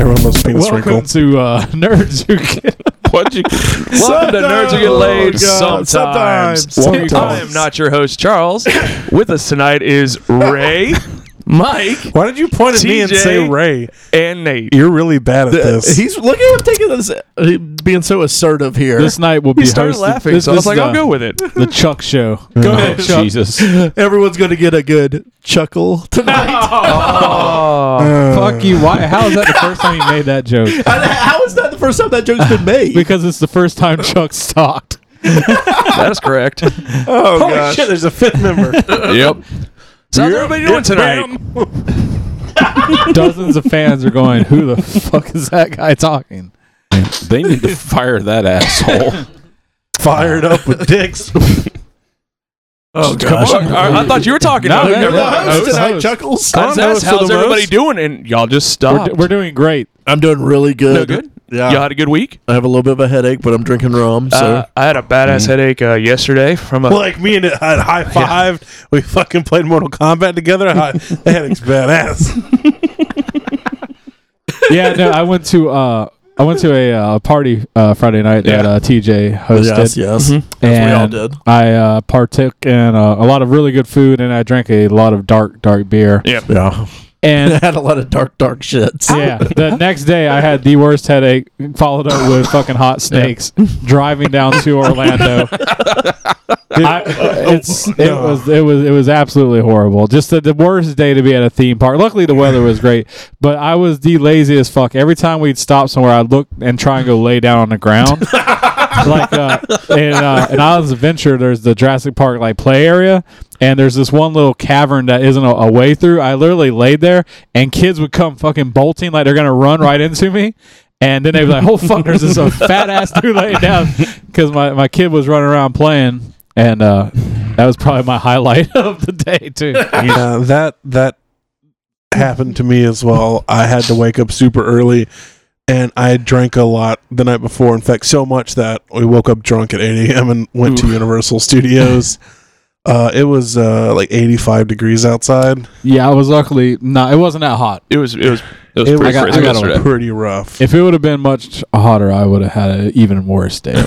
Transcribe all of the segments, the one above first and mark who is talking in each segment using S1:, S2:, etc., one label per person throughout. S1: Everyone loves penis
S2: Welcome
S1: wrinkle.
S2: to uh, nerds who get.
S3: What you?
S2: Welcome to Nerds Who Get
S4: Oh,
S2: Laid.
S3: Sometimes.
S2: Sometimes.
S1: Sometimes.
S3: I am not your host, Charles. With us tonight is Ray, Mike,
S1: Why did you point at me and
S3: TJ?
S1: say Ray?
S3: and Nate.
S1: You're really bad at this.
S4: Uh, He's look at him taking this, uh, being so assertive here.
S2: This night will be
S3: He started
S2: hosted.
S3: laughing,
S2: this,
S3: so I was
S2: this
S3: like,
S2: is,
S3: "I'll
S2: uh,
S3: go with it."
S2: The Chuck Show.
S1: Go
S3: Oh,
S1: ahead.
S3: Jesus!
S4: Everyone's going to get a good chuckle tonight.
S3: Oh,
S1: Uh,
S2: Fuck you. Why? How is that the first time you made that joke?
S4: And How is that the first time that joke's been made?
S2: Because it's the first time Chuck's talked.
S3: that's correct.
S1: Oh,
S4: Holy
S1: gosh.
S4: shit,
S1: there's a fifth member.
S3: Yep. So how's everybody doing tonight?
S2: Dozens of fans are going, who the fuck is that guy talking?
S5: They need to fire that asshole.
S1: Fired up with dicks.
S4: oh
S1: gosh.
S3: Fuck, I, I thought you were talking.
S2: No,
S3: I was
S2: no,
S4: You're the
S3: never-
S2: no.
S4: host
S2: Host,
S4: tonight,
S2: host.
S4: Chuckles.
S3: I was asked, how's
S1: the
S3: everybody
S1: most?
S3: doing? And y'all just
S2: We're,
S3: stopped.
S2: do- we're doing great.
S4: I'm doing really good.
S3: No good?
S4: Yeah.
S3: Y'all had a good week.
S4: I have a little bit of a headache, but I'm drinking rum, so
S3: Uh, I had a
S2: Mm-hmm.
S3: badass headache uh, yesterday from a.
S1: like me and it had high fived. We fucking played Mortal Kombat together. I, that headache's badass.
S2: Yeah, no, I went to uh, I went to a uh, party uh, Friday night that
S3: Yeah.
S2: uh, TJ hosted.
S4: yes, yes.
S2: Mm-hmm. and
S4: we all did.
S2: I uh, partook in uh, a lot of really good food, and I drank a lot of dark, dark beer.
S3: Yeah.
S4: Yeah.
S2: And
S4: I had a lot of dark, dark shits.
S2: yeah, the next day I had the worst headache, followed up with fucking hot snakes driving down to Orlando. I, it's, it
S1: No.
S2: was it was it was absolutely horrible. Just the, the worst day to be at a theme park. Luckily the weather was great, but I was the laziest fuck. Every time we'd stop somewhere, I'd look and try and go lay down on the ground. like uh, in uh, in Islands of Adventure, there's the Jurassic Park like play area, and there's this one little cavern that isn't a, a way through. I literally laid there, and kids would come fucking bolting like they're gonna run right into me. And then they'd be like, "Oh fuck, there's this uh, fat ass dude laying down," because my, my kid was running around playing, and uh, that was probably my highlight of the day too.
S1: Yeah, that that happened to me as well. I had to wake up super early, and I drank a lot the night before. In fact, so much that we woke up drunk at 8 a.m. and went to Universal Studios. Uh, it was uh, like 85 degrees outside.
S2: Yeah, I was luckily no, it wasn't that hot.
S3: It was. It was. It was
S1: It
S3: pretty
S1: was-
S2: I got- I
S3: crazy
S2: got a-
S3: yesterday.
S1: Pretty rough.
S2: If it would have been much hotter, I would have had an even worse day.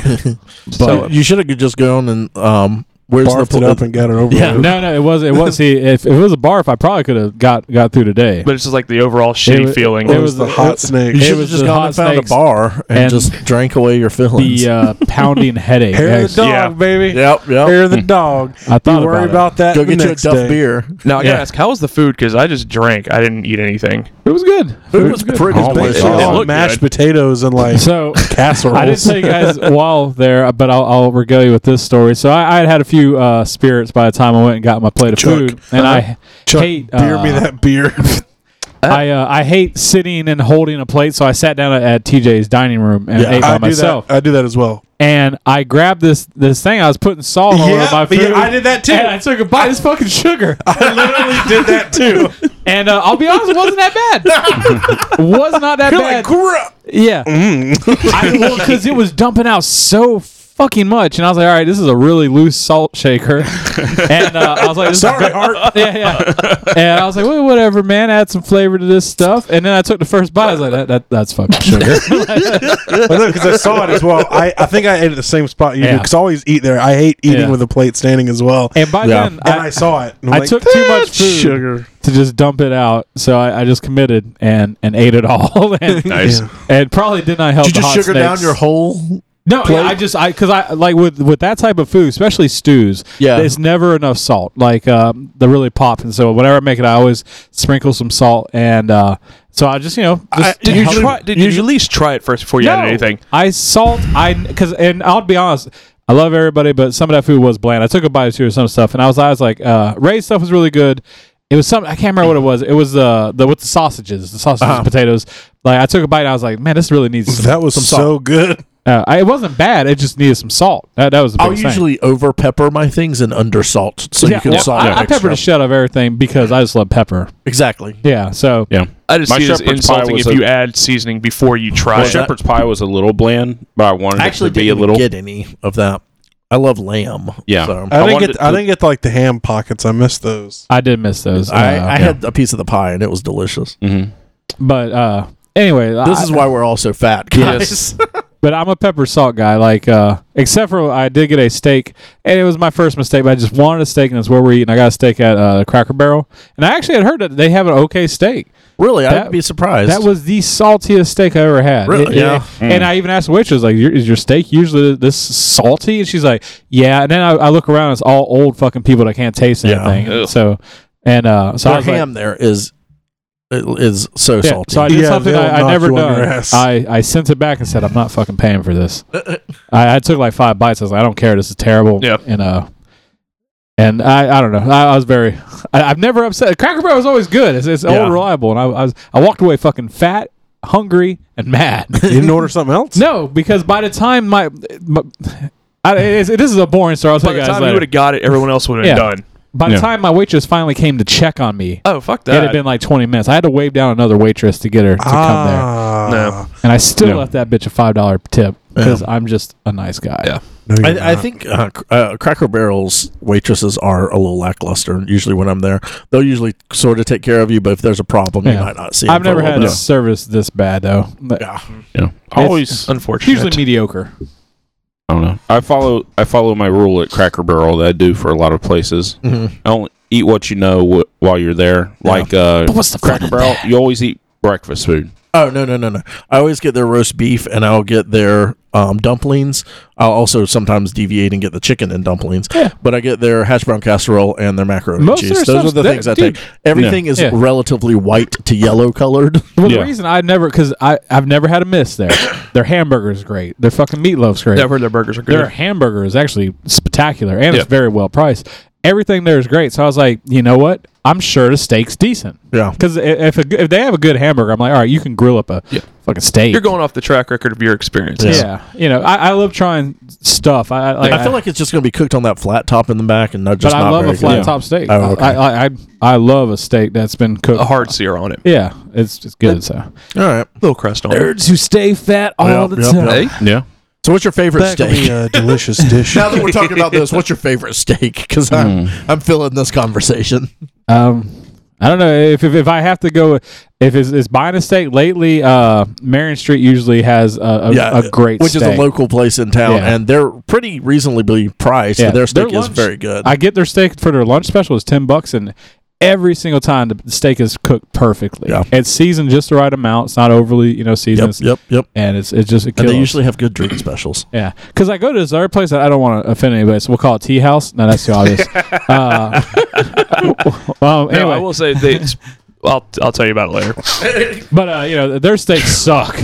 S2: but
S4: You- you should have just gone and um, where's the
S1: Barfed it
S4: pl-
S1: up and got it over.
S4: Yeah.
S1: with.
S2: No, no, it was it was. See, if, if it was a barf, I probably could have got got through today.
S3: But it's just like the overall
S2: It
S3: shitty
S2: wa-
S3: feeling.
S1: It
S2: it
S1: was
S2: was-
S1: the hot
S2: it-
S1: snake.
S4: You
S2: it
S4: should have
S2: was
S4: just
S2: the
S4: gone
S2: hot
S4: and found a
S2: snakes
S4: bar and,
S2: and
S4: just drank away your feelings.
S2: the uh, pounding headache.
S1: Hair of the
S2: actually.
S1: dog,
S3: Yeah.
S1: baby.
S4: yep, Hmm. yep.
S1: Hair of the dog.
S2: I thought
S1: You worry
S2: about, it.
S1: about that.
S4: Go
S1: the
S4: get you a
S1: next
S4: Duff
S1: day.
S4: beer.
S3: now I gotta
S2: Yeah.
S3: ask, how was the food? Because I just drank. I didn't eat anything.
S2: It was good.
S4: It was pretty
S5: Oh,
S1: Basically
S5: It
S1: all
S3: looked
S1: mashed
S3: good.
S1: potatoes and like
S2: So
S1: casseroles.
S2: I didn't tell you guys while there, but I'll, I'll regale you with this story. So I, I had had a few uh, spirits by the time I went and got my plate of
S1: Chuck. Uh-huh.
S2: food, and I
S1: Chuck,
S2: hate
S1: beer
S2: uh,
S1: me that beer.
S2: I uh, I hate sitting and holding a plate, so I sat down at, TJ's dining room and ate by
S1: I do
S2: myself.
S1: that. I do that as well.
S2: And I grabbed this this thing. I was putting salt all over my food.
S1: I did that too.
S2: And I took a bite. It's fucking sugar.
S1: I literally did that too.
S2: And uh, I'll be honest, it wasn't that bad. was not that bad. yeah.
S1: Mm.
S2: Because it was dumping out so fucking much. And I was like, all right, this is a really loose salt shaker. And uh, I was like, this
S1: Sorry,
S2: is good.
S1: Art.
S2: Yeah, yeah. And I was like, well, whatever, man. Add some flavor to this stuff. And then I took the first bite. I was like, that, that, that's fucking sugar.
S1: Well, no, because I saw it as well. I, I think I ate at the same spot you do
S2: Yeah.
S1: because I always eat there. I hate eating
S2: Yeah.
S1: with a plate standing as well. And,
S2: and by then,
S1: I,
S2: I,
S1: saw it. and I'm
S2: I
S1: like,
S2: took too much
S1: "That's
S2: food."
S1: Sugar.
S2: to just dump it out. So I, I just committed and, and ate it all. and,
S3: Nice.
S1: Yeah.
S2: and probably did not help.
S4: Did you
S2: the
S4: just
S2: hot
S4: sugar down
S2: snakes.
S4: your whole?
S2: No,
S4: plate?
S2: yeah, I just I because I like with with that type of food, especially stews.
S4: Yeah.
S2: there's never enough salt. Like um, they really pop, and so whenever I make it, I always sprinkle some salt. And uh, so I just you know, just
S3: Did you
S2: help-
S3: try? Did you at least try it first before you
S2: No.
S3: added anything?
S2: I salt. I because and I'll be honest. I love everybody, but some of that food was bland. I took a bite or two of some stuff, and I was I was like, uh, Ray's stuff was really good. It was something I can't remember what it was. It was uh, the with the sausages, the sausages, and potatoes. Like I took a bite, and I was like, man, this really needs some,
S1: That was
S2: some
S1: so
S2: salt.
S1: good.
S2: Uh, I, it wasn't bad. It just needed some salt. That, that was the
S4: I'll
S2: biggest thing.
S4: Oh, usually over pepper my things and under salt, so you can
S2: well,
S4: salt.
S2: I,
S4: it
S2: I pepper
S4: extra.
S2: the shit out of everything because I just love pepper.
S4: exactly.
S2: Yeah, so
S5: yeah.
S3: I just
S5: My
S3: see it as
S5: shepherd's pie
S3: insulting
S5: was
S3: if
S5: a-
S3: you add seasoning before you try.
S5: My
S3: it.
S5: shepherd's pie was a little bland, but I wanted
S4: I actually
S5: it to be
S4: didn't
S5: a little.
S4: get any of that. I love lamb.
S5: Yeah.
S4: so.
S1: I,
S5: I
S1: didn't
S5: wanted
S1: get.
S5: it
S1: I
S5: to-
S1: didn't get like the ham pockets. I missed those.
S2: I did miss those.
S4: I,
S2: Uh, Mm-hmm.
S4: I had a piece of the pie and it was delicious.
S5: Mhm.
S2: but uh, anyway,
S4: This
S2: I-
S4: is why we're all so fat, guys.
S3: Yes.
S2: But I'm a pepper salt guy. Like, uh, except for I did get a steak, and it was my first mistake. But I just wanted a steak, and that's where we're eating. I got a steak at uh, Cracker Barrel, and I actually had heard that they have an okay steak.
S4: Really,
S2: That-
S4: I'd be surprised.
S2: That was the saltiest steak I ever had.
S4: Really? Yeah. Hmm.
S2: And I even asked the waitress, like, "Your- "Is your steak usually this salty?" And she's like, "Yeah." And then I, I look around; it's all old fucking people that can't taste
S4: Yeah.
S2: anything.
S5: Ugh.
S2: So, and uh, so I
S4: Their
S2: was like,
S4: ham there is is so
S2: Yeah,
S4: salty.
S2: So I did
S1: Yeah,
S2: something
S1: they'll
S2: I, I
S1: knock
S2: never
S1: you on your
S2: done.
S1: ass.
S2: I, I sent it back and said, I'm not fucking paying for this. I, I took like five bites. I was like, I don't care. This is terrible.
S3: Yep.
S2: And, uh, and I, I don't know. I, I was very. I, I've never upset. Cracker Barrel was always good. It's, it's
S4: Yeah.
S2: all reliable. And I, I was. I walked away fucking fat, hungry, and mad.
S1: You didn't order something else?
S2: no, because by the time my, my I, it, it, this is a boring story. I'll tell
S3: By
S2: you
S3: the
S2: guys
S3: time you
S2: later.
S3: would have got it, everyone else would have
S2: Yeah.
S3: done.
S2: By the
S5: Yeah.
S2: time my waitress finally came to check on me,
S3: Oh, fuck
S2: it had
S3: that.
S2: been like 20 minutes. I had to wave down another waitress to get her to come there.
S1: Ah,
S2: And I still
S5: No.
S2: left that bitch a five dollar tip because I'm just a nice guy.
S3: Yeah.
S1: no. you're
S4: I, I
S1: not.
S4: think uh, cr- uh, Cracker Barrel's waitresses are a little lackluster. Usually, when I'm there, they'll usually sort of take care of you. But if there's a problem, you
S2: Yeah.
S4: might not see. 'em
S2: I've
S4: for a
S2: never
S4: little
S2: had
S4: bit.
S2: a service this bad though. But
S4: Yeah.
S5: Yeah. I always.
S3: Unfortunate.
S2: Usually mediocre.
S5: Mm. I don't know. I follow. I follow my rule at Cracker Barrel that I do for a lot of places.
S4: Mhm.
S5: I only eat what you know wh- while you're there. Like uh,
S4: what's the
S5: Cracker Barrel, you always eat breakfast food.
S4: Oh no no no no! I always get their roast beef, and I'll get their um, dumplings. I'll also sometimes deviate and get the chicken and dumplings.
S2: Yeah.
S4: But I get their hash brown casserole and their macaroni
S2: Most
S4: cheese.
S2: of their
S4: Those are
S2: stuff's-
S4: the
S2: that-
S4: things I
S2: dude,
S4: take. Everything is
S2: yeah.
S4: relatively white to yellow colored.
S2: Well,
S5: Yeah.
S2: the reason I never because I I've never had a miss there. Their hamburger's great. Their fucking meatloaf's great.
S3: Yeah, I've heard their burgers are good.
S2: Their hamburger is actually spectacular and it's
S3: Yeah.
S2: very well priced. Everything there is great. So I was like, you know what? I'm sure the steak's decent.
S4: Yeah.
S2: Because if a, good- if they have a good hamburger, I'm like, all right, you can grill up a
S3: Yeah.
S2: fucking steak.
S3: You're going off the track record of your experiences.
S2: Yeah. You know, I, I love trying stuff. I, I like.
S4: I feel like it's just going to be cooked on that flat top in the back, and not just.
S2: but I
S4: not
S2: love a
S4: very
S2: flat
S4: good.
S2: top steak.
S4: Oh, okay.
S2: I, I I I love a steak that's been cooked.
S3: A hard sear on it.
S2: yeah, it's it's good. So
S4: All right.
S3: Little crust on it.
S2: who stay fat
S4: all the time.
S3: Hey,
S5: Yeah.
S4: So, what's your favorite
S1: that could
S4: steak?
S1: be a uh, delicious dish.
S4: now that we're talking about this, what's your favorite steak? Because I'm
S2: Hmm.
S4: I'm feeling this conversation.
S2: Um, I don't know if if, if I have to go if it's, it's buying a steak lately. Uh, Marion Street usually has a, a, a great
S4: which is
S2: steak.
S4: a local place in town,
S2: Yeah.
S4: and they're pretty reasonably priced.
S2: Yeah,
S4: and their
S2: their
S4: steak is
S2: lunch-
S4: very good.
S2: I get their steak for their lunch special is ten bucks, and every single time the steak is cooked perfectly.
S4: Yeah.
S2: It's seasoned just the right amount. It's not overly you know seasoned,
S4: yep, yep, yep.
S2: and it's it's just it
S4: And
S2: kills.
S4: they usually have good drink specials.
S2: Yeah, because I go to this other place that I don't want to offend anybody, so we'll call it Tea House. No, that's too obvious. uh, well,
S3: No, I
S2: anyway,
S3: will say they. it's- I'll, I'll tell you about it later.
S2: but uh, you know their steaks suck.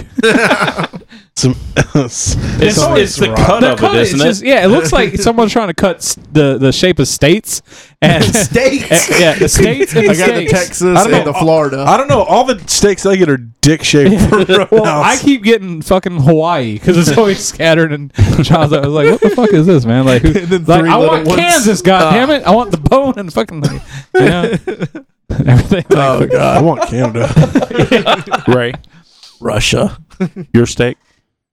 S1: Some- it's
S5: It's,
S2: It's-
S5: it's the cut
S2: The
S5: of
S2: color
S5: it,
S2: is
S5: isn't
S2: just-
S5: it?
S2: yeah, it looks like someone's trying to cut s- the the shape of states and
S4: States.
S2: and- yeah, the states and
S4: I got the
S2: steaks.
S4: Texas
S1: I don't
S4: and
S1: know.
S4: the Florida.
S1: I don't know. All the steaks I get are dick shaped for Roadhouse.
S2: Well, I keep getting fucking Hawaii because it's always scattered. And Charles, I was like, "What the fuck is this, man?" Like, who,
S4: then
S2: like
S4: three
S2: I
S4: little
S2: want
S4: ones. Ah.
S2: Kansas, god damn it! I want the bone and fucking, you know, everything.
S4: oh God,
S1: I want Canada.
S5: Ray,
S4: Russia.
S5: your steak.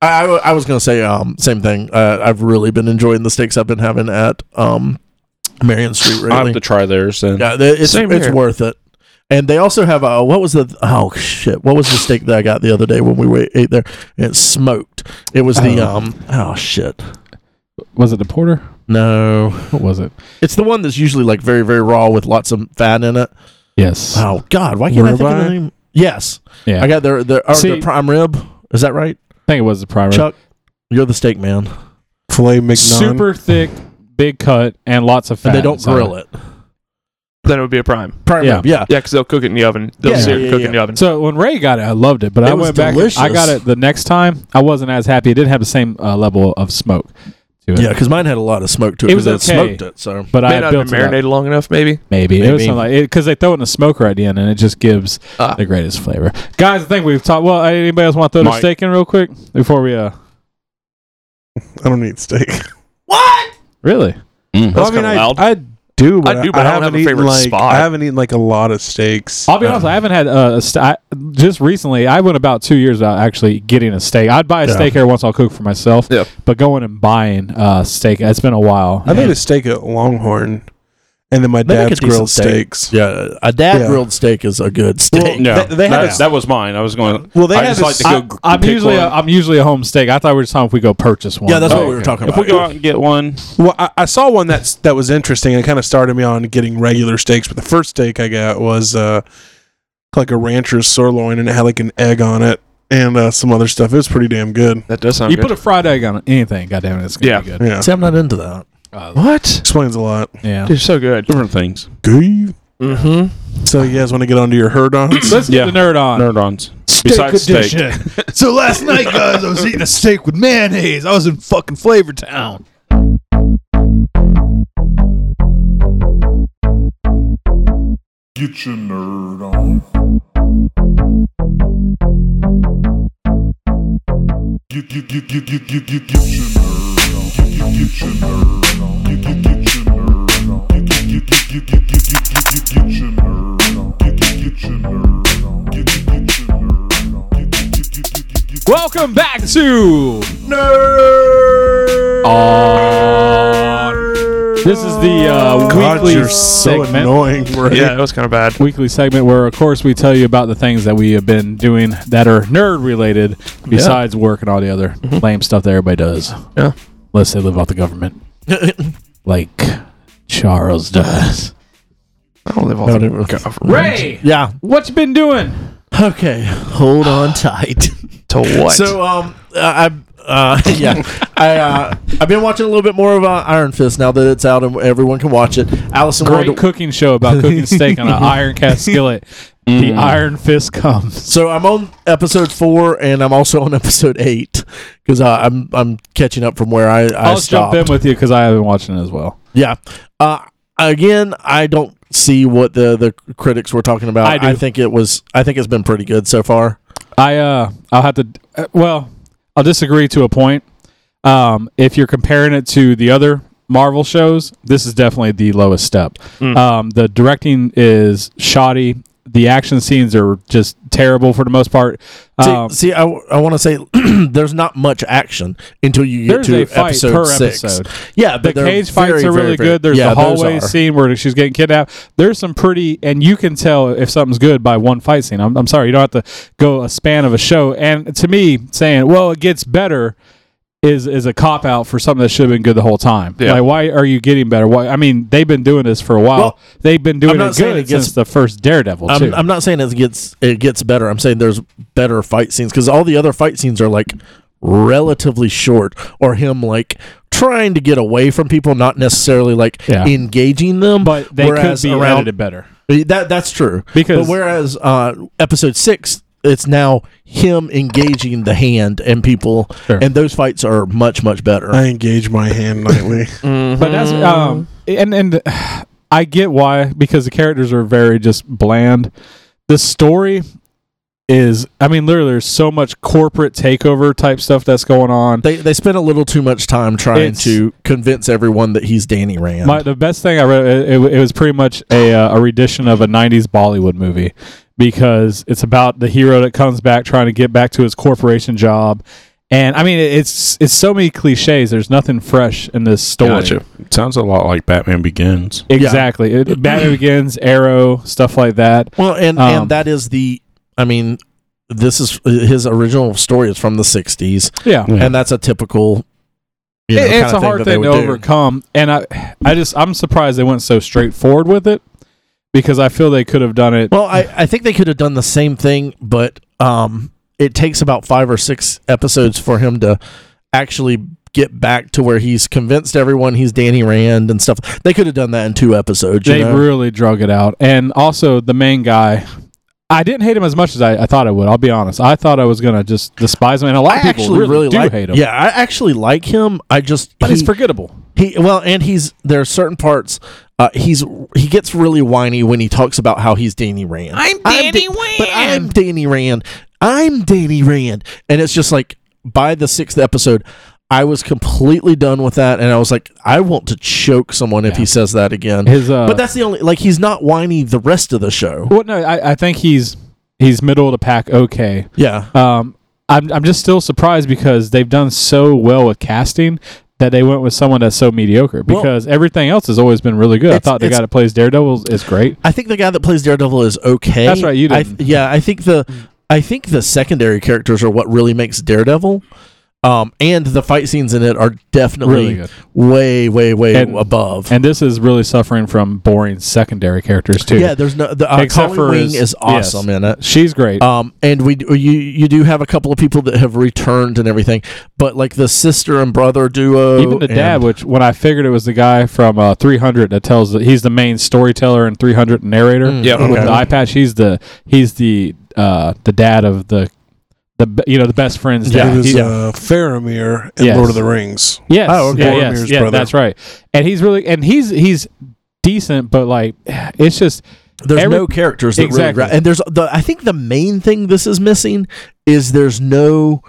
S4: I, I w- I was gonna say um same thing. Uh, I've really been enjoying the steaks I've been having at um Marion Street
S5: I have
S4: lately.
S5: to try theirs. And
S4: Yeah, they- it's
S3: Same
S4: it's
S3: here.
S4: worth it. And they also have a what was the oh shit what was the steak that I got the other day when we wa- ate there? It smoked. It was the
S2: Oh.
S4: um oh shit
S2: Was it the porter?
S4: no.
S2: What was it?
S4: It's the one that's usually like very very raw with lots of fat in it.
S2: Yes.
S4: Oh God, why can't I think of the
S1: Ribeye?
S4: name? Yes,
S2: yeah.
S4: I got their their, or
S2: See-
S4: their prime rib. Is that right,
S2: I think it was the prime rib.
S4: Chuck? You're the steak man.
S1: Filet mignon.
S2: Super thick, big cut, and lots of fat.
S4: And they don't grill it.
S3: Then it would be a prime.
S4: Prime
S2: Yeah.
S4: rib, yeah.
S3: Yeah, because they'll cook it in the oven. They'll
S4: Yeah.
S3: sear
S4: Yeah,
S3: and
S4: yeah,
S3: cook
S4: yeah.
S3: it in the oven.
S2: So when Ray got it, I loved it, but
S4: It
S2: I
S4: was
S2: went back.
S4: delicious.
S2: I got it the next time. I wasn't as happy. It didn't have the same uh, level of smoke to it.
S4: Yeah, because mine had a lot of smoke to it.
S2: It was
S4: 'cause they
S2: okay.
S4: smoked it. So
S2: But
S3: May
S2: I
S3: not have
S2: built it
S3: been
S2: up.
S3: marinated long enough, maybe.
S2: Maybe. It was
S4: Maybe.
S2: something like because they throw it in the smoker at the end, and it just gives
S3: Ah.
S2: the greatest flavor. Guys, I think we've talked. Well, anybody else want to throw the
S5: Mike.
S2: steak in real quick before we? uh
S1: I don't eat steak.
S2: Really?
S5: Mm.
S1: Well, I mean,
S3: kinda
S1: I,
S3: loud.
S1: I do, but
S3: I
S1: I,
S3: do, but
S1: I
S3: I don't have
S1: haven't
S3: a favorite
S1: eaten like
S3: spot.
S1: I haven't eaten like a lot of steaks.
S2: I'll be honest. I haven't had uh, a st- I, just recently. I went about two years without actually getting a steak. I'd buy a
S4: Yeah.
S2: steak every once I'll cook for myself.
S3: Yeah.
S2: But going and buying uh, steak, it's been a while.
S1: I made a steak at Longhorn, and then my
S4: They make a
S1: dad's
S4: decent
S1: grilled
S4: steak.
S1: steaks.
S4: Yeah, a dad
S1: Yeah.
S4: grilled steak is a good steak.
S1: Well,
S5: No,
S1: They- they had
S5: that,
S1: a-
S5: that was mine. I was going.
S1: Well, they
S5: I
S1: had
S5: just
S1: a
S5: like to
S1: s-
S5: go.
S2: I, am
S5: pick
S2: usually
S5: one.
S2: a, I'm usually a home steak. I thought we were just talking if we go purchase one.
S4: yeah, that's
S5: Oh,
S4: what we were
S5: okay.
S4: talking
S5: if
S4: about.
S5: we go out and get one,
S1: Well, I, I saw one that's that was interesting and kind of started me on getting regular steaks. But the first steak I got was uh, like a rancher's sirloin, and it had like an egg on it and uh, some other stuff. It was pretty damn good.
S3: That does sound
S2: You
S3: good.
S2: put a fried egg on anything, goddamn it, it's gonna
S5: Yeah.
S2: be good.
S1: Yeah,
S4: See, I'm not into that.
S2: Uh,
S3: what?
S1: explains a lot.
S2: yeah.
S3: Dude, so good.
S5: different things.
S1: Good.
S3: Mm-hmm.
S1: So you guys want to get onto your herd on?
S2: Let's get
S5: Yeah.
S2: the nerd on.
S5: Nerdons. Besides steak.
S2: so last night, guys, I was eating a steak with mayonnaise. I was in fucking Flavor Town.
S6: Get your nerd on. Get, get, get, get, get, get, get, get your nerd on. Get, get, get your nerd on. Get, get, get your nerd on. Get, get, get, get, get, get, get, get, get, get your nerd on. Get, get, get your nerd on. Get, get, get your nerd on. Get, get, get, get, get, get, get.
S2: Welcome back to Nerd. This is the uh,
S1: God,
S2: weekly
S1: you're so
S2: segment.
S1: annoying, bro.
S3: Yeah, that was kind of bad.
S2: Weekly segment where, of course, we tell you about the things that we have been doing that are nerd related, besides work and all the other
S4: Mm-hmm.
S2: lame stuff that everybody does.
S3: Yeah.
S2: unless they live off the government, like Charles does.
S3: I don't live off
S4: No,
S3: the
S4: they-
S3: government.
S2: Ray,
S4: Yeah.
S2: what you been doing?
S4: Okay. Hold on tight.
S3: To what?
S4: So um, I uh, yeah, I uh, I've been watching a little bit more of uh, Iron Fist now that it's out and everyone can watch it. Allison
S2: Great
S4: Wonder-
S2: cooking show about cooking steak on an iron cast skillet. The
S4: Mm.
S2: iron fist comes.
S4: So I'm on episode four, and I'm also on episode eight because uh, I'm I'm catching up from where I, I
S2: I'll
S4: stopped.
S2: jump in with you because I have been watching it as well.
S4: Yeah. Uh, again, I don't see what the the critics were talking about.
S2: I do.
S4: think it was. I think it's been pretty good so far.
S2: I uh, I'll have to. Uh, well, I'll disagree to a point. Um, if you're comparing it to the other Marvel shows, this is definitely the lowest step. Um, the directing is shoddy. The action scenes are just terrible for the most part.
S4: See,
S2: Um,
S4: see I, want to say there's not much action until you get
S2: There's
S4: to
S2: a fight
S4: episode
S2: per
S4: six.
S2: episode.
S4: Yeah,
S2: the
S4: but they're
S2: cage fights
S4: very,
S2: are
S4: very,
S2: really
S4: very-
S2: good. There's
S4: yeah,
S2: the
S4: those
S2: hallway
S4: are.
S2: scene where she's getting kidnapped. There's some pretty, and you can tell if something's good by one fight scene. I'm, I'm sorry, you don't have to go a span of a show. And to me, saying well it gets better is is a cop out for something that should have been good the whole time.
S3: Yeah.
S2: Like why are you getting better? Why I mean they've been doing this for a while.
S4: Well,
S2: they've been doing
S4: I'm not
S2: it
S4: saying
S2: good
S4: it gets-
S2: since the first Daredevil
S4: I'm,
S2: too.
S4: I'm not saying it gets it gets better. I'm saying there's better fight scenes because all the other fight scenes are like relatively short, or him like trying to get away from people, not necessarily like
S2: Yeah.
S4: engaging them.
S2: but they could
S4: whereas
S2: be
S4: around-
S2: edited better.
S4: That that's true.
S2: Because-
S4: but whereas uh, episode six, it's now him engaging the hand and people,
S2: Sure.
S4: and those fights are much much better.
S1: I engage my hand nightly.
S2: But that's
S3: Mm.
S2: um and and I get why because the characters are very just bland. The story is I mean literally there's so much corporate takeover type stuff that's going on.
S4: they they spent a little too much time trying
S2: It's-
S4: to convince everyone that he's Danny Rand.
S2: My, the best thing I read it, it, it was pretty much a uh, a rendition of a '90s Bollywood movie because it's about the hero that comes back trying to get back to his corporation job, and I mean it, it's it's so many cliches. There's nothing fresh in this story.
S3: Gotcha.
S5: Sounds a lot like Batman Begins.
S2: Exactly. It, Batman Begins, Arrow, stuff like that.
S4: Well, and
S2: Um,
S4: and that is the. I mean, this is uh, his original story is from the '60s,
S2: Yeah.
S5: Yeah.
S4: and that's a typical. you know,
S2: It-
S4: kinda
S2: it's a
S4: thing
S2: hard
S4: that they
S2: thing to
S4: would do.
S2: overcome, and I, I just I'm surprised they went so straightforward with it because I feel they could have done it.
S4: Well, I, I think they could have done the same thing, but um, it takes about five or six episodes for him to actually get back to where he's convinced everyone he's Danny Rand and stuff. They could have done that in two episodes. you
S2: they
S4: know?
S2: really drug it out, and also the main guy. I didn't hate him as much as I, I thought I would. I'll be honest. I thought I was gonna just despise him, and a lot
S4: I
S2: of people
S4: actually
S2: really,
S4: really,
S2: do
S4: like
S2: hate him.
S4: Yeah, I actually like him. I just
S2: but he's
S4: he-
S2: forgettable.
S4: He well, and he's there are certain parts. Uh, he's he gets really whiny when he talks about how he's Danny Rand. I'm Danny Rand, but I'm Danny Rand. I'm Danny Rand, and it's just like by the sixth episode, I was completely done with that, and I was like, I want to choke someone if he says that again.
S2: His uh,
S4: but that's the only like he's not whiny the rest of the show.
S2: well, no, I, I think he's he's middle of the pack. Okay,
S4: Yeah,
S2: Um, I'm, I'm just still surprised because they've done so well with casting that they went with someone that's so mediocre because everything else has always been really good. I
S4: It's-
S2: thought the guy
S4: it's-
S2: that plays Daredevil is great.
S4: I think the guy that plays Daredevil is okay.
S2: That's right, you
S4: I
S2: didn't.
S4: th- yeah, I think the I think the secondary characters are what really makes Daredevil. Um, and the fight scenes in it are definitely
S2: Really good.
S4: way, way, way
S2: And-
S4: above.
S2: And this is really suffering from boring secondary characters too.
S4: yeah, there's no the uh, Colleen
S2: Except for
S4: Wing
S2: his-
S4: is awesome
S2: yes.
S4: in it.
S2: she's great.
S4: Um, and we you you do have a couple of people that have returned and everything, but like the sister and brother duo,
S2: Even the
S4: Oh, and-
S2: dad, which when I figured it was the guy from uh, 300 that tells that he's the main storyteller and 300 narrator.
S5: Yeah.
S2: With
S5: Okay.
S2: the eye patch, he's the he's the uh, the dad of the the b- you know the best friends.
S4: Yeah,
S2: dad.
S1: It was
S2: He-
S1: uh, Faramir in
S2: Yes.
S1: Lord of the Rings.
S2: Yes.
S1: Oh, okay.
S2: Yeah, yes,
S1: Boromir's
S2: yeah,
S1: brother.
S2: that's right. And he's really and he's he's decent, but like it's just
S4: There's
S2: Every-
S4: no characters that really
S2: Exactly.
S4: gra- and there's the I think the main thing this is missing is there's no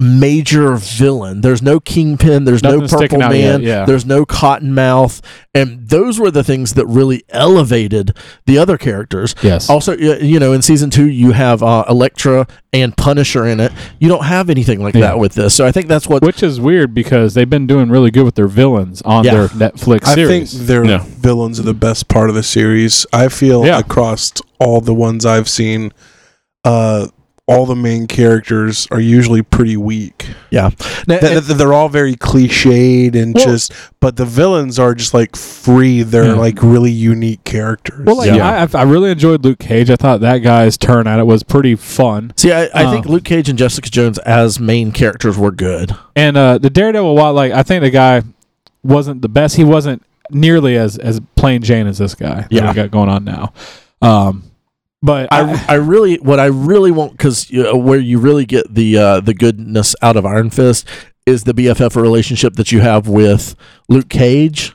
S4: major villain. There's no kingpin. There's no
S2: Nothing's
S4: purple
S2: sticking out yet,
S4: man.
S2: yeah.
S4: There's no cottonmouth. And those were the things that really elevated the other characters.
S2: yes.
S4: Also, y- you know, in season two, you have uh, Elektra and Punisher in it. You don't have anything like
S2: Yeah.
S4: that with this. So I think that's what.
S2: which is weird because they've been doing really good with their villains on
S4: Yeah.
S2: their Netflix
S1: I
S2: series.
S1: think their
S5: No.
S1: villains are the best part of the series. I feel
S2: Yeah.
S1: across all the ones I've seen, uh, all the main characters are usually pretty weak.
S4: yeah. Now,
S1: Th-
S4: and-
S1: th- They're all very cliched and
S2: Well-
S1: just, but the villains are just like free. They're
S2: Yeah.
S1: like really unique characters.
S2: well, like
S5: Yeah.
S2: I, I really enjoyed Luke Cage. I thought that guy's turn at it was pretty fun.
S4: see, I, I think
S2: Um,
S4: Luke Cage and Jessica Jones as main characters were good.
S2: And uh, the Daredevil, while like I think the guy wasn't the best, he wasn't nearly as as plain Jane as this guy that
S4: Yeah.
S2: we got going on now. Um, but I,
S4: I, I really what I really want because uh, where you really get the uh, the goodness out of Iron Fist is the BFF relationship that you have with Luke Cage,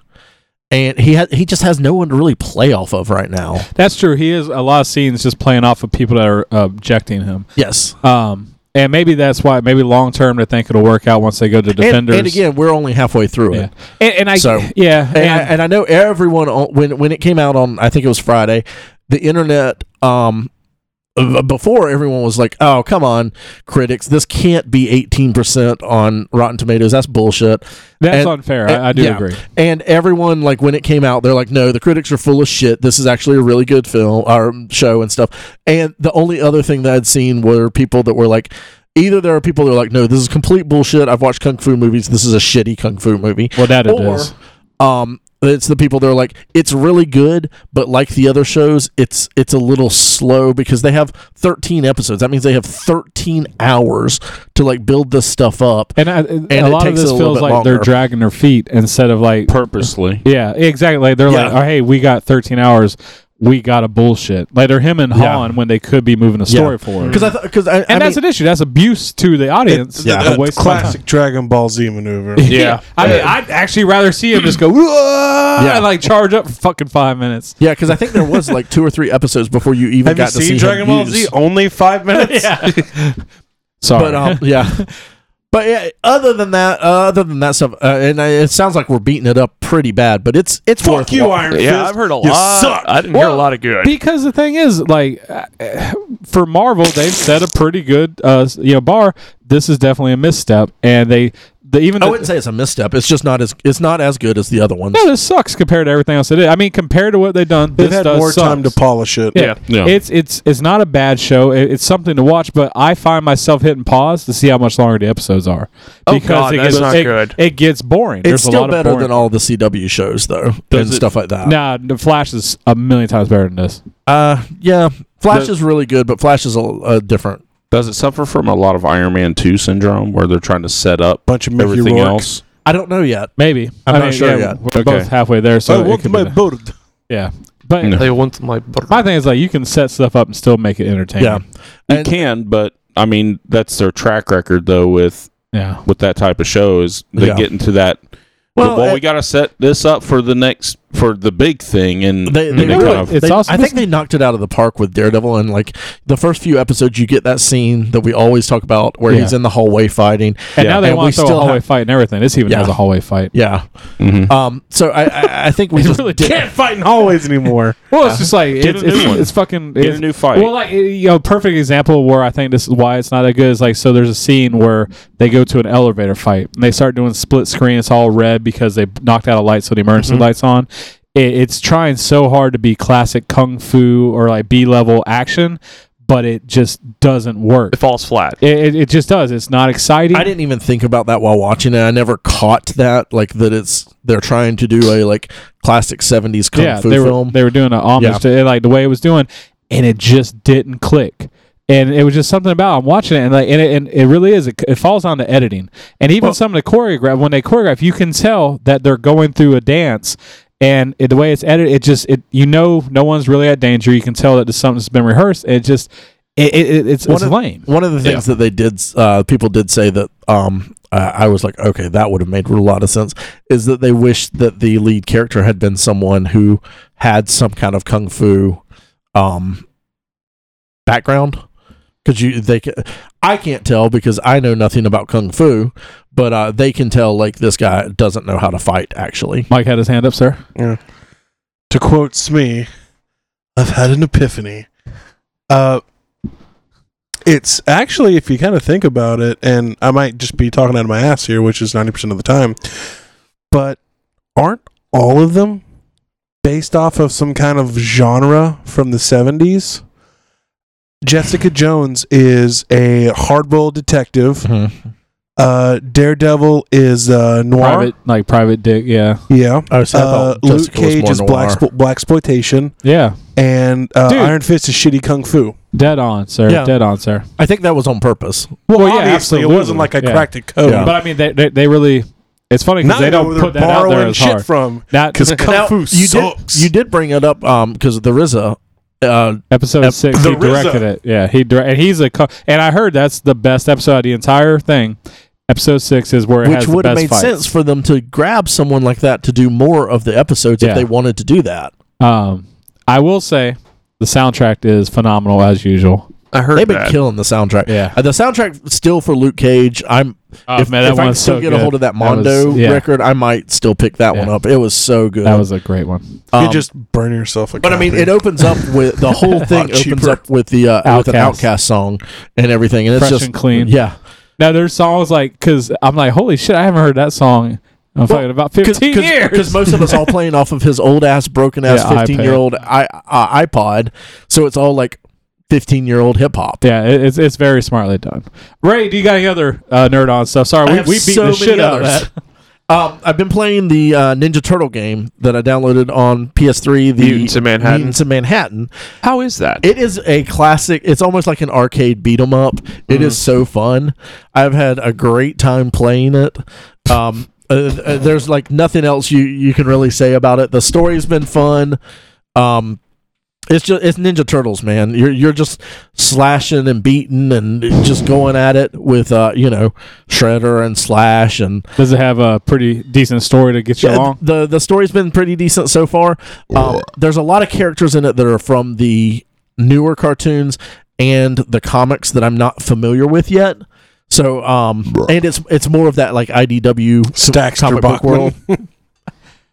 S4: and he ha- he just has no one to really play off of right now.
S2: that's true. He is a lot of scenes just playing off of people that are objecting him.
S4: Yes,
S2: Um, and maybe that's why. Maybe long term, they think it'll work out once they go to
S4: and,
S2: defenders.
S4: and again we're only halfway through
S2: yeah,
S4: it.
S2: and, and I
S4: So-
S2: yeah,
S4: And, I, and I know everyone on, when when it came out on I think it was Friday, the internet um uh, before everyone was like, "Oh, come on, critics, this can't be 18% on Rotten Tomatoes. That's bullshit."
S2: that's
S4: and-
S2: unfair.
S4: and-
S2: I, I do
S4: yeah.
S2: agree.
S4: And everyone, like when it came out, they're like, "No, the critics are full of shit. This is actually a really good film or show and stuff." And the only other thing that I'd seen were people that were like, either there are people that are like, "No, this is complete bullshit. I've watched kung fu movies. This is a shitty kung fu movie,"
S2: Well, that it
S4: or
S2: is.
S4: um, it's the people that are like, "It's really good, but like the other shows, it's it's a little slow because they have 13 episodes. That means they have 13 hours to like build this stuff up."
S2: And, I, a
S4: it
S2: lot of
S4: takes
S2: this
S4: a little
S2: feels
S4: bit
S2: like they're
S4: longer.
S2: dragging their feet instead of like
S5: purposely.
S2: Yeah, exactly. Like they're like,
S4: Yeah.
S2: oh, hey, we got 13 hours. We got a bullshit. Like they're him and
S4: Yeah.
S2: Han when they could be moving a story forward.
S4: Because I because I,
S2: and
S4: I
S2: that's
S4: mean,
S2: an issue. That's abuse to the audience.
S1: yeah,
S2: A waste of my time.
S1: classic Dragon Ball Z maneuver.
S2: Yeah.
S5: Yeah.
S2: I mean, I'd actually rather see him just go, yeah.
S4: Yeah.
S2: and like charge up for fucking five minutes.
S4: Yeah, because I think there was like two or three episodes before you even
S1: Have you
S4: got to see
S1: seen Dragon
S4: him
S1: Ball
S4: use.
S1: Z? Oh, Only five minutes.
S2: Yeah. Sorry.
S4: But um, yeah, but yeah, other than that, uh, other than that stuff, uh, and I, it sounds like we're beating it up pretty bad, but it's it's
S1: Fuck
S4: worth
S1: you, Iron Fist.
S3: Yeah, I've heard a
S1: You
S3: lot.
S1: suck.
S3: I didn't hear a
S2: Well,
S3: lot of good.
S2: because the thing is, like, uh, for Marvel, they've set a pretty good, uh, you know, bar. This is definitely a misstep, and they, the, even
S4: I
S2: the,
S4: wouldn't say it's a misstep. It's just not as it's not as good as the other ones.
S2: No, this sucks compared to everything else they did. I mean, compared to what they've done,
S1: They've
S2: this
S1: had
S2: does
S1: more
S2: sucks.
S1: time to polish it.
S2: Yeah.
S5: Yeah.
S2: it's it's it's not a bad show. It- it's something to watch, but I find myself hitting pause to see how much longer the episodes are.
S3: Oh, God, that's not
S2: it,
S3: good.
S2: It gets boring. There's
S4: It's
S2: a
S4: still
S2: lot of
S4: better
S2: boring.
S4: than all the CW shows though,
S5: Does
S4: and
S5: it-
S4: stuff like that.
S2: Nah, the Flash is a million times better than this.
S4: Uh, yeah, Flash
S5: The-
S4: is really good, but Flash is a, a different.
S5: Does it suffer from a lot of Iron Man 2 syndrome where they're trying to set up
S1: Bunch of Oh, Mickey
S5: everything
S1: Rourke.
S5: else?
S4: I don't know yet.
S2: Maybe
S4: I'm
S2: I
S4: not
S2: mean,
S4: sure
S2: yeah,
S4: yet. Oh,
S2: We're both
S5: Okay.
S2: halfay there, so
S1: I
S2: it
S1: want
S2: could
S1: my
S2: be-
S1: bird.
S2: yeah. But
S5: No.
S3: I want my butter.
S2: my thing is like you can set stuff up and still make it entertaining.
S4: Yeah,
S5: You
S4: And-
S5: can, but I mean that's their track record though with
S2: yeah.
S5: with that type of show is they
S4: Yeah.
S5: get into that.
S4: Well,
S5: Well,
S4: uh,
S5: we got to set this up for the next for the big thing and
S4: They,
S5: and
S4: they
S5: it
S4: really-
S5: kind of-
S2: Mm-hmm. It's
S4: they-
S2: awesome.
S4: I think they knocked it out of the park with Daredevil, and like the first few episodes, you get that scene that we always talk about where he's
S2: Yeah.
S4: in the hallway fighting.
S2: And now they
S4: And we
S2: want to throw
S4: still
S2: a hallway
S4: have-
S2: fight and everything. This even
S4: Yeah.
S2: has a hallway fight.
S4: Yeah.
S5: Mhm.
S4: Um. So I, I, I think we just
S2: really
S4: did-
S1: Can't fight in hallways anymore.
S2: Well, it's just like it's,
S5: a new
S2: it's,
S5: one.
S2: it's fucking
S5: Get a
S2: it's-
S5: new fight.
S2: Well, like you know, perfect example where I think this is why it's not that good is like so. There's a scene where they go to an elevator fight and they start doing split screen. It's all red because they knocked out a light, so the
S5: Mm-hmm.
S2: emergency lights on. It, it's trying so hard to be classic kung fu or like B level action, but it just doesn't work.
S3: It falls flat.
S2: It, it, it just does. It's not exciting.
S4: I didn't even think about that while watching it. I never caught that, like that it's they're trying to do a like classic seventies kung
S2: yeah,
S4: fu
S2: they were
S4: film.
S2: they were doing an homage
S4: Yeah.
S2: to it, like the way it was doing, and it just didn't click. And it was just something about I'm watching it, and like, and it, and it really is. It, it falls on the editing, and even some of the choreograph when they choreograph, you can tell that they're going through a dance, and it, the way it's edited, it just it you know no one's really at danger. You can tell that there's something that's been rehearsed. It just it, it, it- it's,
S4: One
S2: it's
S4: of-
S2: lame.
S4: One of the things that they did, uh, people did say that um, uh, I was like, okay, that would have made a lot of sense. Is that they wished that the lead character had been someone who had some kind of kung fu um, background? Because you, they, ca- I can't tell because I know nothing about kung fu, but uh, they can tell like this guy doesn't know how to fight. Actually,
S2: Mike had his hand up, sir.
S1: To quote Smee, I've had an epiphany. Uh, it's actually, if you kind of think about it, and I might just be talking out of my ass here, which is 90% of the time, but aren't all of them based off of some kind of genre from the 70s? Jessica Jones is a hardboiled detective. Uh, Daredevil is uh, noir.
S2: Private like private dick. Yeah,
S1: Yeah.
S4: oh, so I
S1: Uh,
S4: thought
S1: Luke
S4: Jessica was
S1: Cage
S4: more
S1: is black
S4: noir.
S1: black exploitation,
S2: yeah.
S1: and uh,
S2: Dude.
S1: Iron Fist is shitty kung fu.
S2: Dead on, sir.
S4: Yeah.
S2: Dead on, sir.
S4: I think that was on purpose.
S2: Well,
S1: obviously, it wasn't like I
S2: Yeah.
S1: cracked a code.
S4: Oh, Yeah.
S2: But I mean, they, they, they really. It's funny
S1: Now
S2: because they
S1: I know
S2: don't
S1: where
S2: put
S1: they're
S2: that out there
S1: borrowing
S2: as
S1: shit
S2: hard.
S1: from
S2: That
S1: because kung
S4: Now,
S1: fu
S4: you
S1: sucks.
S4: Did, you did bring it up um, because the RZA. Uh,
S2: episode
S4: Ep-
S2: six,
S1: The
S2: he directed
S1: RZA.
S2: it. Yeah, he directed, and he's a. co- And I heard that's the best episode of the entire thing. Episode six is where it
S4: which
S2: has the
S4: would have
S2: best
S4: made
S2: fights.
S4: sense for them to grab someone like that to do more of the episodes
S2: Yeah.
S4: if they wanted to do that.
S2: Um, I will say the soundtrack is phenomenal as usual.
S3: I heard
S4: They've been
S3: that.
S4: killing the soundtrack.
S2: Yeah.
S4: Uh, the soundtrack still for Luke Cage. I'm
S2: Oh,
S4: if,
S2: man,
S4: if
S2: that
S4: I can
S2: one's
S4: still
S2: so
S4: get a
S2: good.
S4: hold of that
S2: That was-
S4: Mondo
S2: yeah.
S4: record, I might still pick that one
S2: Yeah.
S4: up. It was so good.
S2: That was a great one.
S1: You
S4: Um,
S1: just burn yourself. A
S4: But I mean,
S1: copy.
S4: it opens up with the whole thing opens
S1: cheaper.
S4: up with the uh, with an
S2: Outkast.
S4: Outcast song and everything, and it's
S2: Fresh
S4: just
S2: and clean.
S4: Yeah,
S2: Now there's songs like because I'm like, holy shit, I haven't heard that song. I'm fucking about 15 years.
S4: Because most of us all playing off of his old ass, broken ass,
S2: Yeah,
S4: fifteen year old i uh, iPod. So it's all like fifteen year old hip hop.
S2: Yeah, it- it's it's very smartly done. Ray, do you got any other uh, nerd on stuff? Sorry, we,
S4: I
S2: we
S4: have
S2: beat
S4: so
S2: the
S4: many
S2: shit out of
S4: others.
S2: that.
S4: Um, I've been playing the uh, Ninja Turtle game that I downloaded on PS3. The
S3: Mutants in Manhattan.
S4: Mutants in Manhattan.
S3: How is that?
S4: It is a classic. It's almost like an arcade beat 'em up. It is so fun. I've had a great time playing it. Um, uh, uh, there's like nothing else you you can really say about it. The story's been fun. Um, it's just it's Ninja Turtles, man. You're you're just slashing and beating and just going at it with uh you know Shredder and Slash and
S2: Does it have a pretty decent story to get you
S4: yeah,
S2: along?
S4: The the story's been pretty decent so far. Um, there's a lot of characters in it that are from the newer cartoons and the comics that I'm not familiar with yet. So um, and it's it's more of that like IDW
S1: Stackster
S4: comic book
S1: Bachman.
S4: world.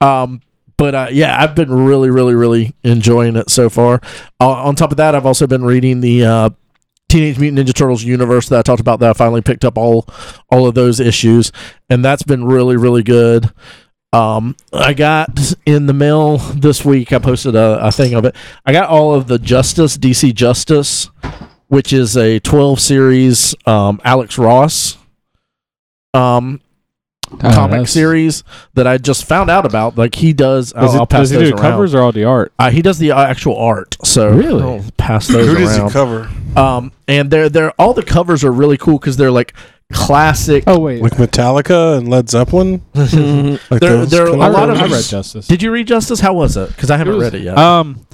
S4: um, but uh, yeah, I've been really really really enjoying it so far. Uh, on top of that, I've also been reading the. Uh, Teenage Mutant Ninja Turtles universe that I talked about that I finally picked up all all of those issues and that's been really really good. Um, I got in the mail this week. I posted a, a thing of it. I got all of the Justice DC Justice, which is a twelve series um, Alex Ross um,
S2: Ah,
S4: comic series that I just found out about. Like he does. I'll,
S2: Does,
S4: I'll
S2: it,
S4: pass
S2: does he
S4: those
S2: do
S4: around.
S2: covers or all the art?
S4: Uh, he does the uh, actual art, so
S2: Really?
S4: I'll pass those
S1: who
S4: around.
S1: does he cover?
S4: um, and they're they're all the covers are really cool because they're like classic.
S2: Oh wait,
S1: Like Metallica and Led Zeppelin. Like
S4: There-
S1: those
S4: there are
S1: kind
S4: Mm-hmm. a
S2: I
S4: lot
S2: read,
S4: of
S2: I
S4: them-
S2: read Justice.
S4: Did you read Justice? How was it? Because I haven't
S2: It was-
S4: read it yet.
S2: um,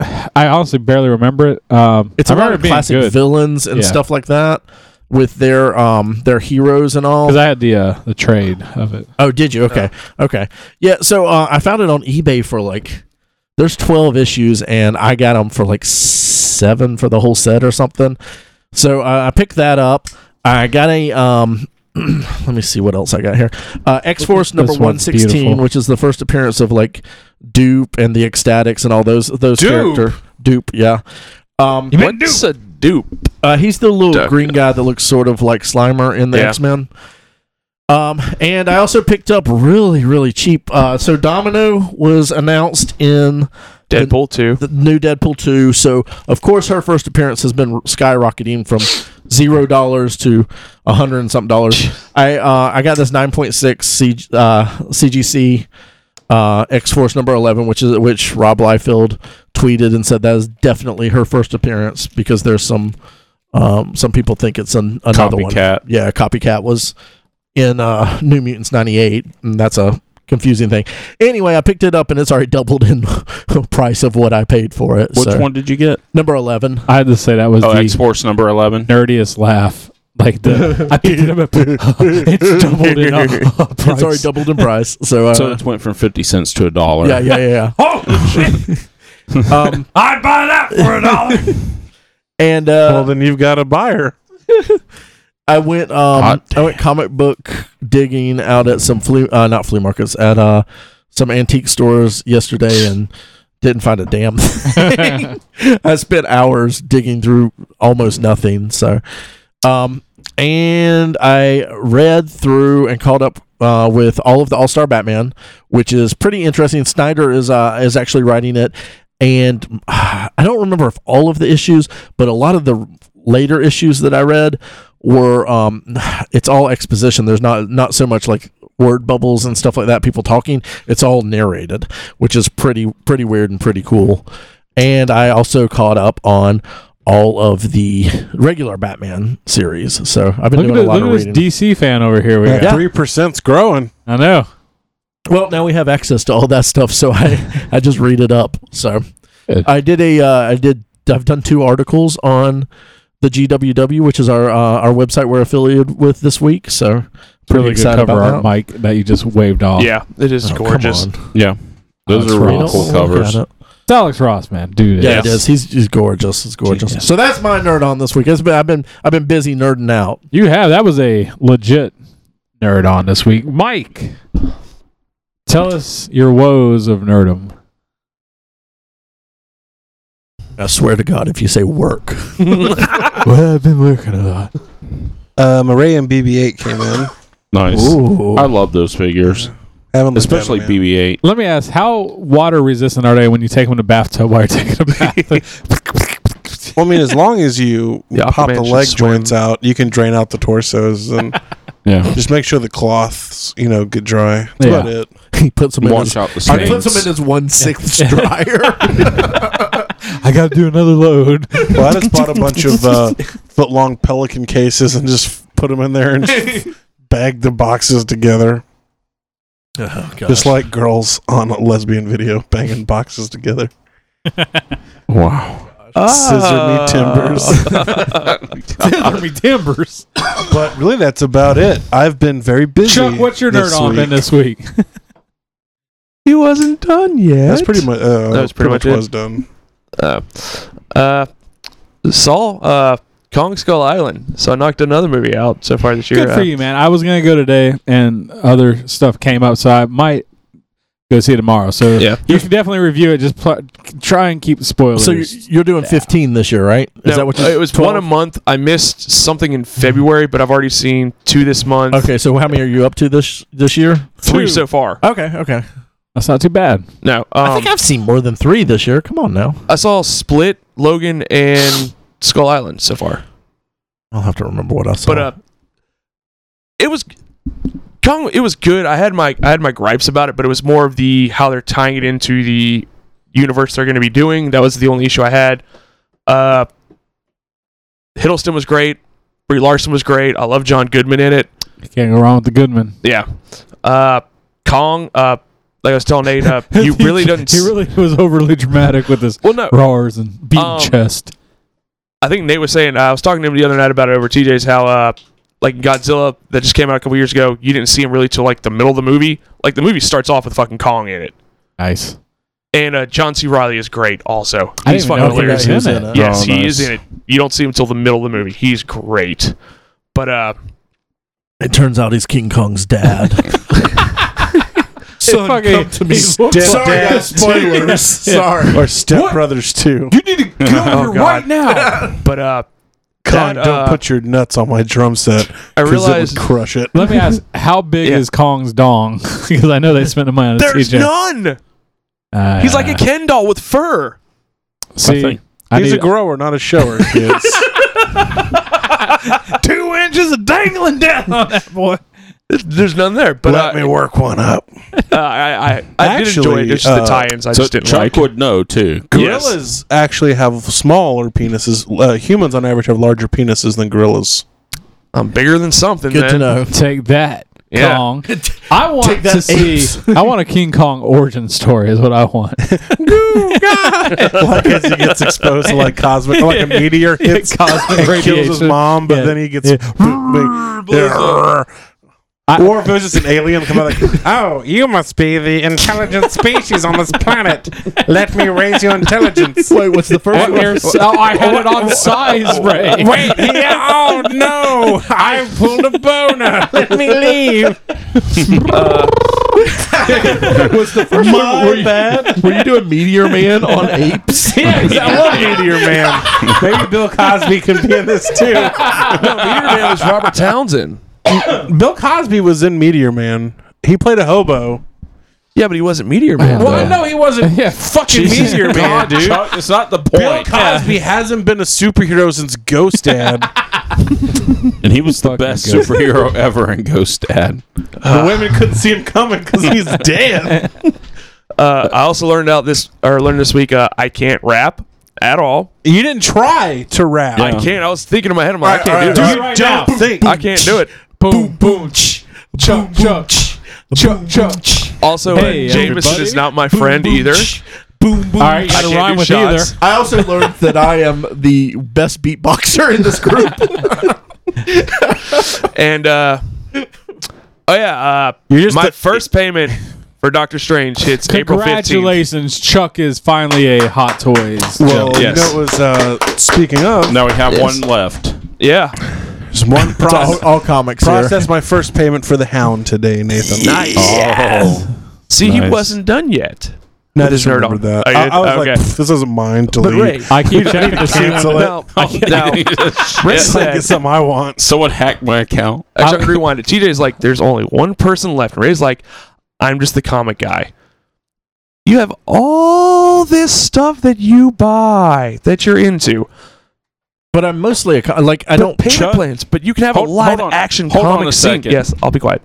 S2: I honestly barely remember it. Um,
S4: It's
S2: I
S4: a lot
S2: remember
S4: of
S2: it being
S4: classic
S2: good.
S4: villains and
S2: Yeah.
S4: stuff like that, with their um their heroes and all.
S2: Because I had the uh, the trade of it.
S4: Oh, did you? Okay, okay, yeah. So uh, I found it on eBay for like there's twelve issues, and I got them for like seven for the whole set or something. So uh, I picked that up. I got a um. let me see what else I got here. Uh, X Force number
S2: one's
S4: one sixteen,
S2: beautiful.
S4: which is the first appearance of like Dupe and the Ecstatics and all those those
S3: Dupe?
S4: character Dupe. Yeah. Um,
S3: What's a dupe?
S4: uh, he's the little
S3: Duck.
S4: green guy that looks sort of like Slimer in the
S3: Yeah.
S4: X Men. Um, and I also picked up really, really cheap. Uh, so Domino was announced in
S3: Deadpool 2.
S4: the new Deadpool two. So of course her first appearance has been skyrocketing from zero dollars to a hundred and something dollars. I uh, I got this nine point six C uh, CGC uh, X Force number eleven, which is which Rob Liefeld tweeted and said that is definitely her first appearance because there's some um, some people think it's an, another one.
S5: Copycat.
S4: Yeah, copycat was in uh, New Mutants '98, and that's a confusing thing. Anyway, I picked it up, and it's already doubled in price of what I paid for it.
S5: Which
S4: so-
S5: one did you get?
S4: Number eleven.
S2: I had to say that was
S5: Oh,
S2: the
S5: X Force number eleven.
S2: nerdiest laugh. Like the I picked it up. at- it's doubled in uh, price.
S4: It's already doubled in price. So, uh,
S5: So it went from fifty cents to a dollar.
S4: yeah, yeah, yeah, yeah. um,
S3: I'd buy that for a dollar.
S4: and uh,
S1: well, then you've got a buyer.
S4: I went um
S5: Hot
S4: I went comic book digging out at some flea uh, not flea markets at uh some antique stores yesterday and didn't find a damn thing. I spent hours digging through almost nothing. So um and I read through and caught up uh, with all of the All Star Batman, which is pretty interesting. Snyder is uh, is actually writing it, and uh, I don't remember if all of the issues, but a lot of the later issues that I read were um, it's all exposition. There's not not so much like word bubbles and stuff like that. People talking. It's all narrated, which is pretty pretty weird and pretty cool. And I also caught up on all of the regular Batman series. So I've been
S2: Look
S4: doing
S2: at, the,
S4: a lot
S2: look
S4: of
S2: at this
S4: reading.
S2: DC fan over here. We got.
S4: Yeah.
S1: Three percent's growing.
S2: I know.
S4: Well, now we have access to all that stuff, so I I just read it up. So I did a uh, I did I've done two articles on the GWW, which is our uh, our website we're affiliated with this week. So pretty
S2: Really good
S4: excited
S2: cover
S4: about that.
S2: art, Mike, that you just waved off.
S3: Yeah, it is
S4: Oh, come
S3: gorgeous.
S4: on.
S5: yeah. Those
S2: That's
S5: are
S2: right.
S5: really
S4: Don't
S5: cool
S4: look at
S5: covers.
S4: it.
S2: It's Alex Ross, man, dude.
S4: Yeah,
S3: Yes.
S4: it is. He's, he's gorgeous. It's gorgeous.
S2: Genius.
S4: So that's my nerd on this week. It's been, I've been I've been busy nerding out.
S2: You have that was a legit nerd on this week, Mike. Tell us your woes of nerdum.
S4: I swear to God, if you say work,
S2: well, I've been working a lot.
S1: Uh, Murray and BB-8 came in.
S5: Nice.
S4: ooh,
S5: I love those figures,
S1: Haven't looked at
S5: especially
S1: them yet.
S5: BB-8.
S2: Let me ask: How water resistant are they when you take them in the bathtub while you're taking a bath?
S1: Well, I mean, as long as you
S3: Yeah,
S1: pop
S3: Aquaman
S1: the
S3: should
S1: leg
S3: swim.
S1: joints out, you can drain out the torsos and
S5: Yeah.
S1: just make sure the cloths, you know, get dry. That's
S2: Yeah.
S1: about it.
S4: he puts them in
S5: Wash
S4: his,
S5: out the
S4: he puts
S5: stains.
S4: them in his one sixth dryer.
S2: I got to do another load.
S1: Well, I just bought a bunch of uh, foot long pelican cases and just put them in there and bagged the boxes together,
S4: oh,
S1: just like girls on a lesbian video banging boxes together.
S5: Wow.
S3: Ah.
S1: Scissor me timbers.
S2: Army timbers.
S1: but really, that's about it. I've been very busy.
S2: Chuck, what's your nerd
S1: this
S2: on
S1: week.
S2: been this week?
S3: He wasn't done yet.
S1: That's pretty much. Uh,
S3: That was pretty much it.
S1: was done.
S3: Uh, uh, Saul, uh, Kong Skull Island. So I knocked another movie out so far this year.
S2: Good for
S3: Uh,
S2: you, man. I was gonna go today, and other stuff came up, so I might go see it tomorrow. So
S3: Yeah.
S2: you should definitely review it. Just pl- try and keep spoilers.
S4: So you're, you're doing 15 this year, right? Is
S3: No, uh,
S4: that what you
S3: it was one a month. I missed something in February, but I've already seen two this month.
S4: Okay, so how many are you up to this this year?
S3: three
S2: two.
S3: so far.
S4: Okay, okay.
S2: That's not too bad.
S3: No, um,
S4: I think I've seen more than three this year. Come on now.
S3: I saw Split, Logan, and Skull Island so far.
S4: I'll have to remember what I saw.
S3: But uh, it was Kong. It was good. I had my I had my gripes about it, but it was more of the how they're tying it into the universe they're going to be doing. That was the only issue I had. Uh, Hiddleston was great. Brie Larson was great. I love John Goodman in it.
S2: You can't go wrong with the Goodman.
S3: Yeah. Uh, Kong. Uh, like I was telling Nate, uh, you really
S2: He-
S3: didn't.
S2: He really was overly dramatic with his
S3: well, no.
S2: roars and beaten
S3: Um,
S2: chest.
S3: I think Nate was saying uh, I was talking to him the other night about it over at TJ's how uh like Godzilla that just came out a couple years ago you didn't see him really till like the middle of the movie like the movie starts off with fucking Kong in it
S2: Nice.
S3: and uh, John C Riley is great also
S2: I
S3: he's
S2: didn't even
S3: fucking
S2: know he was
S3: hilarious
S2: in
S4: He's
S2: it.
S4: in it.
S3: yes
S5: Oh,
S3: he
S5: nice.
S3: is in it you don't see him till the middle of the movie he's great but uh
S4: It turns out he's King Kong's dad.
S2: Son, come to me. Sorry,
S1: guys,
S4: spoilers. Sorry.
S1: or Step Brothers too.
S2: You need to come
S3: Oh,
S2: here
S3: God.
S2: right now.
S3: but uh
S1: God,
S3: that,
S1: don't
S3: uh,
S1: put your nuts on my drum set.
S3: I
S1: 'cause
S3: realized
S1: it would crush it.
S2: Let me ask, how big
S3: Yeah.
S2: is Kong's dong? Because I know they spent the money on a
S3: there's
S2: TJ.
S3: none
S2: Uh,
S3: he's like a Ken doll with fur
S2: See, I
S1: He's
S2: need,
S1: a grower, not a shower, kids.
S3: two inches of dangling down on that boy there's none there but
S1: Let
S3: uh,
S1: me work one up.
S3: Uh, I, I, I did enjoy
S1: Actually,
S3: it. It's just the
S1: uh,
S3: tie-ins. I
S5: So
S3: just didn't
S5: Chuck
S3: like.
S5: would know too.
S3: Yes.
S1: Gorillas actually have smaller penises. Uh, humans, on average, have larger penises than gorillas.
S3: I'm bigger than something.
S4: Good to
S3: man.
S4: know.
S2: take that,
S3: Yeah.
S2: Kong. I want
S4: Take that,
S2: to see.
S4: apes.
S2: I want a King Kong origin story. Is what I want.
S1: like as he gets exposed to like cosmic, like a meteor hits,
S2: Cosmic
S1: and kills his
S2: radiation.
S1: mom, but
S2: Yeah.
S1: then he gets.
S2: Yeah.
S1: big- Yeah.
S2: I-
S1: or if it was just an alien come out like,
S7: Oh, you must be the intelligent species on this planet. Let me raise your intelligence.
S4: Wait, what's the first
S2: And
S4: one?
S2: you're so- I had it on size, Ray.
S7: Wait, yeah, oh no, I pulled a boner. Let me leave.
S4: What's the first one? Were you, were you doing Meteor Man on apes?
S7: I love Meteor Man.
S1: maybe Bill Cosby can be in this too.
S3: Peter Man was Robert Townsend.
S1: Bill Cosby was in Meteor Man. He played a hobo.
S3: Yeah, but he wasn't Meteor Man.
S2: Well,
S3: though.
S2: no,
S7: he wasn't
S2: Yeah,
S7: fucking Meteor Man, dude.
S5: it's not the
S1: Bill Cosby hasn't been a superhero since Ghost Dad.
S5: And he was the
S2: Fucking
S5: best
S2: good.
S5: superhero ever in Ghost Dad.
S1: the women couldn't see him coming because he's dead.
S3: Uh, I also learned out this or learned this week. Uh, I can't rap at all.
S1: You didn't try to rap.
S5: Yeah.
S3: I can't. I was thinking in my head. I'm like, I can't do
S1: Dude,
S3: it.
S1: you don't think.
S3: I can't do it.
S2: Boom, boom, ch, chug, chug, ch, chug, chug.
S3: Also,
S2: Hey,
S3: uh, Jameson
S2: everybody.
S3: is not my friend either.
S4: boom, boom.
S2: All right, you
S3: I
S2: gotta
S3: can't
S2: rhyme
S3: do
S2: with
S3: shots.
S2: either.
S4: I also learned that I am the best beatboxer in this group.
S3: And uh, oh yeah,
S1: You're
S3: uh,
S1: just
S3: my
S1: the-
S3: first payment for Doctor Strange hits April 15th.
S2: Congratulations, Chuck is finally a Hot Toys.
S1: Well,
S5: Yes.
S1: you know, it was uh, speaking of.
S5: Now we have one left.
S3: Yeah,
S1: There's one
S4: all,
S1: process.
S4: all comics
S1: Process my first payment for the hound today, Nathan.
S3: nice. See, he
S5: Oh, Nice.
S3: wasn't done yet.
S1: No, I
S3: With
S1: just
S3: his nerd
S1: remembered
S3: on.
S1: that.
S3: Oh, you
S1: I,
S3: did?
S1: I was
S3: Okay.
S1: like, "Pff, this isn't mine. Delete.
S2: I keep checking the same
S1: Cancel it.
S3: Now,
S5: oh,
S3: now,
S1: It's like it's something I want.
S5: Someone hacked my account.
S3: Actually, I'm gonna rewind it. TJ's like, there's only one person left. And Ray's like, I'm just the comic guy. You have all this stuff that you buy that you're into.
S4: But I'm mostly a co- like I don't
S3: Payment plans, but you can have
S5: Hold-
S3: a
S5: hold
S3: live
S5: on.
S3: action
S5: Hold on
S3: comic
S5: a
S3: scene.
S5: second.
S3: Yes, I'll be quiet.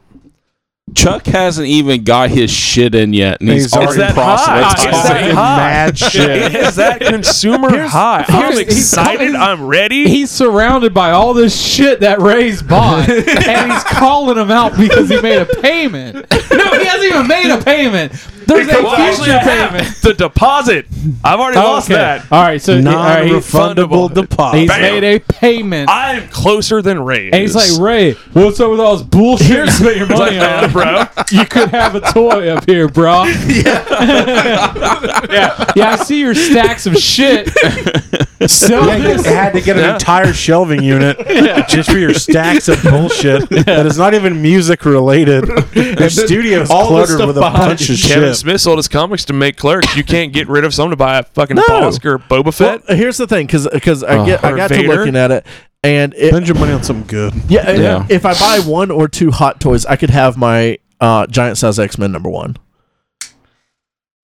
S5: Chuck hasn't even got his shit in yet, and he's,
S1: He's
S5: already
S1: that
S5: processing.
S3: high.
S5: It's
S3: It's
S5: awesome.
S3: that high.
S1: mad shit.
S3: It is that consumer high. I'm
S2: here's- he's-
S3: excited. I'm ready.
S2: He's surrounded by all this shit that Ray's bought, and he's calling him out because he made a payment. No, he hasn't even made a payment. There's
S3: Well,
S2: a
S3: actually,
S2: future
S3: I have
S2: payment.
S3: The deposit. I've already lost
S2: Oh, Okay.
S3: that.
S2: All right, so all right, he's-
S1: Non-refundable
S3: fundable.
S2: he's
S1: deposit.
S3: Bam.
S2: made a payment.
S3: I'm closer than Ray.
S2: and he's like, Ray, what's up with all this bullshit you spent your money on?
S3: bro.
S2: You could have a toy up here, bro. Yeah. yeah. I see your stacks of shit. Sell
S1: It
S2: this.
S1: had to get an
S3: Yeah.
S1: entire shelving unit just for your stacks of bullshit that is not even music related. Your studio's
S4: all the
S1: cluttered
S4: stuff
S1: with a
S4: behind
S1: bunch
S4: you.
S1: of
S3: Kevin
S1: shit.
S3: Smith sold his comics to make clerks. You can't get rid of some to buy a fucking Oscar or Boba
S4: Well,
S3: Fett.
S4: here's the thing, because I get I
S3: or
S4: got
S3: Uh, Vader.
S4: to looking at it, and it,
S1: Spend your money on something good.
S4: yeah, and
S5: Yeah.
S4: if I buy one or two Hot Toys, I could have my uh, giant size X Men number one.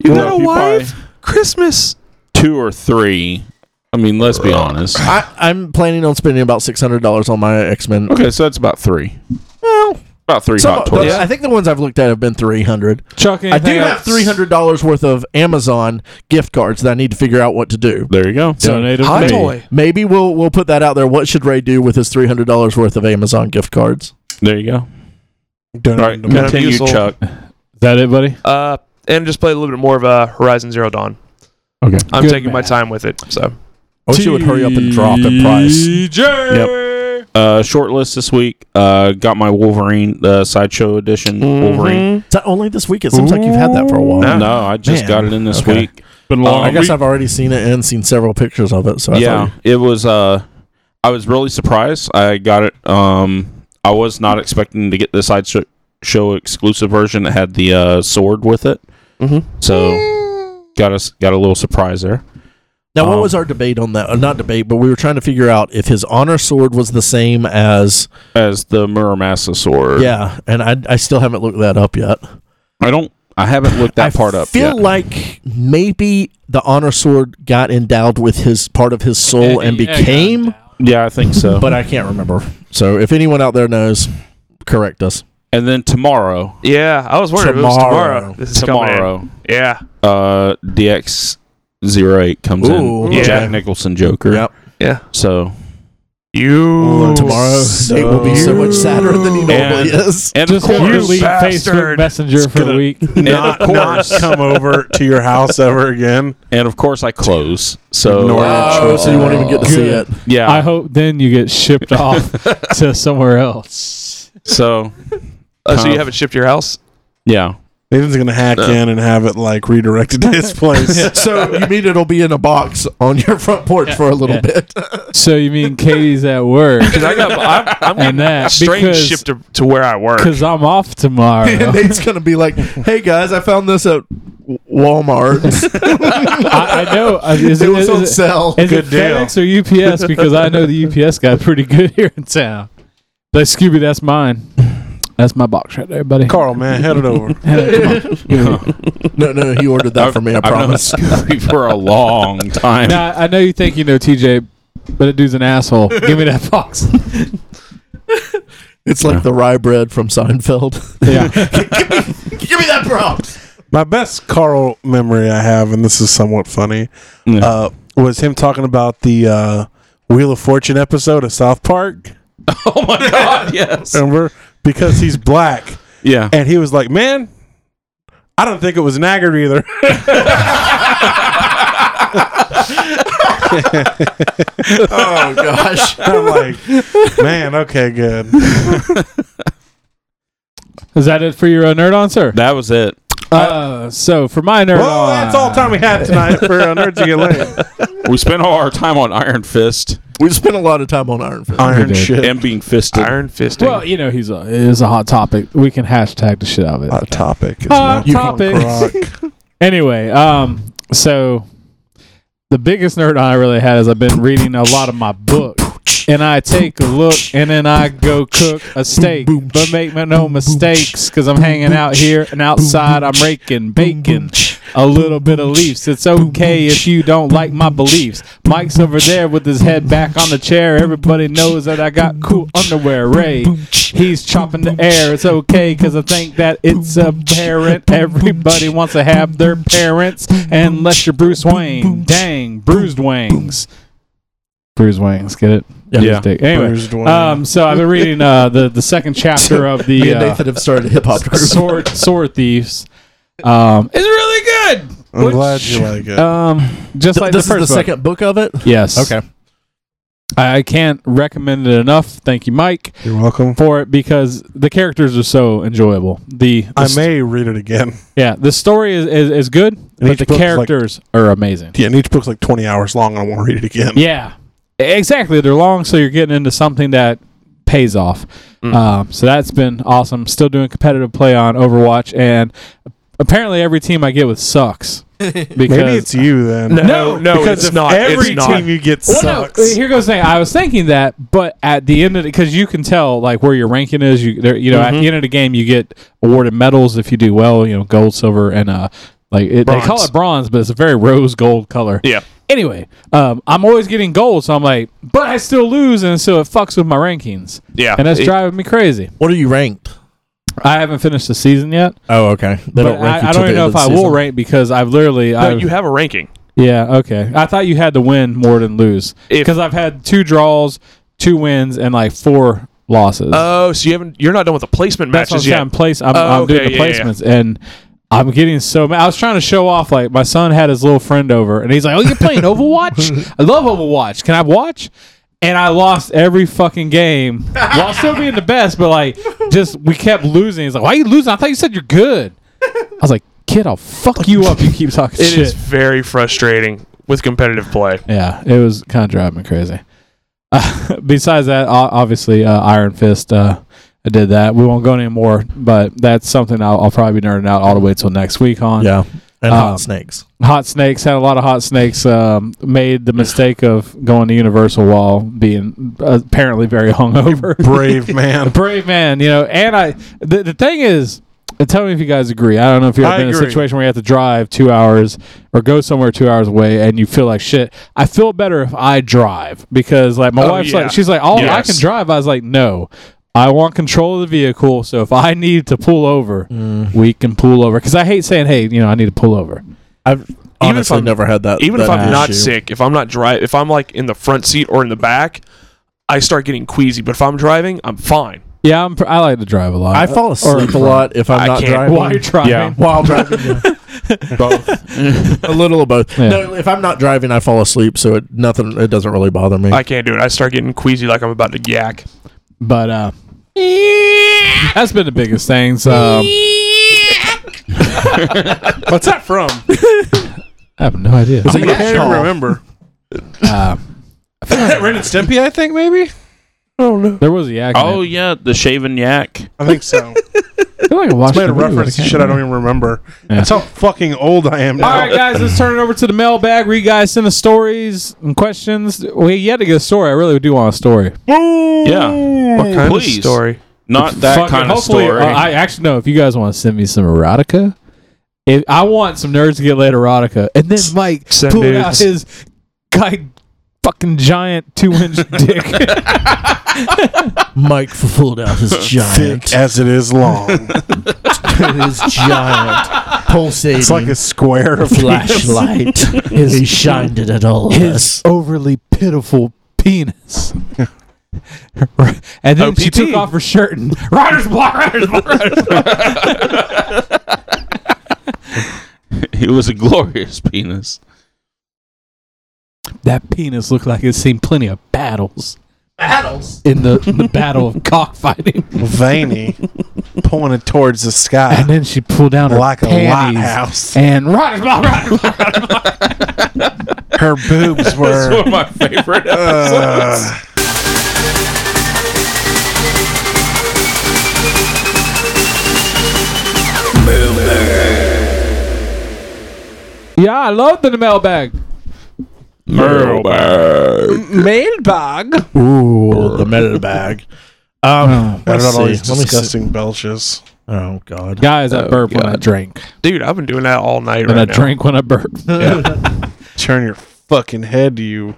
S3: you
S5: Well, if you
S3: Christmas.
S5: Two or three. I mean, let's be honest.
S4: I, I'm planning on spending about six hundred dollars on my X Men.
S5: Okay, so that's about three.
S4: Well,
S5: About three
S4: some,
S5: hot
S4: the-
S5: toys.
S4: I think the ones I've looked at have been three hundred. I
S2: Chuck,
S4: do
S2: anything
S4: have
S2: else?
S4: three hundred dollars worth of Amazon gift cards that I need to figure out what to do.
S5: There you go.
S2: Donate them to
S3: Hot
S2: me.
S3: toy.
S4: Maybe we'll we'll put that out there. What should Ray do with his three hundred dollars worth of Amazon gift cards?
S5: There you go.
S1: Don't
S5: All right,
S1: even-
S3: Gotta be
S5: continue,
S3: useful.
S5: Chuck.
S2: Is that it, buddy?
S3: Uh, and just play a little bit more of uh, Horizon Zero Dawn.
S5: Okay.
S3: I'm
S2: Good
S3: taking my
S2: man.
S3: time with it. So
S4: I wish it would hurry up and drop in price.
S5: Yep. Uh, short list this week. Uh, got my Wolverine, the sideshow edition
S3: Mm-hmm.
S4: Mm-hmm.
S5: Wolverine.
S4: Is that only this week? It seems like you've had that for a while.
S5: No, I just
S4: Man.
S5: got it in this
S4: Okay.
S5: week.
S2: Been a
S5: Uh,
S2: long
S4: I guess
S2: week.
S4: I've already seen it and seen several pictures of it. So I
S5: yeah,
S4: thought-
S5: it was. Uh, I was really surprised. I got it. Um, I was not expecting to get the sideshow show exclusive version that had the uh, sword with it.
S3: Mhm.
S5: So got us got a little surprise there.
S4: now, what
S5: Um,
S4: was our debate on that? Uh, not debate, but we were trying to figure out if his honor sword was the same as
S5: As the Muramasa sword.
S4: yeah. And I, I still haven't looked that up yet.
S5: I don't. I haven't looked that
S4: I
S5: part up.
S4: Feel
S5: yet.
S4: like maybe the honor sword got endowed with his part of his soul and
S2: Yeah, yeah,
S4: became,
S5: yeah, I think so.
S4: but I can't remember. So if anyone out there knows, correct us.
S5: and then tomorrow,
S3: Yeah, I was wondering if it was
S4: Tomorrow.
S3: tomorrow. This is coming in.
S5: tomorrow,
S3: Yeah.
S5: uh, DX 08 comes
S4: Ooh,
S5: in.
S3: Yeah.
S5: Jack Nicholson Joker.
S4: Yep.
S3: Yeah.
S5: So
S3: You
S4: tomorrow it will be so much sadder than he normally
S5: And-
S4: is.
S5: and
S2: Just
S5: of
S2: gonna
S5: course,
S2: delete
S3: bastard.
S2: Facebook Messenger for the
S1: gonna-
S2: week.
S5: and
S1: not,
S5: of
S1: not
S5: course,
S1: come over to your house ever again.
S5: and of course, I close. So
S1: Ignore
S5: uh,
S1: Oh,
S4: so you won't even get to see it.
S2: Good.
S5: yeah,
S2: I hope then you get shipped off to somewhere else.
S5: so.
S3: Oh, so
S5: kind
S3: you
S5: of-
S3: haven't shipped your house?
S5: Yeah,
S1: Nathan's gonna hack in and have it like redirected to his place.
S4: So you mean it'll be in a box on your front porch for a little
S2: yeah.
S4: bit?
S2: So you mean Katie's at work?
S3: 'Cause I got, I'm, I'm
S2: And
S3: getting
S2: that,
S3: strange
S2: because-
S3: shipped to, to where I work.
S2: Because I'm off tomorrow.
S4: and
S2: I,
S4: Nate's gonna be like, "Hey guys, I found this at Walmart.
S2: I know. uh, Is
S4: it
S2: it,
S4: was
S2: is
S4: on
S2: it-
S4: sale."
S2: is
S1: Good
S2: it
S1: deal.
S2: FedEx or UPS? Because I know the UPS guy pretty good here in town. But Scooby, that's mine. That's my box right there, buddy.
S1: Carl, man, head it over.
S4: No, no, he ordered that for me. I
S5: I've known
S4: promise.
S5: Scooby for a long time.
S2: Now, I know you think you know TJ, but that dude's an asshole. Give me that box.
S4: It's like the rye bread from Seinfeld.
S2: yeah.
S4: Give me that prompt.
S1: My best Carl memory I have, and this is somewhat funny,
S5: Yeah.
S1: uh, was him talking about the uh, Wheel of Fortune episode of South Park.
S5: oh my god, yes,
S1: Remember? Because he's black,
S5: yeah.
S1: and he was like, "Man, I don't think it was Naggart either."
S4: Oh gosh.
S1: I'm like, "Man, okay, good."
S2: Is that it for your uh, nerd on, sir?
S5: That was it.
S2: Uh, so for my nerd
S1: Well,
S2: on,
S1: that's all time we had tonight for uh, Nerds to Get Laid.
S5: We spent all our time on Iron Fist
S4: We spent a lot of time on Iron Fist.
S1: Iron shit.
S5: and being fisted.
S3: Iron fisting.
S2: Well, you know, he's a it is a hot topic. We can hashtag the shit out of it.
S1: Hot topic. It's
S2: Hot
S1: not
S2: topic.
S1: punk rock.
S2: Anyway, um, so the biggest nerd I really had is I've been reading a lot of my book, and I take a look, and then I go cook a steak. But make me no mistakes, cause I'm hanging out here and outside I'm raking bacon, a little bit of leaves. It's okay if you don't like my beliefs. Mike's over there with his head back on the chair. Everybody knows that I got cool underwear. Ray, he's chopping the air. It's okay because I think that it's apparent. Everybody wants to have their parents, unless you're Bruce Wayne. Dang, bruised wings. Bruised wings, get it?
S5: Yeah.
S2: Bruised dick. Anyway,
S1: Bruised wings.
S2: um, so I've been reading uh, the the second chapter of
S4: Me
S2: the
S4: and
S2: uh,
S4: Nathan have started a hip hop group.
S2: sword sword thieves. Um, it's really good.
S1: I'm glad you like it.
S2: Um, just
S4: Th-
S2: like
S4: this
S2: the first
S4: is the
S2: book.
S4: second book of it.
S2: Yes.
S4: Okay.
S2: I, I can't recommend it enough. Thank you, Mike,
S1: You're welcome.
S2: for it because the characters are so enjoyable. The, the
S1: I
S2: st-
S1: may read it again.
S2: yeah, the story is is, is good, but
S1: each
S2: the
S1: book's like-
S2: characters are amazing.
S1: Yeah, and each book's like 20 hours long, and I want to read it again.
S2: Yeah, exactly. They're long, so you're getting into something that pays off.
S1: Mm.
S2: Um, so that's been awesome. Still doing competitive play on Overwatch, and apparently every team I get with sucks. Because
S1: Maybe it's you then.
S3: no, no,
S1: because
S3: it's
S1: if
S3: not.
S1: Every
S3: it's not.
S1: team you get
S2: Well,
S1: sucks.
S2: no, uh, here goes the thing. I was thinking that, but at the end of it, because you can tell like where your ranking is. You, there, you know,
S3: Mm-hmm.
S2: at the end of the game, you get awarded medals if you do well. You know, gold, silver, and uh, like it, they call
S3: Bronze.
S2: it bronze, but it's a very rose gold color.
S3: Yeah.
S2: Anyway, um, I'm always getting gold, so I'm like, but I still lose, and so it fucks with my rankings,
S3: yeah.
S2: and that's
S3: It-
S2: driving me crazy.
S4: What are you ranked?
S2: I haven't finished the season yet,
S4: Oh, okay. They
S2: but I, I don't even know if I will rank because I've literally,
S3: No,
S2: I've,
S3: you have a ranking.
S2: yeah, okay. I thought you had to win more than lose
S3: If-
S2: because I've had two draws, two wins, and like four losses.
S3: Oh, so you haven't? You're not done with the placement
S2: That's
S3: Uh,
S2: what I'm
S3: matches
S2: saying.
S3: yet.
S2: I'm Place. I'm,
S3: Oh,
S2: I'm doing
S3: okay,
S2: the
S3: yeah, yeah, yeah.
S2: placements, and I'm getting so mad. I was trying to show off. Like my son had his little friend over, and he's like, "Oh, you're playing Overwatch? I love Overwatch. Can I watch?" And I lost every fucking game while still being the best, but like, just we kept losing. He's like, "Why are you losing? I thought you said you're good." I was like, "Kid, I'll fuck you up. You keep talking
S3: It is
S2: shit."
S3: very frustrating with competitive play.
S2: Yeah, it was kind of driving me crazy. Uh, besides that, o- obviously, uh, Iron Fist. Uh, I did that. We won't go anymore, but that's something I'll, I'll probably be nerding out all the way till next week on.
S4: Yeah. And
S2: Um,
S4: hot snakes.
S2: Hot Snakes had a lot of Hot Snakes. Um, made the mistake of going to Universal while being uh, apparently very hungover.
S1: Brave
S2: A
S1: man.
S2: brave man, you know. And I, the, the thing is, and tell me if you guys agree. I don't know if you've ever
S1: I
S2: been in a
S1: agree.
S2: situation where you have to drive two hours or go somewhere two hours away and you feel like shit. I feel better if I drive because, like, my
S3: Oh,
S2: wife's
S3: yeah.
S2: like, she's like, oh, I
S3: Yes.
S2: can drive. I was like, no. I want control of the vehicle, so if I need to pull over, we can pull over. Because I hate saying, "Hey, you know, I need to pull over."
S4: I've honestly
S3: I'm-
S4: never had that.
S3: Even if
S4: that
S3: I'm not
S4: issue.
S3: sick, if I'm not drive, if I'm like in the front seat or in the back, I start getting queasy. But if I'm driving, I'm fine.
S2: Yeah, I'm. Pr- I like to drive a lot.
S4: I fall asleep a lot if
S3: uh, I
S4: I'm not
S3: can't-
S4: driving.
S2: while you're driving.
S5: Yeah.
S4: While driving, yeah. both a little of both.
S2: Yeah.
S4: No, if I'm not driving, I fall asleep, so it nothing. It doesn't really bother me.
S3: I can't do it. I start getting queasy like I'm about to yak.
S2: But uh, that's been the biggest things. Um,
S1: What's that from?
S2: I have no idea.
S1: I can't remember.
S2: Uh,
S1: Ren and Stimpy, I think maybe.
S2: there was a yak.
S5: Oh yeah, the shaven yak.
S1: I think so.
S2: I feel like I watched
S1: Made a
S2: the video.
S1: reference to
S2: can't
S1: shit I don't
S2: remember.
S1: even remember.
S2: Yeah.
S1: That's how fucking old I am now.
S2: All right, guys, let's turn it over to the mailbag. Where you guys send us stories and questions. We yet to get a story. I really do want a story.
S5: Yeah.
S3: What kind
S5: Please.
S3: of story?
S5: Not that
S2: Fuck it,
S5: kind of
S2: hopefully-
S5: story.
S2: uh, I actually know if you guys want to send me some erotica. If I want some nerds to get laid erotica, and then Mike
S3: Send
S2: pulled
S3: nudes.
S2: out his guy fucking giant two inch dick.
S4: Mike pulled out his giant,
S1: Thick as it is long.
S4: his giant pulsating
S1: it's like a square of
S4: flashlight. he shined it at all of
S2: his
S4: us.
S2: overly pitiful penis. Oh, and then she
S3: OPP.
S2: took off her shirt and rider's block, rider's block.
S5: it was a glorious penis.
S2: That penis looked like it's seen plenty of battles. Battles in the, the battle of cockfighting,
S1: veiny, pointed towards the sky
S2: and then she pulled down her
S1: like a
S2: panties
S1: lighthouse.
S2: and rider's block, rider's block.
S1: Her boobs
S5: That's
S1: were.
S5: one of my favorite episodes.
S1: Uh,
S2: Yeah, I love the mailbag.
S5: Merlberg.
S7: Mailbag.
S4: Ooh, the mailbag.
S2: Oh,
S4: Um,
S1: what
S4: let's
S1: about all
S4: see.
S1: these
S4: Let me see.
S1: disgusting belches?
S4: Oh God.
S2: Guys, I burp when I drink,
S3: Dude, I've been doing that all night
S2: and
S3: right
S2: I
S3: now.
S2: drink when I burp.
S1: Turn your fucking head, you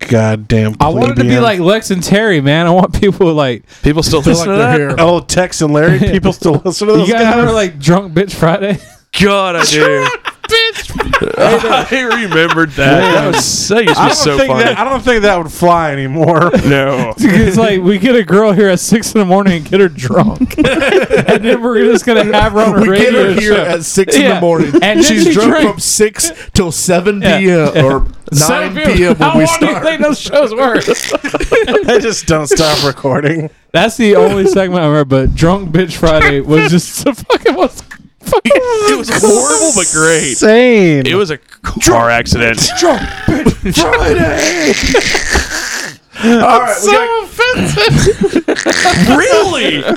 S1: goddamn.
S2: I wanted to be
S1: plebeian.
S2: like Lex and Terry, man. I want people like
S3: People still
S4: Feel
S3: listen
S4: like
S3: to
S4: they're here.
S3: that?
S1: Oh, Tex and Larry, people still listen to
S2: you
S1: those
S2: guys
S1: guys.
S2: remember like drunk bitch Friday.
S3: God, I do. I remembered that. That was so, used to
S1: I
S3: be
S1: don't
S3: so
S1: think
S3: funny.
S1: that. I don't think that would fly anymore.
S3: no.
S2: It's like we get a girl here at six in the morning and get her drunk, and then we're just gonna have her on a
S4: we get
S2: radio
S4: her here
S2: show.
S4: at six in
S2: Yeah.
S4: the morning.
S2: And then
S4: she's
S2: she
S4: drunk
S2: drinks.
S4: from six till seven
S2: Yeah.
S4: p.m. or
S2: Seven
S4: nine p.m.
S2: How
S4: when we
S2: long do you
S4: start.
S2: think those shows work?
S1: I just don't stop recording.
S2: That's the only segment I remember. But drunk bitch Friday was just the fucking was fucking.
S3: It was horrible but great.
S1: Insane.
S3: It was a car accident.
S4: All right, we got-
S3: really? From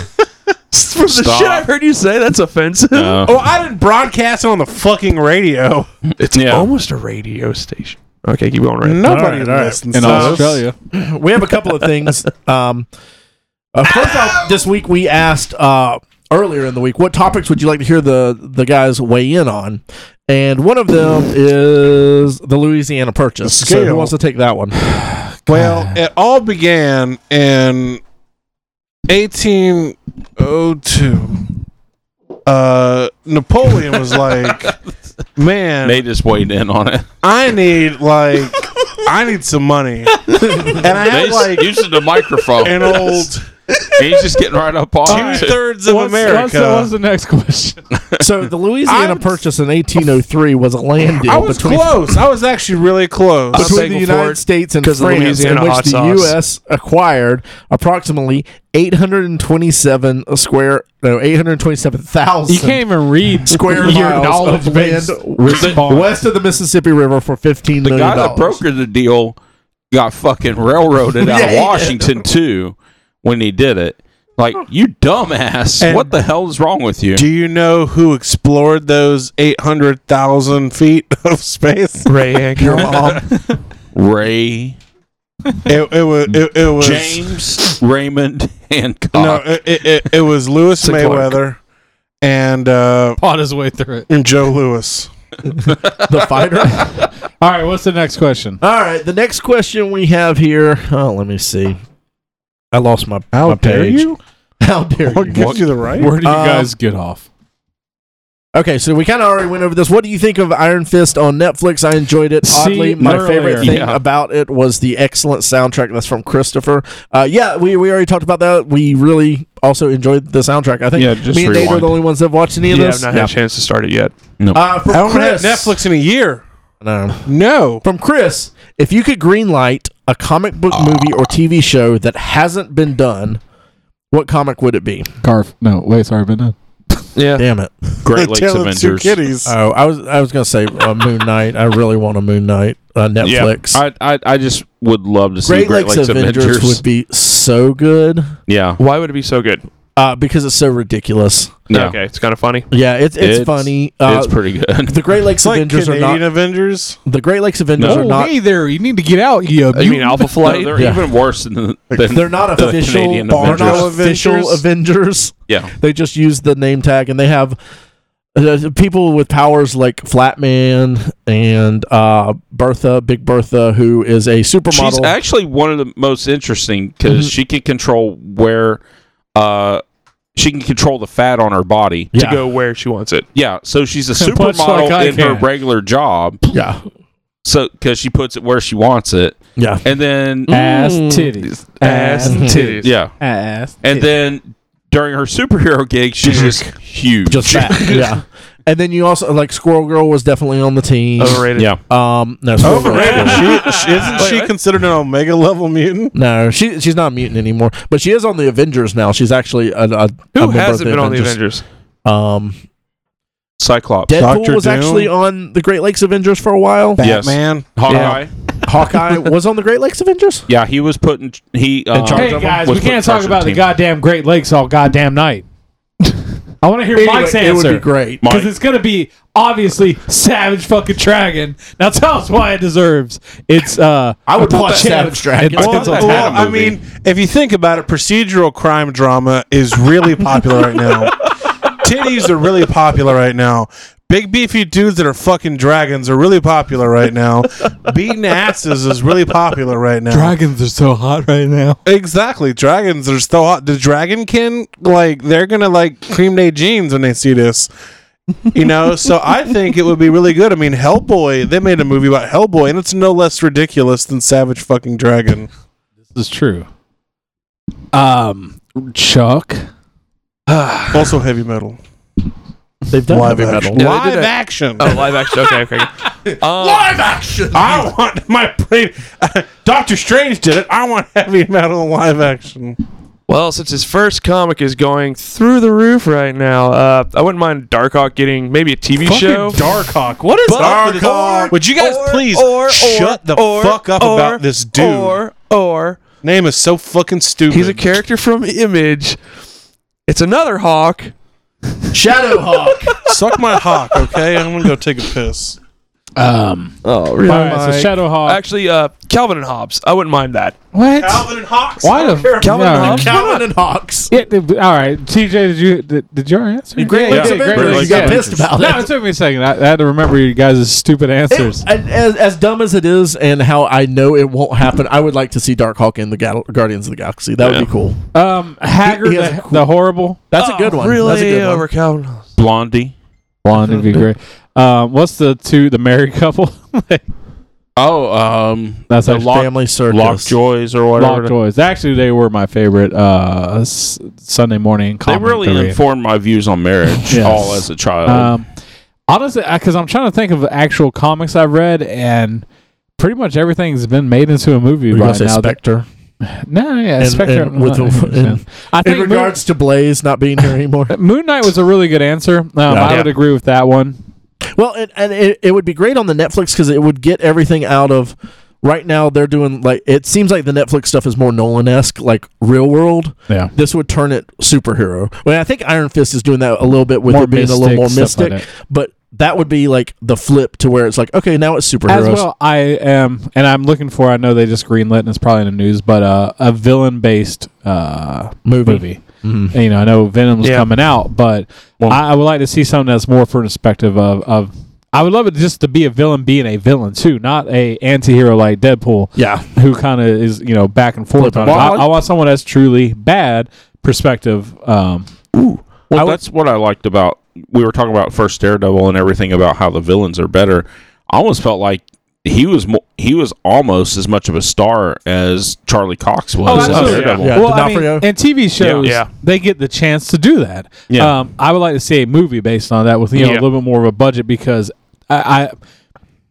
S3: the
S5: Stop.
S3: shit I've heard you say, that's offensive.
S5: No.
S1: Oh, I didn't broadcast on the fucking radio.
S3: It's
S5: Yeah.
S1: oh
S3: almost a radio station. Okay, keep going, right?
S1: Nobody
S4: All right, all right.
S1: listens
S2: in
S1: to us.
S2: Australia.
S4: we have a couple of things. Um, uh, first off, this week we asked uh, earlier in the week what topics would you like to hear the the guys weigh in on, and one of them is the Louisiana Purchase. So who
S1: Scale.
S4: wants to take that one?
S1: Well, it all began in 1802. Uh, Napoleon was like, man,
S5: They just weighed in on it.
S1: I need like, I need some money, and I
S5: They
S1: had
S5: s-
S1: like
S5: used the microphone.
S1: an old
S5: He's just getting right up on
S1: Two
S5: it.
S1: thirds of
S2: What's-
S1: America.
S2: What's the, what's the next question?
S4: So the Louisiana
S1: I'm-
S4: Purchase in 1803 was a land deal
S1: I was
S4: between,
S1: close. I was actually really close.
S3: I'm
S4: between the
S3: Uh, thankful for
S4: United
S3: it
S4: States and
S3: 'cause of
S4: France, in
S3: Louisiana
S4: which
S3: hot
S4: the
S3: sauce.
S4: U.S. acquired approximately 827 square, no, 827,000
S2: You can't even read
S4: square miles of land
S2: response.
S4: west of the Mississippi River for fifteen
S5: The
S4: million
S5: guy that
S4: dollars.
S5: brokered the deal got fucking railroaded out
S4: Yeah, he
S5: of
S4: did.
S5: Washington too when he did it. Like you dumbass!
S1: And-
S5: what the hell is wrong with you?
S1: Do you know who explored those 800,000 feet of space?
S3: Ray Hancock.
S5: Ray
S1: It, it was. It, it was
S5: James Raymond Hancock.
S1: No, it, it, it, it was Lewis
S3: Sick
S1: Mayweather and uh,
S2: Fought his way through it.
S1: and Joe Lewis.
S4: the fighter.
S2: All right, what's the next question?
S4: All right, the next question we have here. Oh, let me see. I lost my my page. How dare
S2: Oh,
S1: What
S4: you?
S1: gives you the right?
S2: Where do you
S4: Um,
S2: guys get off?
S4: Okay, so we kind of already went over this. What do you think of Iron Fist on Netflix? I enjoyed it.
S2: See,
S4: Oddly, my
S2: earlier.
S4: favorite thing
S5: Yeah.
S4: about it was the excellent soundtrack. That's from Christopher. Uh, yeah, we, we already talked about that. We really also enjoyed the soundtrack. I think
S5: Yeah, just
S4: me and Dave are
S5: rewind.
S4: the only ones that have watched any of
S3: Yeah, I've
S4: this.
S3: not had a chance to start it yet.
S4: Uh, from
S1: I haven't had
S4: Chris,
S1: Netflix in a year.
S4: No.
S1: No.
S4: From Chris, if you could greenlight a comic book movie or TV show that hasn't been done, what comic would it be?
S2: Garf. No, wait, sorry, but no.
S3: Yeah.
S4: Damn it!
S5: Great Lakes
S1: Tale of Two
S5: Avengers. Uh,
S1: kitties.
S4: Uh, Oh, I was I was gonna say uh, Moon Knight. I really want a Moon Knight uh, Netflix.
S5: I, I I just would love to see
S4: Great,
S5: Great,
S4: Lakes, Avengers, would be so good
S5: yeah,
S3: Why would it be so good?
S4: uh, because it's so ridiculous.
S5: yeah,
S3: Okay, it's kind of funny.
S4: Yeah, it's it's,
S5: It's-
S4: funny. Uh,
S5: it's pretty good.
S4: the Great Lakes
S1: it's like
S4: Avengers
S1: Canadian
S4: are not
S1: Avengers.
S4: the Great Lakes Avengers
S2: Oh,
S4: are not.
S2: hey there! You need to get out. Uh, You,
S3: You mean Alpha
S5: No,
S3: Flight?
S5: they're
S4: Yeah.
S5: even worse than, than
S4: They're not
S5: the
S4: official. They're
S5: Canadian
S4: not
S5: Avengers.
S4: official
S1: Avengers.
S4: Avengers.
S5: Yeah,
S4: They just use the name tag, and they have uh, people with powers like Flatman and uh, Bertha, Big Bertha, who is a supermodel.
S5: she's actually one of the most interesting because she can control where, uh, she can control the fat on her body.
S4: yeah,
S3: To go where she wants it.
S5: Yeah, so she's a
S2: Much
S5: supermodel
S2: like I
S5: in
S2: can.
S5: her regular job.
S4: yeah,
S5: So because she puts it where she wants it,
S4: yeah.
S5: and then
S2: ass titties,
S3: Ass and titties.
S5: yeah,
S2: ass,
S5: and then during her superhero gig, she's just huge.
S4: Just that, yeah. And then you also like Squirrel Girl was definitely on the team.
S3: Overrated.
S5: yeah,
S4: Um, no,
S3: Oh,
S4: Squirrel Girl-
S1: Overrated. she, she, isn't she considered an Omega level mutant?
S4: No, she she's not a mutant anymore, but she is on the Avengers now. She's actually a, a a
S3: Who
S4: member of
S3: hasn't been on the Avengers?
S4: Um,
S5: Cyclops,
S4: Deadpool
S1: Doctor
S4: was
S1: Doom?
S4: actually on the Great Lakes Avengers for a while.
S5: Yes.
S1: Batman.
S5: Hawkeye. Yeah.
S4: Hawkeye was on the Great Lakes Avengers.
S5: he was putting he. Uh,
S4: charge
S2: Hey guys,
S5: was
S2: we
S5: put in
S2: can't
S5: charge
S2: talk
S5: of
S2: about the
S5: team.
S2: goddamn Great Lakes all goddamn night. I want to hear Mike's
S4: Anyway, it would be
S2: answer
S4: great.
S5: Mike.
S2: because it's gonna be obviously Savage fucking Dragon. Now tell us why it deserves. It's uh,
S4: I would watch
S2: Chad-
S4: Savage Dragon.
S2: It's-
S5: Well,
S2: it's-
S5: well,
S1: Well, I
S5: movie.
S1: mean, if you think about it, procedural crime drama is really popular right now. Titties are really popular right now. Big beefy dudes that are fucking dragons are really popular right now. Beating asses is really popular right now.
S2: Dragons are so hot right now.
S1: exactly. Dragons are so hot. The dragonkin, like, they're gonna like cream their jeans when they see this. You know, so I think it would be really good. I mean, Hellboy, they made a movie about Hellboy, and it's no less ridiculous than Savage fucking Dragon.
S2: This is true. Um, Chuck.
S1: Also heavy metal.
S4: They've done
S1: Live
S4: heavy
S1: action.
S4: metal.
S3: Yeah, they
S1: live
S3: did a-
S1: action.
S3: Oh, live action. Okay, okay. Um,
S1: live action. I want my play. Doctor Strange did it. I want heavy metal live action.
S3: Well, since his first comic is going through the roof right now, uh, I wouldn't mind Darkhawk getting maybe a TV show.
S1: Darkhawk. What is Darkhawk? Would you guys please shut the fuck up about this dude?
S3: Or or
S1: Name is so fucking stupid.
S3: he's a character from Image. It's another Hawk.
S4: Shadow Hawk.
S1: Suck my hawk, okay? I'm gonna go take a piss.
S2: Um,
S3: Oh,
S2: all right, so Shadowhawk.
S3: Actually, uh, Calvin and Hobbes. I wouldn't mind that.
S2: what?
S1: and Hawks.
S2: Why the fuck?
S3: Calvin Hobbes?
S4: Calvin and Hawks.
S2: Yeah, did- all right, TJ, did you did, did your answer?
S4: Great Lakes
S2: yeah,
S4: Avengers.
S2: Great
S4: you
S2: Lakes
S4: got
S2: Avengers.
S4: pissed about
S2: No,
S4: it.
S2: it took me a second. I, I had to remember you guys' stupid answers.
S4: It- and as, as dumb as it is, and how I know it won't happen, I would like to see Darkhawk in the Gal- Guardians of the Galaxy. That would be cool.
S2: Um, Haggard,
S4: He- he has
S2: the,
S4: a
S2: the horrible
S4: That's a good one.
S3: Really
S4: That's a good
S3: over
S4: one.
S3: Calvin and Hobbes.
S5: Blondie.
S2: blonde would be great. Um, what's the two the married couple?
S5: Oh, um,
S2: That's
S5: the
S2: actually
S5: Lock-
S4: Family Circus.
S5: Lockjoys or whatever.
S2: Lockjoys. Actually, they were my favorite uh, s- Sunday morning.
S5: They
S2: comic
S5: really
S2: to read.
S5: informed my views on marriage
S2: Yes.
S5: all as a child.
S2: Um, honestly, because I'm trying to think of actual comics I've read, and pretty much everything's been made into a movie
S4: We're gonna
S2: right
S4: say
S2: now.
S4: Spectre.
S2: That- no, yeah,
S4: And-
S2: Spectre.
S4: and with-
S2: uh,
S4: in-
S2: I
S4: In
S2: think
S4: regards to Blaze not being here anymore.
S2: Moon, Moon Knight was a really good answer. Um, I would
S5: Yeah.
S2: agree with that one.
S4: Well, and, and it, it would be great on the Netflix because it would get everything out of. Right now, they're doing like it seems like the Netflix stuff is more Nolan esque, like real world.
S2: Yeah.
S4: This would turn it superhero. Well, I think Iron Fist is doing that a little bit with
S2: More
S4: it being a little
S2: mystic,
S4: more
S2: stuff like
S4: mystic, but that would be like the flip to where it's like, okay, now it's superheroes.
S2: As well, I am, and I'm looking for. I know they just greenlit, and it's probably in the news, but uh, a villain-based uh,
S4: Movie. Mm-hmm.
S2: movie. And, you know, I know Venom's
S3: Yeah.
S2: coming out, but I, I would like to see something that's more from the perspective of, of. I would love it just to be a villain being a villain too, not a anti-hero like Deadpool,
S4: Yeah,
S2: who kind of is you know back and forth. on it. I,
S5: Well, I-
S2: I want someone that's truly bad perspective. Um,
S5: Well, that's what I liked about. We were talking about first Daredevil and everything about how the villains are better. I almost felt like he was mo- he was almost as much of a star as Charlie Cox
S3: Oh,
S5: was. as
S2: Oh, absolutely.
S5: Daredevil.
S4: Yeah.
S2: well, I mean,
S4: D'Onofrio.
S2: and TV shows,
S3: Yeah.
S2: they get the chance to do that.
S5: Yeah.
S2: Um, I would like to see a movie based on that with you know
S3: Yeah.
S2: a little bit more of a budget because I,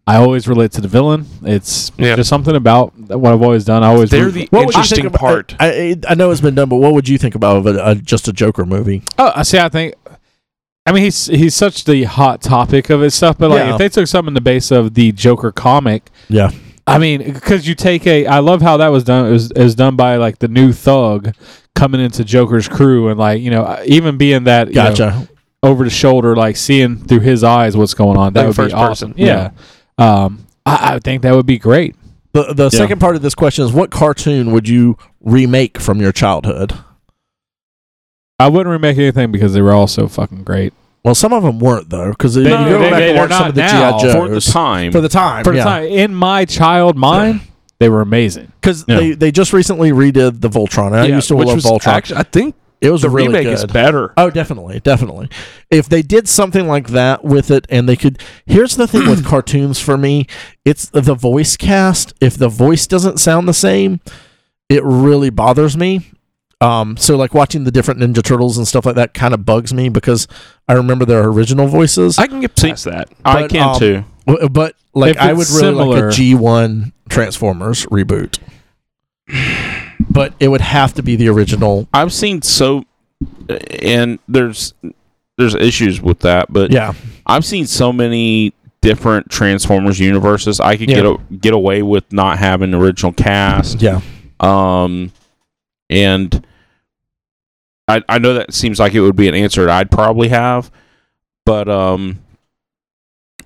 S2: I, I always relate to the villain. It's
S3: Yeah.
S2: just something about what I've always done. I always
S3: They're
S2: root-
S3: the
S4: What would you
S3: interesting
S4: think about-
S3: part.
S4: I, I I know it's been done, but what would you think about of a, a, just a Joker movie?
S2: Oh, I see. I think. I mean, he's he's such the hot topic of his stuff, but like
S4: Yeah.
S2: if they took something the base of the Joker comic,
S4: Yeah,
S2: I mean, because you take a, I love how that was done. It was, it was done by like the new thug coming into Joker's crew, and like you know, even being that you know,
S4: gotcha.
S2: over the shoulder, like seeing through his eyes what's going on. That
S3: Like
S2: would
S3: first
S2: be awesome.
S3: person.
S2: Yeah. Um, I, I would think that would be great.
S4: The the second part of this question is what cartoon would you remake from your childhood?
S2: I wouldn't remake anything because they were all so fucking great.
S4: Well, some of them weren't though, because you
S2: They-
S4: go
S2: they-
S4: back
S2: they-
S4: and
S2: they're
S4: watch some
S2: not
S4: of the
S2: now.
S4: GI Joes
S5: for the time.
S4: For the time,
S2: For the time in my child mind, they were amazing.
S4: because they, they just recently redid the Voltron. and I used to
S3: which
S4: love
S3: was
S4: Voltron.
S3: Actually, I think
S4: it was
S3: the
S4: really
S3: remake
S4: good.
S3: is better.
S4: Oh, definitely, definitely. If they did something like that with it, and they could, here's the thing with cartoons for me, it's the voice cast. If the voice doesn't sound the same, it really bothers me. Um, so like watching the different Ninja Turtles and stuff like that kind of bugs me because I remember their original voices.
S3: I can get past that.
S5: I
S4: but,
S5: can
S4: um,
S5: too.
S4: W- but like
S2: If
S4: I would
S2: it's
S4: really like
S2: similar-
S4: a G one Transformers reboot. But it would have to be the original.
S5: I've seen so, and there's there's issues with that, but
S4: Yeah.
S5: I've seen so many different Transformers universes. I could
S4: Yeah.
S5: get a, get away with not having the original cast.
S4: Yeah.
S5: Um, and I I know that seems like it would be an answer I'd probably have, but um,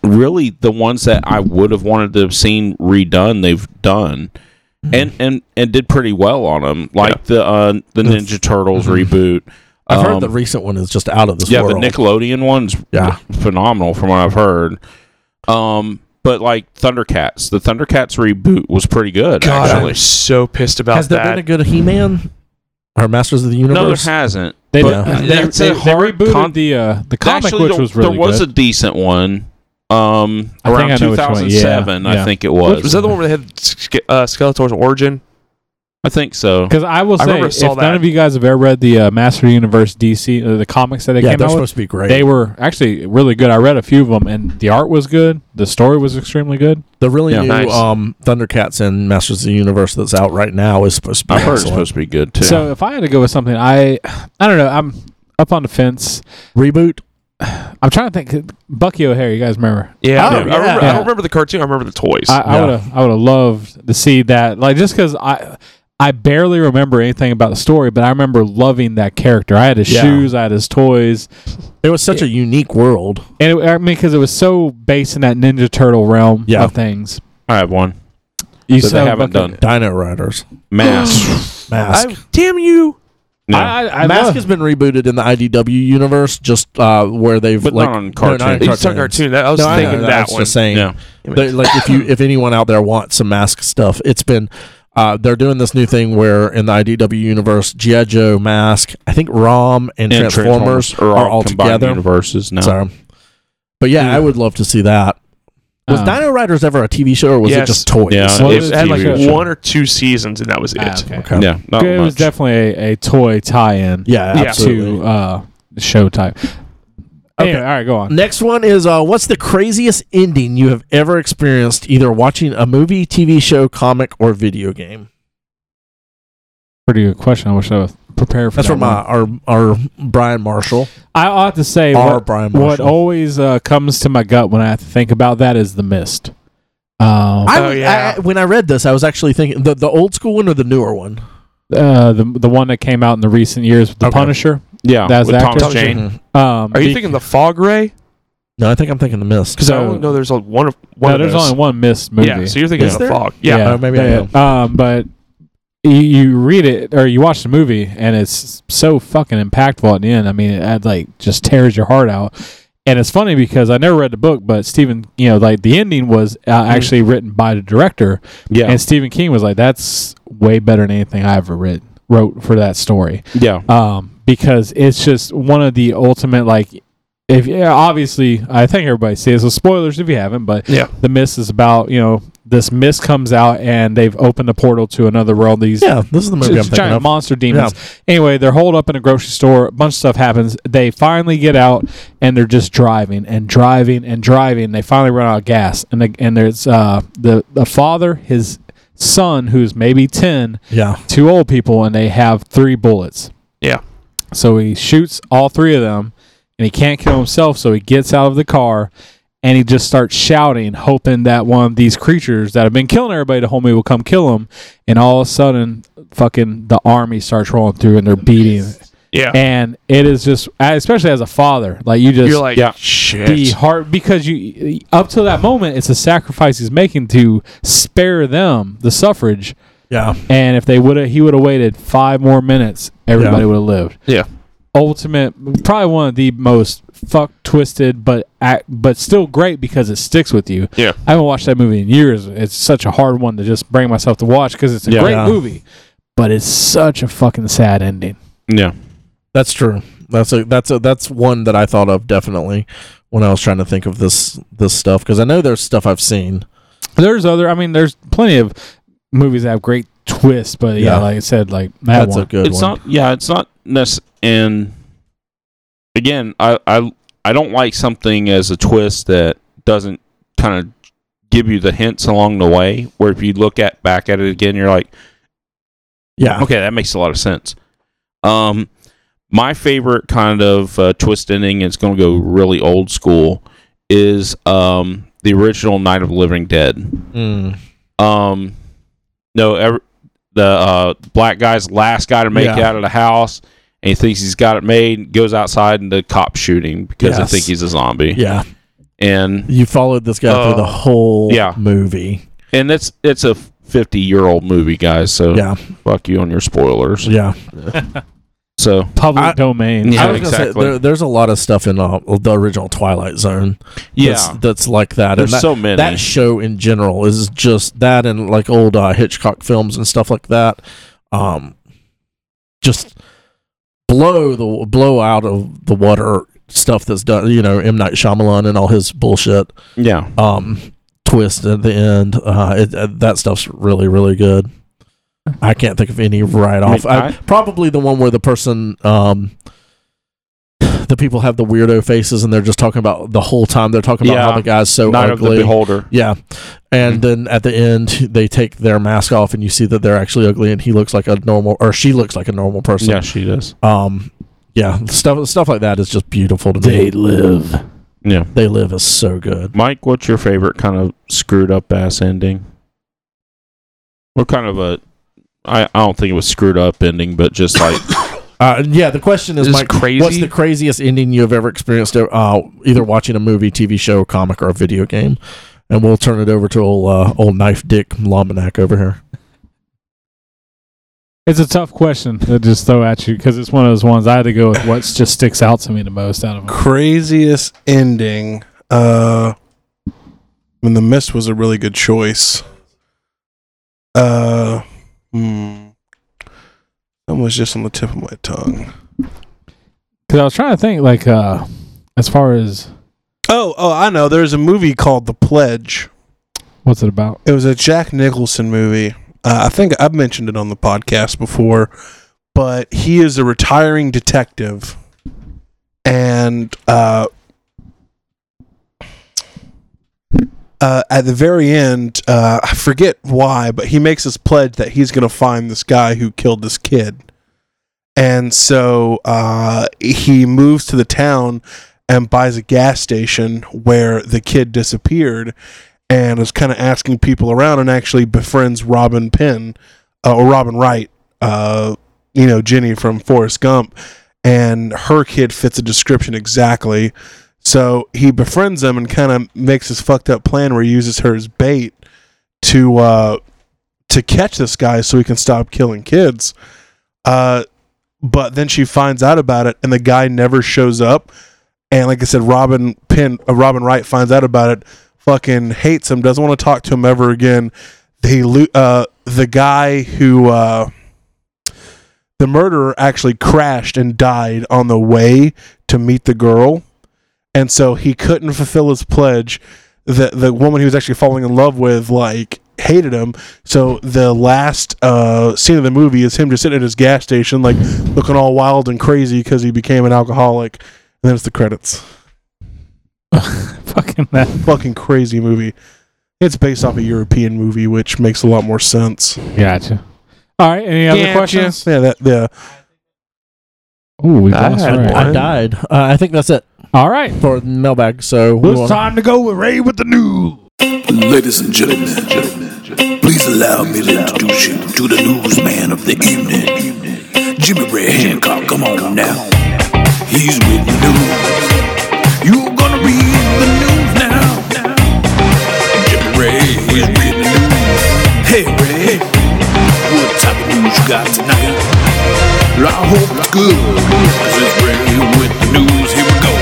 S5: really the ones that I would have wanted to have seen redone, they've done,
S4: Hmm.
S5: and and and did pretty well on them, like the uh,
S4: The-
S5: the Ninja Turtles
S4: Mhm.
S5: reboot.
S4: I've
S5: Um,
S4: heard the recent one is just out of this
S5: yeah,
S4: world.
S5: the Nickelodeon one's
S4: Yeah.
S5: phenomenal from what I've heard. Um, but like Thundercats, the Thundercats reboot was pretty good.
S3: God,
S5: actually.
S3: I'm so pissed about
S4: Has there
S3: that.
S4: been a good He Man or Masters of the
S5: no, there
S4: Universe?
S5: hasn't.
S2: They
S5: But
S2: uh, they,
S5: that's
S2: they-
S5: a
S2: they
S5: hard
S2: rebooted
S5: con-
S2: the uh, the comic,
S5: Actually,
S2: which
S5: there,
S2: was really
S5: there was
S2: good.
S5: a decent one. Um,
S2: I think I
S5: around
S2: know which one. Yeah,
S5: 2007, I
S2: yeah.
S5: think it was.
S3: was that the one where they had Ske- uh, Skeletor's origin?
S5: I think so.
S2: because I will
S3: I
S2: say,
S3: remember
S2: if
S3: I saw
S2: none
S3: that.
S2: of you guys have ever read the uh, Master of the Universe DC, uh, the comics that they
S4: yeah,
S2: came
S4: they're
S2: out with,
S4: supposed to be great.
S2: they were actually really good. I read a few of them, and the art was good. The story was extremely good.
S4: the really
S5: Yeah.
S4: new
S5: Nice.
S4: um, Thundercats and Masters of the Universe that's out right now is supposed to be.
S5: I've heard it's
S4: excellent.
S5: supposed to be good too.
S2: So if I had to go with something, I I don't know. I'm up on the fence.
S4: reboot.
S2: I'm trying to think. Bucky O'Hare, you guys remember?
S3: Yeah,
S4: Oh,
S3: I, remember, I
S2: yeah.
S3: don't remember the cartoon. I remember the toys.
S2: I, I
S4: Yeah.
S2: would have I would have loved to see that. Like just because I. I barely remember anything about the story, but I remember loving that character. I had his
S4: Yeah.
S2: shoes, I had his toys,
S4: It was such a unique world.
S2: and it, I mean, because it was so based in that Ninja Turtle realm
S4: Yeah.
S2: of things.
S5: I have one
S2: You
S5: that
S2: said
S5: they haven't
S2: Bucky-
S5: done.
S4: Dino Riders.
S5: Mass.
S4: Mask.
S3: I, damn you!
S5: no.
S2: I, I, I
S4: Mask
S2: love-
S4: has been rebooted in the IDW universe, just uh, where they've
S5: But
S4: like
S5: not on
S4: No, not
S5: cartoons.
S4: on
S3: It's a cartoon. That, I was
S4: No, I know,
S3: thinking
S4: no, I
S3: that
S4: was
S3: one.
S4: Just saying,
S5: Yeah.
S4: They- like if you if anyone out there wants some mask stuff, it's been uh, they're doing this new thing where in the IDW universe, GI Joe mask, I think Rom and,
S5: And
S4: Transformers, are all
S5: combined
S4: together.
S5: universes now.
S4: So, but yeah, I would love to see that. Was
S2: Um,
S4: Dino Riders ever a TV show or was it
S3: Yes.
S4: just toys?
S5: Yeah,
S2: Well,
S5: it
S2: it's
S3: it had like
S5: TV
S2: show.
S3: one or two seasons, and that was it.
S2: Ah, okay.
S4: Okay.
S5: Yeah, not
S2: it was
S5: much.
S2: definitely a, a toy tie-in
S4: Yeah,
S3: Yeah.
S4: absolutely.
S2: to uh, the show type. Anyway, all right, go on.
S4: Next one is uh, what's the craziest ending you have ever experienced either watching a movie, TV show, comic, or video game?
S2: Pretty good question. I wish I was prepared for
S4: That's
S2: that
S4: from uh,
S2: one.
S4: our our Brian Marshall.
S2: I ought to say
S4: Our
S2: what,
S4: Brian
S2: what
S4: Marshall.
S2: always uh, comes to my gut when I have to think about that is the mist. Um,
S4: I,
S3: Oh,
S4: was-
S3: yeah.
S4: I- when I read this, I was actually thinking the, the old school one or the newer one.
S2: uh, the the one that came out in the recent years with the
S4: Okay.
S2: Punisher.
S5: Yeah,
S2: That's
S5: with
S2: the
S5: Thomas
S2: actor.
S5: Jane.
S4: Mhm.
S2: Um,
S3: Are you
S2: be-
S3: thinking the Fog Ray?
S4: No, I think I'm thinking the Mist.
S3: Because I
S2: So-
S3: only know there's a one of one
S2: No,
S3: of
S2: there's
S3: those.
S2: only one mist movie.
S3: Yeah, so you're thinking
S4: Is
S3: of the
S4: there?
S3: Fog. Yeah.
S4: Oh, maybe I
S2: that- Um, but you, you read it or you watch the movie, and it's so fucking impactful at the end. I mean, it, it like just tears your heart out. And it's funny because I never read the book, but Stephen, you know, like the ending was uh,
S4: Mm-hmm.
S2: actually written by the director,
S5: Yeah,
S2: and Stephen King was like, "That's way better than anything I ever read wrote for that story."
S5: yeah,
S2: um, because it's just one of the ultimate like. If yeah, obviously, I think everybody sees. So spoilers if you haven't, but
S3: Yeah.
S2: the mist is about you know this mist comes out and they've opened a portal to another world. These
S4: Yeah, this is the movie I'm
S2: giant
S4: thinking of.
S2: monster demons. Anyway, they're holed up in a grocery store. A bunch of stuff happens. They finally get out and they're just driving and driving and driving. They finally run out of gas and they, and there's uh, the the father, his son, who's maybe ten,
S4: Yeah.
S2: two old people and they have three bullets.
S3: Yeah.
S2: So he shoots all three of them and he can't kill himself, so he gets out of the car and he just starts shouting, hoping that one of these creatures that have been killing everybody, the homie will come kill him. And all of a sudden, fucking the army starts rolling through and they're beating.
S3: Yeah.
S2: And it is just, especially as a father, like you just
S3: You're like,
S5: Yeah.
S2: the
S3: shit.
S2: heart because you up to that moment it's a sacrifice he's making to spare them the suffrage
S4: Yeah.
S2: and if they would have, he would have waited five more minutes, everybody
S4: Yeah.
S2: would have lived.
S3: Yeah.
S2: Ultimate, probably one of the most fuck twisted, but act, but still great because it sticks with you.
S3: Yeah.
S2: I haven't watched that movie in years. It's such a hard one to just bring myself to watch because it's a
S5: Yeah.
S2: great
S4: Yeah.
S2: movie, but it's such a fucking sad ending.
S5: yeah.
S4: That's true. That's a that's a that's one that I thought of definitely when I was trying to think of this this stuff because I know there's stuff I've seen.
S2: There's other, I mean, there's plenty of movies that have great twists, but yeah,
S4: Yeah.
S2: like I said, like that
S4: that's
S2: one.
S4: a good
S5: it's
S4: one.
S5: not. Yeah, it's not. Nec- and again, I, I I don't like something as a twist that doesn't kind of give you the hints along the way. Where if you look at back at it again, you're like,
S4: yeah.
S5: okay, that makes a lot of sense. Um, my favorite kind of uh, twist ending, it's going to go really old school, is um, the original Night of the Living Dead.
S4: Mm.
S5: Um, no, ever, the uh, black guy's the last guy to make it
S4: Yeah.
S5: out of the house, and he thinks he's got it made, goes outside, and the cops shoot him because they
S4: Yes.
S5: think he's a zombie.
S4: Yeah.
S5: And
S4: You followed this guy through the
S3: Oh.
S4: whole
S5: Yeah.
S4: movie.
S5: and it's it's a 50 year old movie, guys, so
S4: Yeah.
S5: fuck you on your spoilers.
S4: Yeah.
S5: So,
S2: Public
S4: I-
S2: domain.
S5: Yeah,
S4: I was gonna say
S5: exactly.
S4: there, there's a lot of stuff in uh, the original Twilight Zone.
S5: yeah,
S4: that's, that's like that.
S5: there's
S4: and that,
S5: so many.
S4: that show in general is just that and like old uh, Hitchcock films and stuff like that. Um, just blow the blow out of the water stuff that's done. You know, M Night Shyamalan and all his bullshit.
S5: yeah.
S4: Um, twist at the end. Uh, it, uh, that stuff's really really good. I can't think of any right off. I,
S5: I-
S4: probably the one where the person. Um, the people have the weirdo faces and they're just talking about the whole time they're talking about
S5: Yeah.
S4: how the guy's so
S5: Night of
S4: ugly.
S5: the Beholder.
S4: Yeah. And then at the end, they take their mask off, and you see that they're actually ugly, and he looks like a normal, or she looks like a normal person.
S5: yeah, she does.
S4: Um, yeah. Stuff stuff like that is just beautiful to me.
S2: live.
S5: Yeah.
S4: They live is so good.
S5: Mike, what's your favorite kind of screwed up ass ending? What kind of a I, I don't think it was screwed up ending, but just like
S4: Uh, and yeah. The question is,
S3: This is
S4: Mike,
S3: crazy.
S4: what's the craziest ending you have ever experienced? Uh, either watching a movie, TV show, comic, or a video game. And we'll turn it over to old, uh, old knife dick Lomanac over here.
S2: It's a tough question to just throw at you because it's one of those ones I had to go with what just sticks out to me the most out of them.
S1: Craziest ending. Uh, when the mist was a really good choice. Uh, hmm. That was just on the tip of my tongue.
S2: Because I was trying to think, like, uh, as far as
S1: Oh, oh, I know. There's a movie called The Pledge.
S2: What's it about?
S1: It was a Jack Nicholson movie. Uh, I think I've mentioned it on the podcast before, but he is a retiring detective, and uh, uh, at the very end, uh, I forget why, but he makes this pledge that he's going to find this guy who killed this kid, and so uh, he moves to the town and buys a gas station where the kid disappeared and is kind of asking people around and actually befriends Robin Penn uh, or Robin Wright, uh, you know, Jenny from Forrest Gump, and her kid fits a description exactly. So he befriends them and kind of makes this fucked up plan where he uses her as bait to uh, to catch this guy so he can stop killing kids. Uh, but then she finds out about it, and the guy never shows up. And like I said, Robin Penn, uh, Robin Wright finds out about it, fucking hates him, doesn't want to talk to him ever again. They lo- uh, the guy who uh, the murderer actually crashed and died on the way to meet the girl, and so he couldn't fulfill his pledge. The the woman he was actually falling in love with like hated him. So the last uh, scene of the movie is him just sitting at his gas station, like looking all wild and crazy because he became an alcoholic. And then it's the credits.
S2: Fucking that.
S1: Fucking crazy movie. It's based off a European movie, which makes a lot more sense.
S2: Gotcha. All right. Any other questions?
S1: Yeah, that yeah.
S2: Ooh, we
S3: I
S2: lost.
S3: had
S2: All right.
S3: one.
S4: I died. Uh, I think that's it
S2: All right.
S4: for the mailbag. So we wanna-
S2: time to go with Ray with the news.
S8: Ladies and gentlemen, please allow me to introduce you to the newsman of the evening, Jimmy Ray Hancock. Come on now, he's with the news. You're gonna read the news now. Jimmy Ray is with the news. Hey Ray, what type of news you got tonight? Well, I hope it's good. This is Ray with the news. Here we go.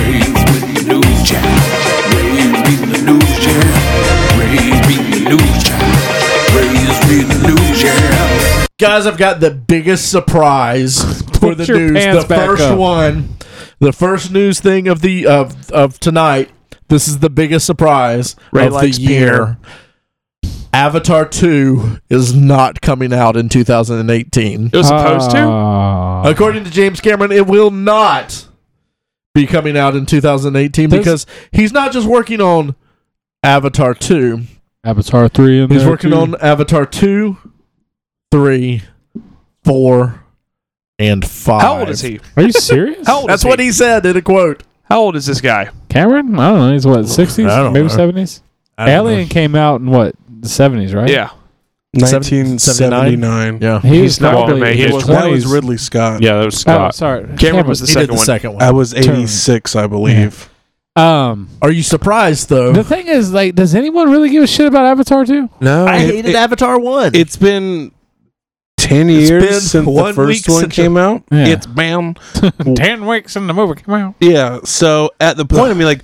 S8: Ray's with the news chat. Ray's with the news chat. Ray's with the news chat. Ray's with the news chat.
S4: Guys, I've got the biggest surprise for
S2: Put
S4: the
S2: your
S4: news.
S2: pants
S4: The
S2: back
S4: first
S2: up.
S4: one, the first news thing of the of of tonight. This is the biggest surprise
S3: Ray
S4: of the
S3: likes
S4: year. Avatar two is not coming out in 2018.
S3: It was supposed to.
S2: to.
S4: According to James Cameron, it will not be coming out in 2018
S2: There's-
S4: because he's not just working on Avatar two.
S2: Avatar three. In
S4: He's
S2: there,
S4: working
S2: too.
S4: on Avatar 2, 3, 4, and 5.
S3: How old is he?
S2: Are you serious?
S3: How old
S4: That's
S3: is
S4: what
S3: he?
S4: he said in a quote.
S3: How old is this guy?
S2: Cameron? I don't know. He's what sixties,
S4: I don't
S2: maybe
S4: know.
S2: seventies. Alien came out in what the seventies, right?
S3: Yeah.
S1: 1979.
S4: Yeah.
S2: He
S3: He's not gonna
S2: probably
S3: make
S2: in
S3: it.
S2: his
S1: That was
S2: 20s.
S1: Ridley Scott.
S5: Yeah, that was
S2: Oh,
S5: Scott.
S2: sorry.
S3: Cameron was the
S4: he did
S3: second
S4: the
S3: one.
S4: second one.
S1: I was
S2: Turn.
S1: 86, I believe.
S2: Um,
S4: Are you surprised, though?
S2: the thing is, like, does anyone really give a shit about Avatar two?
S1: No,
S4: I hated Avatar 1.
S1: It's been 10
S4: It's
S1: years
S4: been
S1: since the
S4: one
S1: first
S4: week
S1: one
S4: since
S1: came out.
S2: Yeah.
S1: It's bam.
S2: Ten weeks and the movie came out.
S1: Yeah. So at the point, I mean, like,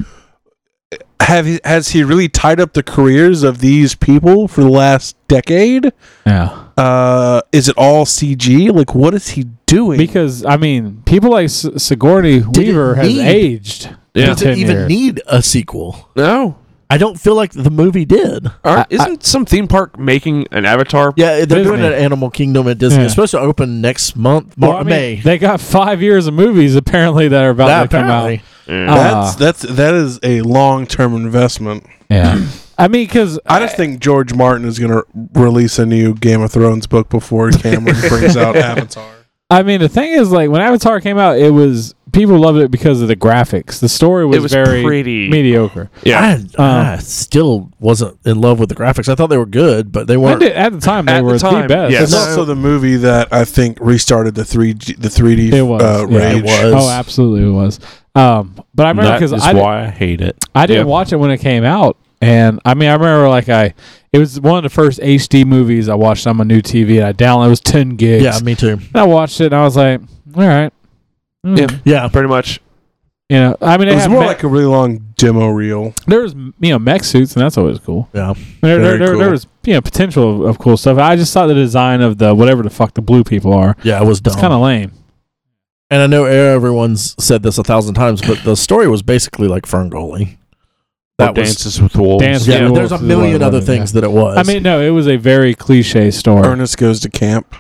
S1: have he, has he really tied up the careers of these people for the last decade?
S2: Yeah,
S1: Uh, is it all CG? Like, what is he doing?
S2: because I mean, people like S- Sigourney Weaver has
S4: need-
S2: aged.
S3: Yeah.
S2: in
S4: Does it
S2: 10
S4: even
S2: years.
S4: need a sequel?
S3: No.
S4: I don't feel like the movie did.
S3: Aren't- isn't some theme park making an Avatar?
S4: Yeah, they're doing
S2: Disney.
S4: an Animal Kingdom at Disney.
S2: Yeah.
S4: It's supposed to open next month, Mar-
S2: Well, I mean,
S4: May.
S2: They got five years of movies apparently that are about
S4: Yeah,
S2: to come
S4: apparently.
S2: out.
S1: that's
S2: Uh,
S1: that's that is a long term investment.
S2: yeah. I mean, because
S1: I just think George Martin is going to release a new Game of Thrones book before Cameron brings out Avatar.
S2: I mean, the thing is, like when Avatar came out, it was people loved it because of the graphics. The story was,
S3: It was
S2: very
S3: pretty.
S2: mediocre.
S3: Yeah.
S4: I,
S2: Uh,
S4: I still wasn't in love with the graphics. I thought they were good, but they
S2: I
S4: weren't.
S2: did- at the time, they
S3: At the
S2: were the
S3: time,
S2: best.
S3: yes.
S1: It's also the movie that I think restarted the three G, the three D
S2: It was,
S1: uh,
S2: yeah.
S1: rage.
S4: It was.
S2: Oh, absolutely, it was. Um, but I remember
S5: That
S2: because
S5: is
S2: I, did,
S5: why I hate it.
S2: I didn't
S5: Yeah.
S2: watch it when it came out, and I mean, I remember like I, it was one of the first HD movies I watched on my new TV, and I downloaded. It was ten gigs.
S4: Yeah, me too.
S2: and I watched it, and I was like, all right. Mm.
S3: Yeah.
S4: Yeah.
S3: Pretty much.
S2: You know, I mean,
S1: It
S2: they
S1: was
S2: had
S1: more
S2: me-
S1: like a really long demo reel.
S2: there was you know mech suits, and that's always cool.
S4: Yeah.
S2: There, there,
S1: Very
S2: there, there
S1: cool.
S2: was you know potential of, of cool stuff. I just thought the design of the whatever the fuck the blue people are
S4: Yeah, it was dumb.
S2: it's kind of lame.
S4: And I know everyone's said this a thousand times, but the story was basically like Ferngully.
S5: That
S4: That was
S5: dances with wolves.
S2: Dance
S4: yeah.
S2: with
S4: There's a
S2: Wolves is
S4: million
S2: what I
S4: other
S2: wanted,
S4: things
S2: yeah.
S4: that it was.
S2: I mean, no, it was a very cliche story.
S1: Ernest goes to camp.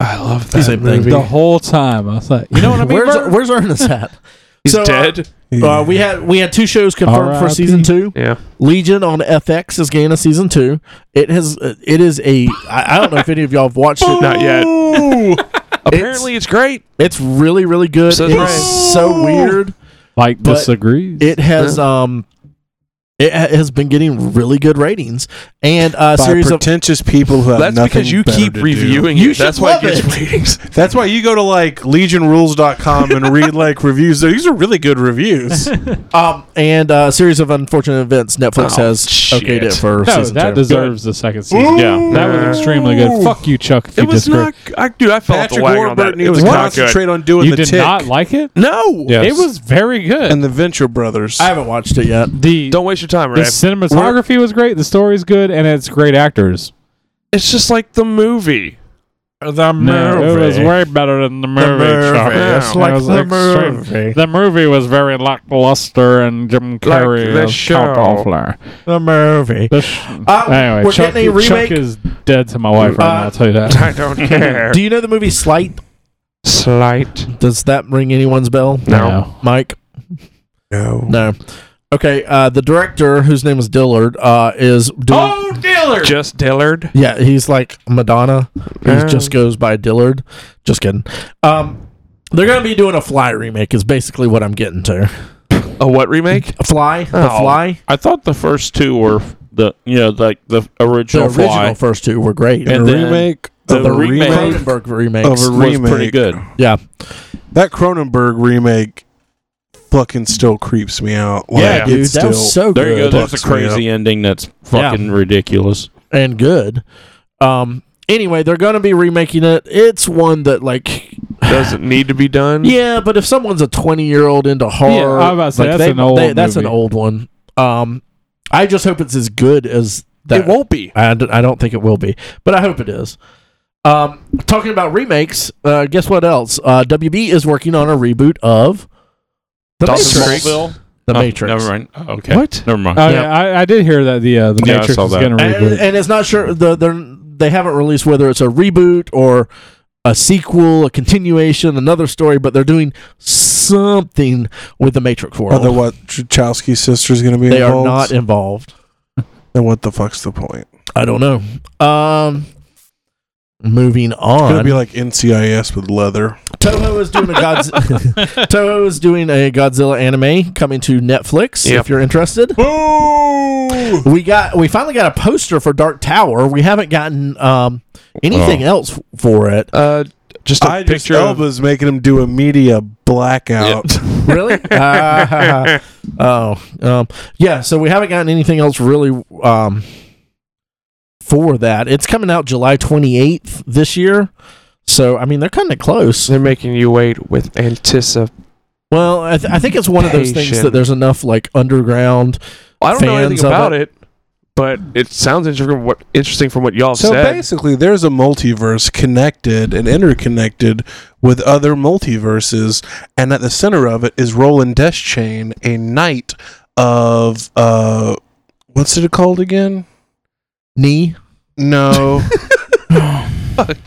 S3: I love
S4: the same thing.
S2: the whole time, I was like, you know what I mean?
S4: Where's,
S2: Bert?
S4: where's Ernest at?
S3: He's
S4: So, uh,
S3: dead.
S4: Uh, we had we had two shows confirmed for
S2: R.I.P..
S4: season two.
S3: yeah.
S4: Legion on FX is getting a season two. It has uh, it is a I, I don't know if any of y'all have watched it.
S3: Not yet. Apparently, it's, great.
S4: It's really really good.
S3: So
S4: it's
S3: great.
S4: so weird.
S2: Mike
S4: But
S2: disagrees.
S4: It has um it ha- has been getting really good ratings and a
S1: By
S4: series of
S1: pretentious people who have
S3: That's
S1: nothing
S3: because you
S1: better
S3: keep
S1: to do.
S3: reviewing
S4: You
S3: it. That's
S4: should
S3: why
S4: love
S3: it gets
S4: it.
S3: ratings.
S1: That's why you go to like legionrules.com and read like reviews. These are really good reviews.
S4: um and a series of unfortunate events Netflix
S3: Oh,
S4: has
S3: shit.
S4: okayed it for
S2: no,
S4: season
S2: that
S4: two.
S2: deserves the second season.
S5: Yeah.
S2: That was extremely good. Fuck you, Chuck. If
S3: It
S2: you
S3: was
S2: disagree.
S3: not. I, dude, I fell off the
S1: Patrick
S3: wagon on
S1: Warburton
S3: that. It
S1: needs
S3: was
S1: to
S3: not good.
S1: concentrate on doing
S2: you
S1: the
S2: did
S1: tick
S2: not like it.
S3: No.
S5: Yes.
S2: It was very good.
S1: and the Venture Brothers.
S4: I haven't watched it yet.
S2: the
S3: Don't waste your time,
S2: the
S3: Ray.
S2: cinematography was great. The story's good, and it's great actors.
S3: It's just like the movie.
S2: The movie. it was way better than the movie. Chuck.
S3: Yeah. It's
S2: It
S4: like
S2: was
S4: the
S2: extreme.
S4: movie.
S2: The movie was very lackluster, and Jim Carrey
S3: the
S2: was
S3: show.
S2: Count Doffler.
S4: The movie.
S2: The sh-
S4: Um,
S2: anyway,
S4: we're
S2: Chuck,
S4: getting a remake.
S2: Chuck is dead to my wife right
S4: Uh,
S2: now. I'll tell you that.
S3: I don't care.
S4: Do you know the movie Slight?
S3: Slight.
S4: Does that ring anyone's bell?
S3: No.
S2: Oh,
S4: Mike?
S1: no.
S4: No. Okay, uh, the director, whose name is Dillard, uh, is doing.
S2: Oh!
S3: Dillard. Just Dillard.
S4: Yeah, he's like Madonna. He
S3: Yeah.
S4: just goes by Dillard. Just kidding. Um, they're going to be doing a Fly remake, is basically what I'm getting to.
S3: A what remake?
S4: A Fly? The
S3: Oh.
S4: Fly?
S5: I thought the first two were the you know like the
S4: The
S5: original
S4: original
S5: fly.
S4: first two were great.
S5: And
S1: the
S5: then
S1: remake
S5: the
S1: of the
S5: remake
S1: remake
S4: Cronenberg
S1: of
S4: remakes.
S1: a
S5: was
S1: remake.
S5: pretty good.
S4: yeah.
S1: That Cronenberg remake fucking still creeps me out. Like,
S5: Yeah,
S4: Dude,
S1: it's
S4: that was so
S5: There you go.
S4: good.
S5: There's a
S1: Fucks me
S5: crazy ending that's
S4: Yeah.
S5: fucking ridiculous.
S4: and good. Um, anyway, they're going to be remaking it. It's one that, like,
S3: Doesn't need to be done.
S4: Yeah, but if someone's a twenty-year-old into horror,
S2: Yeah, I was about to say, that's an old
S4: that's an
S2: movie.
S4: old one. Um, I just hope it's as good as that.
S3: It won't be.
S4: I, d- I don't think it will be, but I hope it is. Um, talking about remakes, uh, guess what else? Uh, WB is working on a reboot of The
S5: Dawson
S4: Matrix.
S5: Smallville?
S4: The
S5: Oh,
S4: Matrix.
S5: Never mind. Oh, okay.
S4: What?
S5: Never mind.
S2: Oh,
S4: Yeah.
S2: yeah, I, I did hear that the uh, the
S5: Yeah, I
S2: Matrix
S5: saw
S2: is
S5: that.
S2: going to
S4: And,
S2: reboot.
S4: and it's not sure the, they're they haven't released whether it's a reboot or a sequel, a continuation, another story, but they're doing something with the Matrix world.
S1: Are the what Chachowski sisters going to be
S4: they are
S1: involved?
S4: not involved.
S1: Then what the fuck's the point?
S4: I don't know. Um, moving
S1: It's going to
S4: on,
S1: be like NCIS with leather.
S4: Toho is doing a Godz- Toho is doing a Godzilla anime coming to Netflix.
S3: Yep.
S4: If you're interested,
S1: Boo!
S4: we got we finally got a poster for Dark Tower. We haven't gotten um, anything else for it.
S3: Uh, just a
S1: I just
S3: picture of
S1: Elba's making him do a media blackout.
S4: Really? Ah, oh, um, yeah. So we haven't gotten anything else really um, for that. It's coming out July 28th this year. So I mean, they're kind of close.
S3: They're making you wait with anticipation.
S4: Well, I, th- I think it's one of those things
S3: Patient.
S4: that there's enough like underground.
S3: I don't know anything
S4: Fans of
S3: about it. but it sounds interesting. From what interesting from what y'all have
S1: So
S3: said.
S1: basically, there's a multiverse connected and interconnected with other multiverses, and at the center of it is Roland Deschain, a knight of uh, what's it called again?
S4: Knee.
S1: No,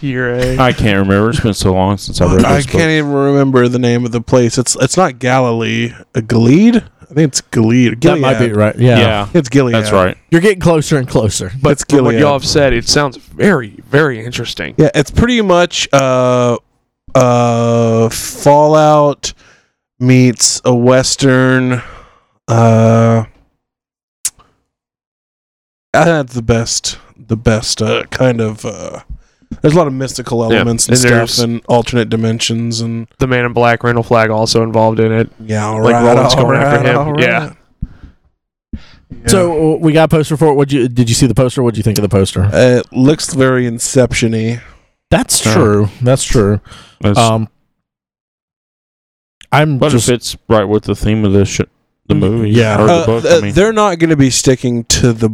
S3: You're a-
S5: I can't remember. It's been so long since I read this
S1: I
S5: book.
S1: can't even remember the name of the place. It's it's not Galilee, uh, Gilead. I think it's Gilead. Gilead.
S4: That might be right. e- Yeah.
S5: Yeah,
S1: It's Gilead.
S5: that's right.
S4: you're getting closer and closer.
S3: but
S1: it's
S3: from what
S1: Gilead.
S3: y'all have said, it sounds very, very interesting.
S1: Yeah, it's pretty much uh uh Fallout meets a western uh I had the best the best uh, kind of uh there's a lot of mystical
S3: Yeah,
S1: elements
S3: and
S1: and, stuff
S3: there's-
S1: and alternate dimensions and
S3: The Man in Black, Randall Flag, also involved in it.
S1: yeah, all
S3: Like
S1: right,
S3: Roland's
S1: all
S3: going after
S1: right,
S3: him.
S1: all right.
S3: Yeah.
S4: So uh, we got a poster for it. What you did you see the poster? What would you think of the poster?
S1: Uh, it looks very inception-y.
S4: That's
S5: Uh,
S4: true. That's true.
S5: That's,
S4: Um, I'm
S5: but it
S4: just Mm,
S5: fits right with the theme of the sh- the movie.
S4: Yeah.
S5: or the
S1: Uh,
S5: book.
S1: th-
S5: I mean,
S1: They're not going to be sticking to the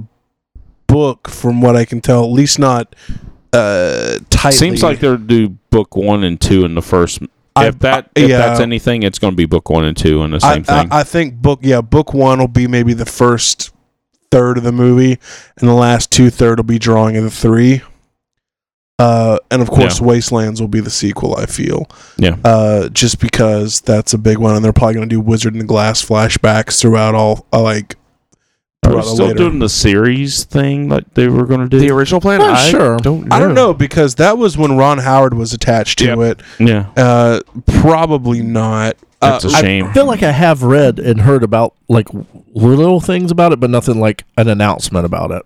S1: book, from what I can tell. At least not uh, tightly.
S5: seems like they'll do book one and two in the first if that if
S1: yeah.
S5: that's anything, it's going to be book one and two and the
S1: I,
S5: same
S1: I,
S5: thing.
S1: I think book yeah book one will be maybe the first third of the movie, and the last two third will be drawing of the three. Uh, and of course, Wastelands will be the sequel. I feel
S5: Yeah.
S1: uh, just because that's a big one, and they're probably going to do Wizard in the Glass flashbacks throughout all uh, like.
S5: Are we
S1: throughout the
S5: still
S1: later-
S5: doing the series thing like they were going to do?
S3: The original plan?
S4: Not
S3: I
S4: sure.
S3: Don't know.
S1: I don't know because that was when Ron Howard was attached to
S3: Yep.
S1: it.
S5: yeah,
S1: Uh, probably not. Uh,
S5: that's a shame.
S4: I feel like I have read and heard about like little things about it, but nothing like an announcement about it.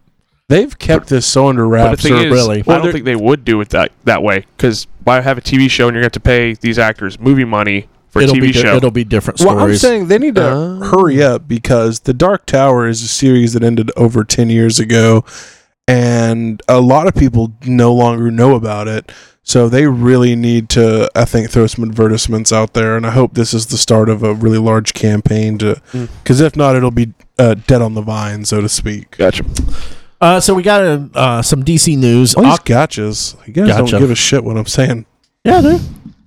S1: they've kept this so under
S3: But the
S1: wraps.
S3: thing
S1: or-
S3: is,
S4: really.
S3: I
S1: Well,
S3: don't
S1: they're-
S3: think they would do it that that way. Because why have a TV show and you're going to pay these actors movie money for
S4: it'll
S3: a TV
S4: be di-
S3: show?
S4: it'll be different
S1: Well, I'm
S4: stories. Uh,
S1: saying they need to hurry up because The Dark Tower is a series that ended over 10 years ago, and a lot of people no longer know about it. So they really need to, I think, throw some advertisements out there, and I hope this is the start of a really large campaign to, because if not, it'll be uh, dead on the vine, so to speak.
S3: gotcha.
S4: uh, so we got uh, uh, some DC news.
S1: All these
S4: Oc-
S1: gotchas, you guys
S4: Gotcha.
S1: don't give a shit what I'm saying.
S4: yeah, dude.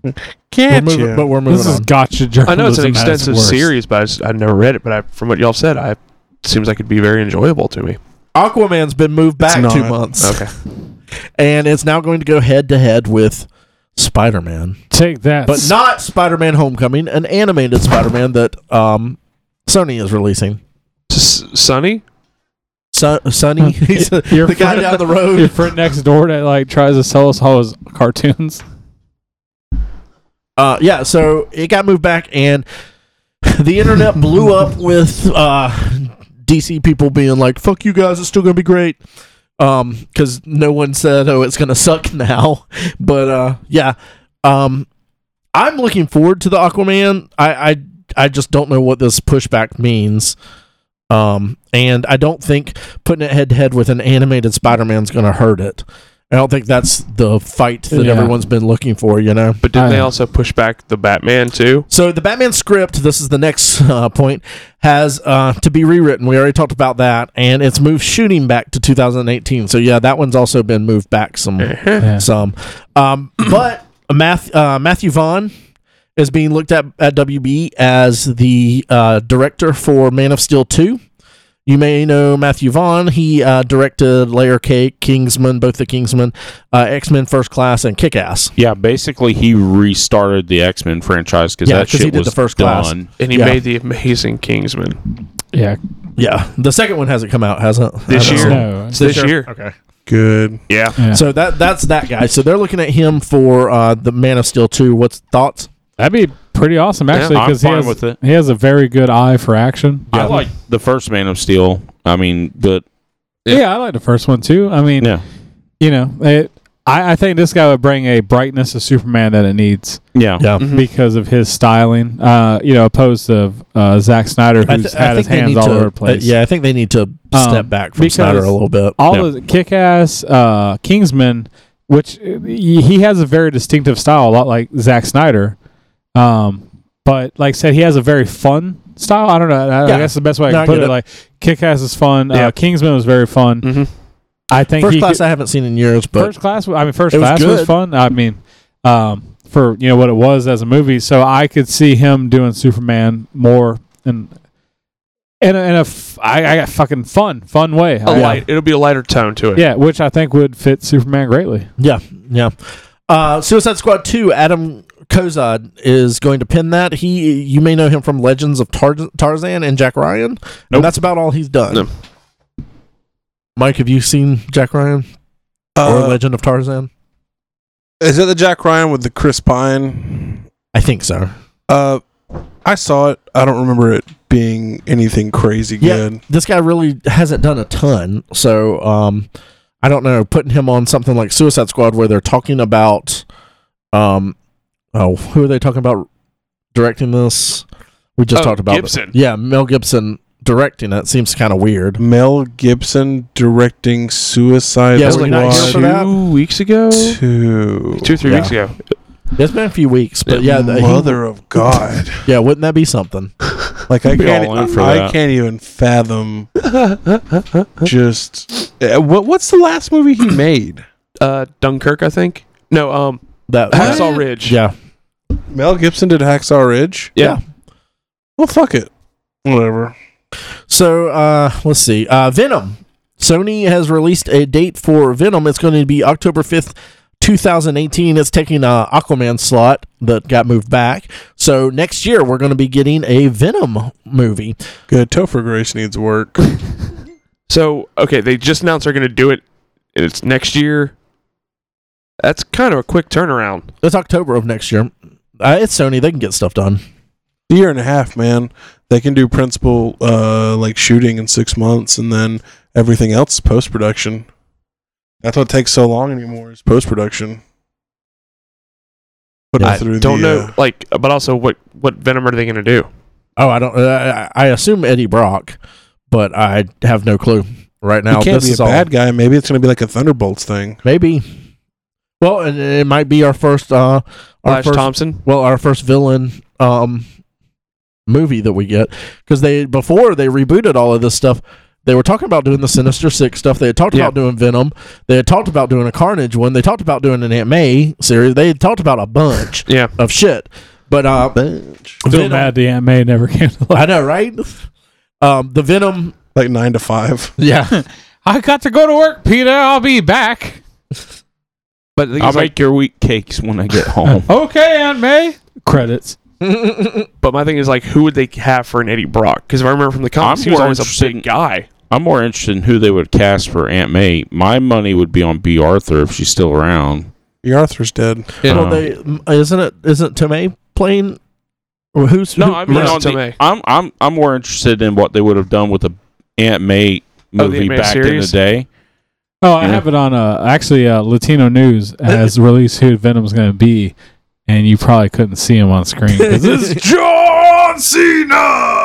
S4: We're
S1: Can't
S4: moving, but we're
S2: This
S4: moving
S2: is
S4: on.
S2: gotcha
S3: I
S2: journalism.
S3: know it's an
S2: at its
S3: extensive
S2: worst.
S3: series, but I just, I've never read it. But I, from what y'all said, I it seems like it'd be very enjoyable to me.
S4: Aquaman's been moved back
S1: not.
S4: two months,
S3: Okay.
S4: and it's now going to go head to head with Spider-Man,
S2: Take that.
S4: but not Spider-Man: Homecoming, an animated Spider-Man that um, Sony is releasing.
S3: S- Sunny?
S4: Son- Sonny, he's the
S2: Your
S4: guy
S2: friend-
S4: down the
S2: your
S4: road.
S2: friend next door that like tries to sell us all his cartoons.
S4: Uh, yeah, so it got moved back, and the internet blew up with uh, DC people being like, "Fuck you guys, it's still gonna be great," because no one said, "Oh, it's gonna suck now." But uh, yeah, um, I'm looking forward to the Aquaman. I, I I just don't know what this pushback means. Um, and I don't think putting it head to head with an animated Spider-Man is going to hurt it. I don't think that's the fight that
S2: Yeah.
S4: everyone's been looking for, you know.
S3: But didn't
S2: I
S3: they
S2: know.
S3: also push back the Batman too?
S4: So the Batman script, this is the next uh, point, has uh, to be rewritten. We already talked about that, and it's moved shooting back to 2018. So yeah, that one's also been moved back some,
S2: Yeah.
S4: some. Um, but Math, uh, Matthew Vaughn is being looked at at WB as the uh, director for Man of Steel 2. You may know Matthew Vaughn. He uh, directed Layer Cake, Kingsman, both the Kingsman, uh, X Men First Class, and Kick Ass.
S5: yeah, basically he restarted the X Men franchise because
S4: Yeah,
S5: that
S4: 'cause he
S5: shit
S4: did
S5: was
S4: the first class.
S5: done.
S3: And he
S4: Yeah.
S3: made the amazing Kingsman
S2: Yeah.
S4: Yeah, the second one hasn't come out, has it?
S3: this
S4: I don't
S3: year.
S4: know.
S2: No.
S3: It's this year.
S4: Okay.
S1: Good.
S3: Yeah.
S2: Yeah.
S4: So that that's that guy. So they're looking at him for uh, the Man of Steel two. What's thoughts?
S2: That'd be pretty awesome actually
S5: I'm
S2: because
S5: fine
S2: he has
S5: with it.
S2: he has a very good eye for action.
S5: I like the first Man of Steel. I mean, but
S2: Yeah, I like the first one too. I mean,
S5: yeah,
S2: you know, it, I I think this guy would bring a brightness to Superman that it needs.
S5: yeah,
S4: Mm-hmm.
S2: because of his styling, uh, you know, opposed to uh, Zack Snyder, who's
S4: I th- I
S2: had
S4: think
S2: his
S4: they
S2: hands
S4: need
S2: all
S4: to-
S2: over the place.
S4: uh, yeah, I think they need to
S2: Um,
S4: step back from
S2: because
S4: Snyder a little bit.
S2: all
S5: Yeah.
S2: the kick-ass uh, Kingsman, which uh, he he has a very distinctive style, a lot like Zack Snyder. Um, but like I said, he has a very fun style. I don't know. I,
S4: Yeah.
S2: I guess the best way I
S4: No,
S2: can
S4: I
S2: put
S4: get
S2: it,
S4: it. Mm.
S2: like kick-ass is fun.
S3: Yeah.
S2: Uh, Kingsman was very fun.
S3: Mhm.
S2: I think
S4: First
S2: he
S4: class
S2: could-
S4: I haven't seen in years, but
S2: first class. I mean, first
S4: It was
S2: class was
S4: good.
S2: fun. I mean, um, for you know what it was as a movie, so I could see him doing Superman more and in a, in a f- I, I got fucking fun, fun way.
S3: A
S4: Oh,
S2: yeah.
S3: light. It'll be a lighter tone to it.
S2: yeah, which I think would fit Superman greatly.
S4: yeah, yeah. Uh, Suicide Squad two. Adam Kozad is going to pin that. He you may know him from Legends of Tar- Tarzan and Jack Ryan, and that's about all he's done.
S3: No.
S4: Mike, have you seen Jack Ryan or
S1: Uh,
S4: Legend of Tarzan?
S1: is it the Jack Ryan with the Chris Pine?
S4: I think so.
S1: Uh, I saw it. I don't remember it being anything crazy
S4: Yeah.
S1: good.
S4: this guy really hasn't done a ton. So um, I don't know. Putting him on something like Suicide Squad, where they're talking about, um, oh, who are they talking about directing this? We just
S3: Oh,
S4: talked about it.
S3: Gibson.
S4: Yeah, Mel Gibson directing it seems kind of weird.
S1: Mel Gibson directing Suicide
S4: Yeah, it was
S1: Squad
S4: like nice.
S3: Two weeks ago, two,
S1: two.
S3: two three weeks ago.
S4: It's been a few weeks, but yeah, the, he-
S1: Mother of God!
S4: yeah, wouldn't that be something?
S1: Like I
S5: Be
S1: can't, e-
S5: all in for
S1: I, I
S5: that.
S1: can't even fathom. just uh, what? What's the last movie he made?
S3: Uh, Dunkirk, I think. No, um,
S4: That
S3: Hacksaw Ridge.
S4: yeah,
S1: Mel Gibson did Hacksaw Ridge.
S5: Yeah.
S1: Well, fuck it. Whatever.
S4: So uh, let's see. Uh, Venom. Sony has released a date for Venom. It's going to be October fifth, two thousand eighteen. It's taking uh, Aquaman slot that got moved back. So next year we're going to be getting a Venom movie.
S1: Good. Topher Grace needs work.
S3: So okay, they just announced they're going to do it, and it's next year. That's kind of a quick turnaround.
S4: It's October of next year. Uh, it's Sony. They can get stuff done.
S1: Year and a half, man. They can do principal uh, like shooting in six months, and then everything else post production. That's what takes so long anymore is post production. Put it
S3: I
S1: through
S3: don't
S1: the,
S3: know,
S1: uh,
S3: like, but also what what Venom are they going to do?
S4: Oh, I don't. Uh, I I assume Eddie Brock, but I have no clue right now.
S1: he can't
S4: This
S1: be
S4: is
S1: a
S4: all-
S1: bad guy. Maybe it's going to be like a Thunderbolts thing.
S4: Maybe. Well, and it might be our first. Uh, our
S3: Flash
S4: first.
S3: Thompson.
S4: Well, our first villain. Um, movie that we get because they before they rebooted all of this stuff. They were talking about doing the Sinister Six stuff. They had talked
S3: Yeah.
S4: about doing Venom. They had talked about doing a Carnage one. They talked about doing an Aunt May series. They had talked about a bunch
S3: Yeah,
S4: of shit. But uh,
S2: Still
S4: Venom-
S2: mad the Aunt May never came to life.
S4: I know, right? Um, the Venom.
S1: Like nine to five.
S4: Yeah.
S2: I got to go to work, Peter. I'll be back.
S3: but the thing
S5: I'll
S3: is,
S5: make
S3: like,
S5: your wheat cakes when I get home.
S2: Okay, Aunt May. Credits.
S3: but my thing is like, who would they have for an Eddie Brock? Because if I remember from the comics,
S5: I'm
S3: he was
S5: more
S3: always a
S5: interested in-
S3: big guy.
S5: I'm more interested in who they would cast for Aunt May. My money would be on B. Arthur if she's still around.
S1: The Arthur's dead.
S4: Well,
S5: Um,
S4: they m- isn't it isn't Tomei playing? Or who's
S5: no,
S4: who-
S5: I mean,
S3: Marissa
S5: on the-
S3: Tomei.
S5: I'm I'm I'm more interested in what they would have done with the Aunt May
S3: Oh, the
S5: movie
S3: Aunt May
S5: back in the
S3: series?
S5: day.
S2: Oh, I
S5: Yeah.
S2: have it on uh, actually uh, Latino News has released who Venom's going to be, and you probably couldn't see him on screen. 'cause this is-
S5: John Cena.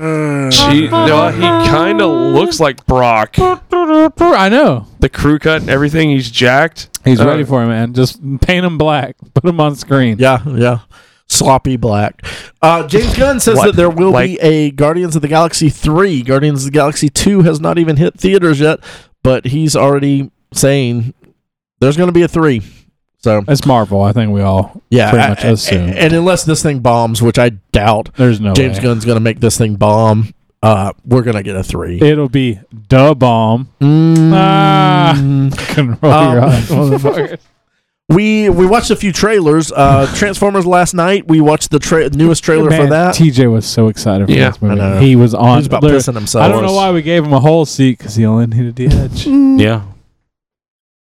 S3: He, no, he kind of looks like Brock.
S2: I know
S3: The crew cut and everything. He's jacked.
S2: he's
S3: Uh,
S2: ready for it, man. Just paint him black, put him on screen.
S4: Yeah, yeah. Sloppy black. Uh, James Gunn says
S3: What?
S4: that there will
S3: Like-
S4: be a Guardians of the Galaxy 3. Guardians of the Galaxy 2 has not even hit theaters yet, but he's already saying there's going to be a 3. So,
S2: It's Marvel. I think we all
S4: yeah.
S2: pretty
S4: I-
S2: much
S4: I-
S2: assume.
S4: and unless this thing bombs, which I doubt,
S2: there's no
S4: James
S2: way.
S4: Gunn's going to make this thing bomb. Uh, we're going to get a 3.
S2: It'll be da bomb.
S4: Mm.
S2: Ah. Can roll your
S4: Um,
S2: eyes, motherfucker.
S4: We we watched a few trailers. Uh, Transformers last night. We watched the tra- newest trailer for
S2: Man,
S4: that.
S2: TJ was so excited for
S3: Yeah,
S2: this movie.
S4: I know.
S2: He was on.
S4: He was about
S2: literally-
S4: pissing himself.
S2: I don't know why we gave him a whole seat because he only needed the edge.
S5: Yeah,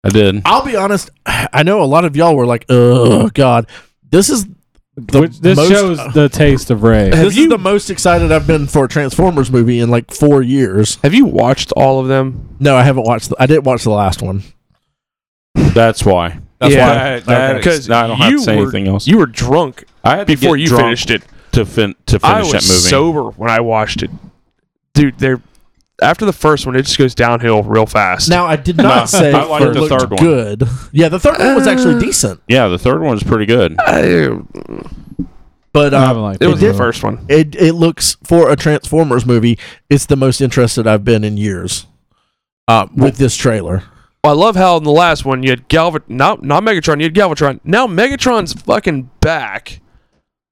S5: I did.
S4: I'll be honest. I know a lot of y'all were like, "Oh God, this is the
S2: Which this
S4: most,
S2: shows the taste of Ray.
S4: this is the most excited I've been for a Transformers movie in like four years."
S3: Have you watched all of them?
S4: No, I haven't watched. The, I didn't watch the last one.
S5: That's why. That's
S3: Yeah.
S5: why. that
S4: Okay.
S5: ex- I don't have to say
S3: were,
S5: anything else.
S3: You were drunk
S5: I had to
S3: before
S5: get
S3: you
S5: drunk
S3: finished it.
S5: to fin- to finish
S3: I was
S5: that movie.
S3: sober when I watched it, dude. They're after the first one, it just goes downhill real fast.
S4: Now I did
S5: No,
S4: not say
S5: I liked
S4: it
S5: the
S4: looked
S5: third one. Uh.
S4: good. Yeah, the third one was actually decent,
S5: yeah, the third one is pretty good.
S3: Uh,
S4: but
S2: I
S4: uh,
S2: haven't liked
S3: it was the
S2: did-
S3: first one.
S4: it it looks for a Transformers movie. It's the most interested I've been in years uh, with this trailer.
S3: I love how in the last one you had Galvatron, not not Megatron, you had Galvatron. Now Megatron's fucking back.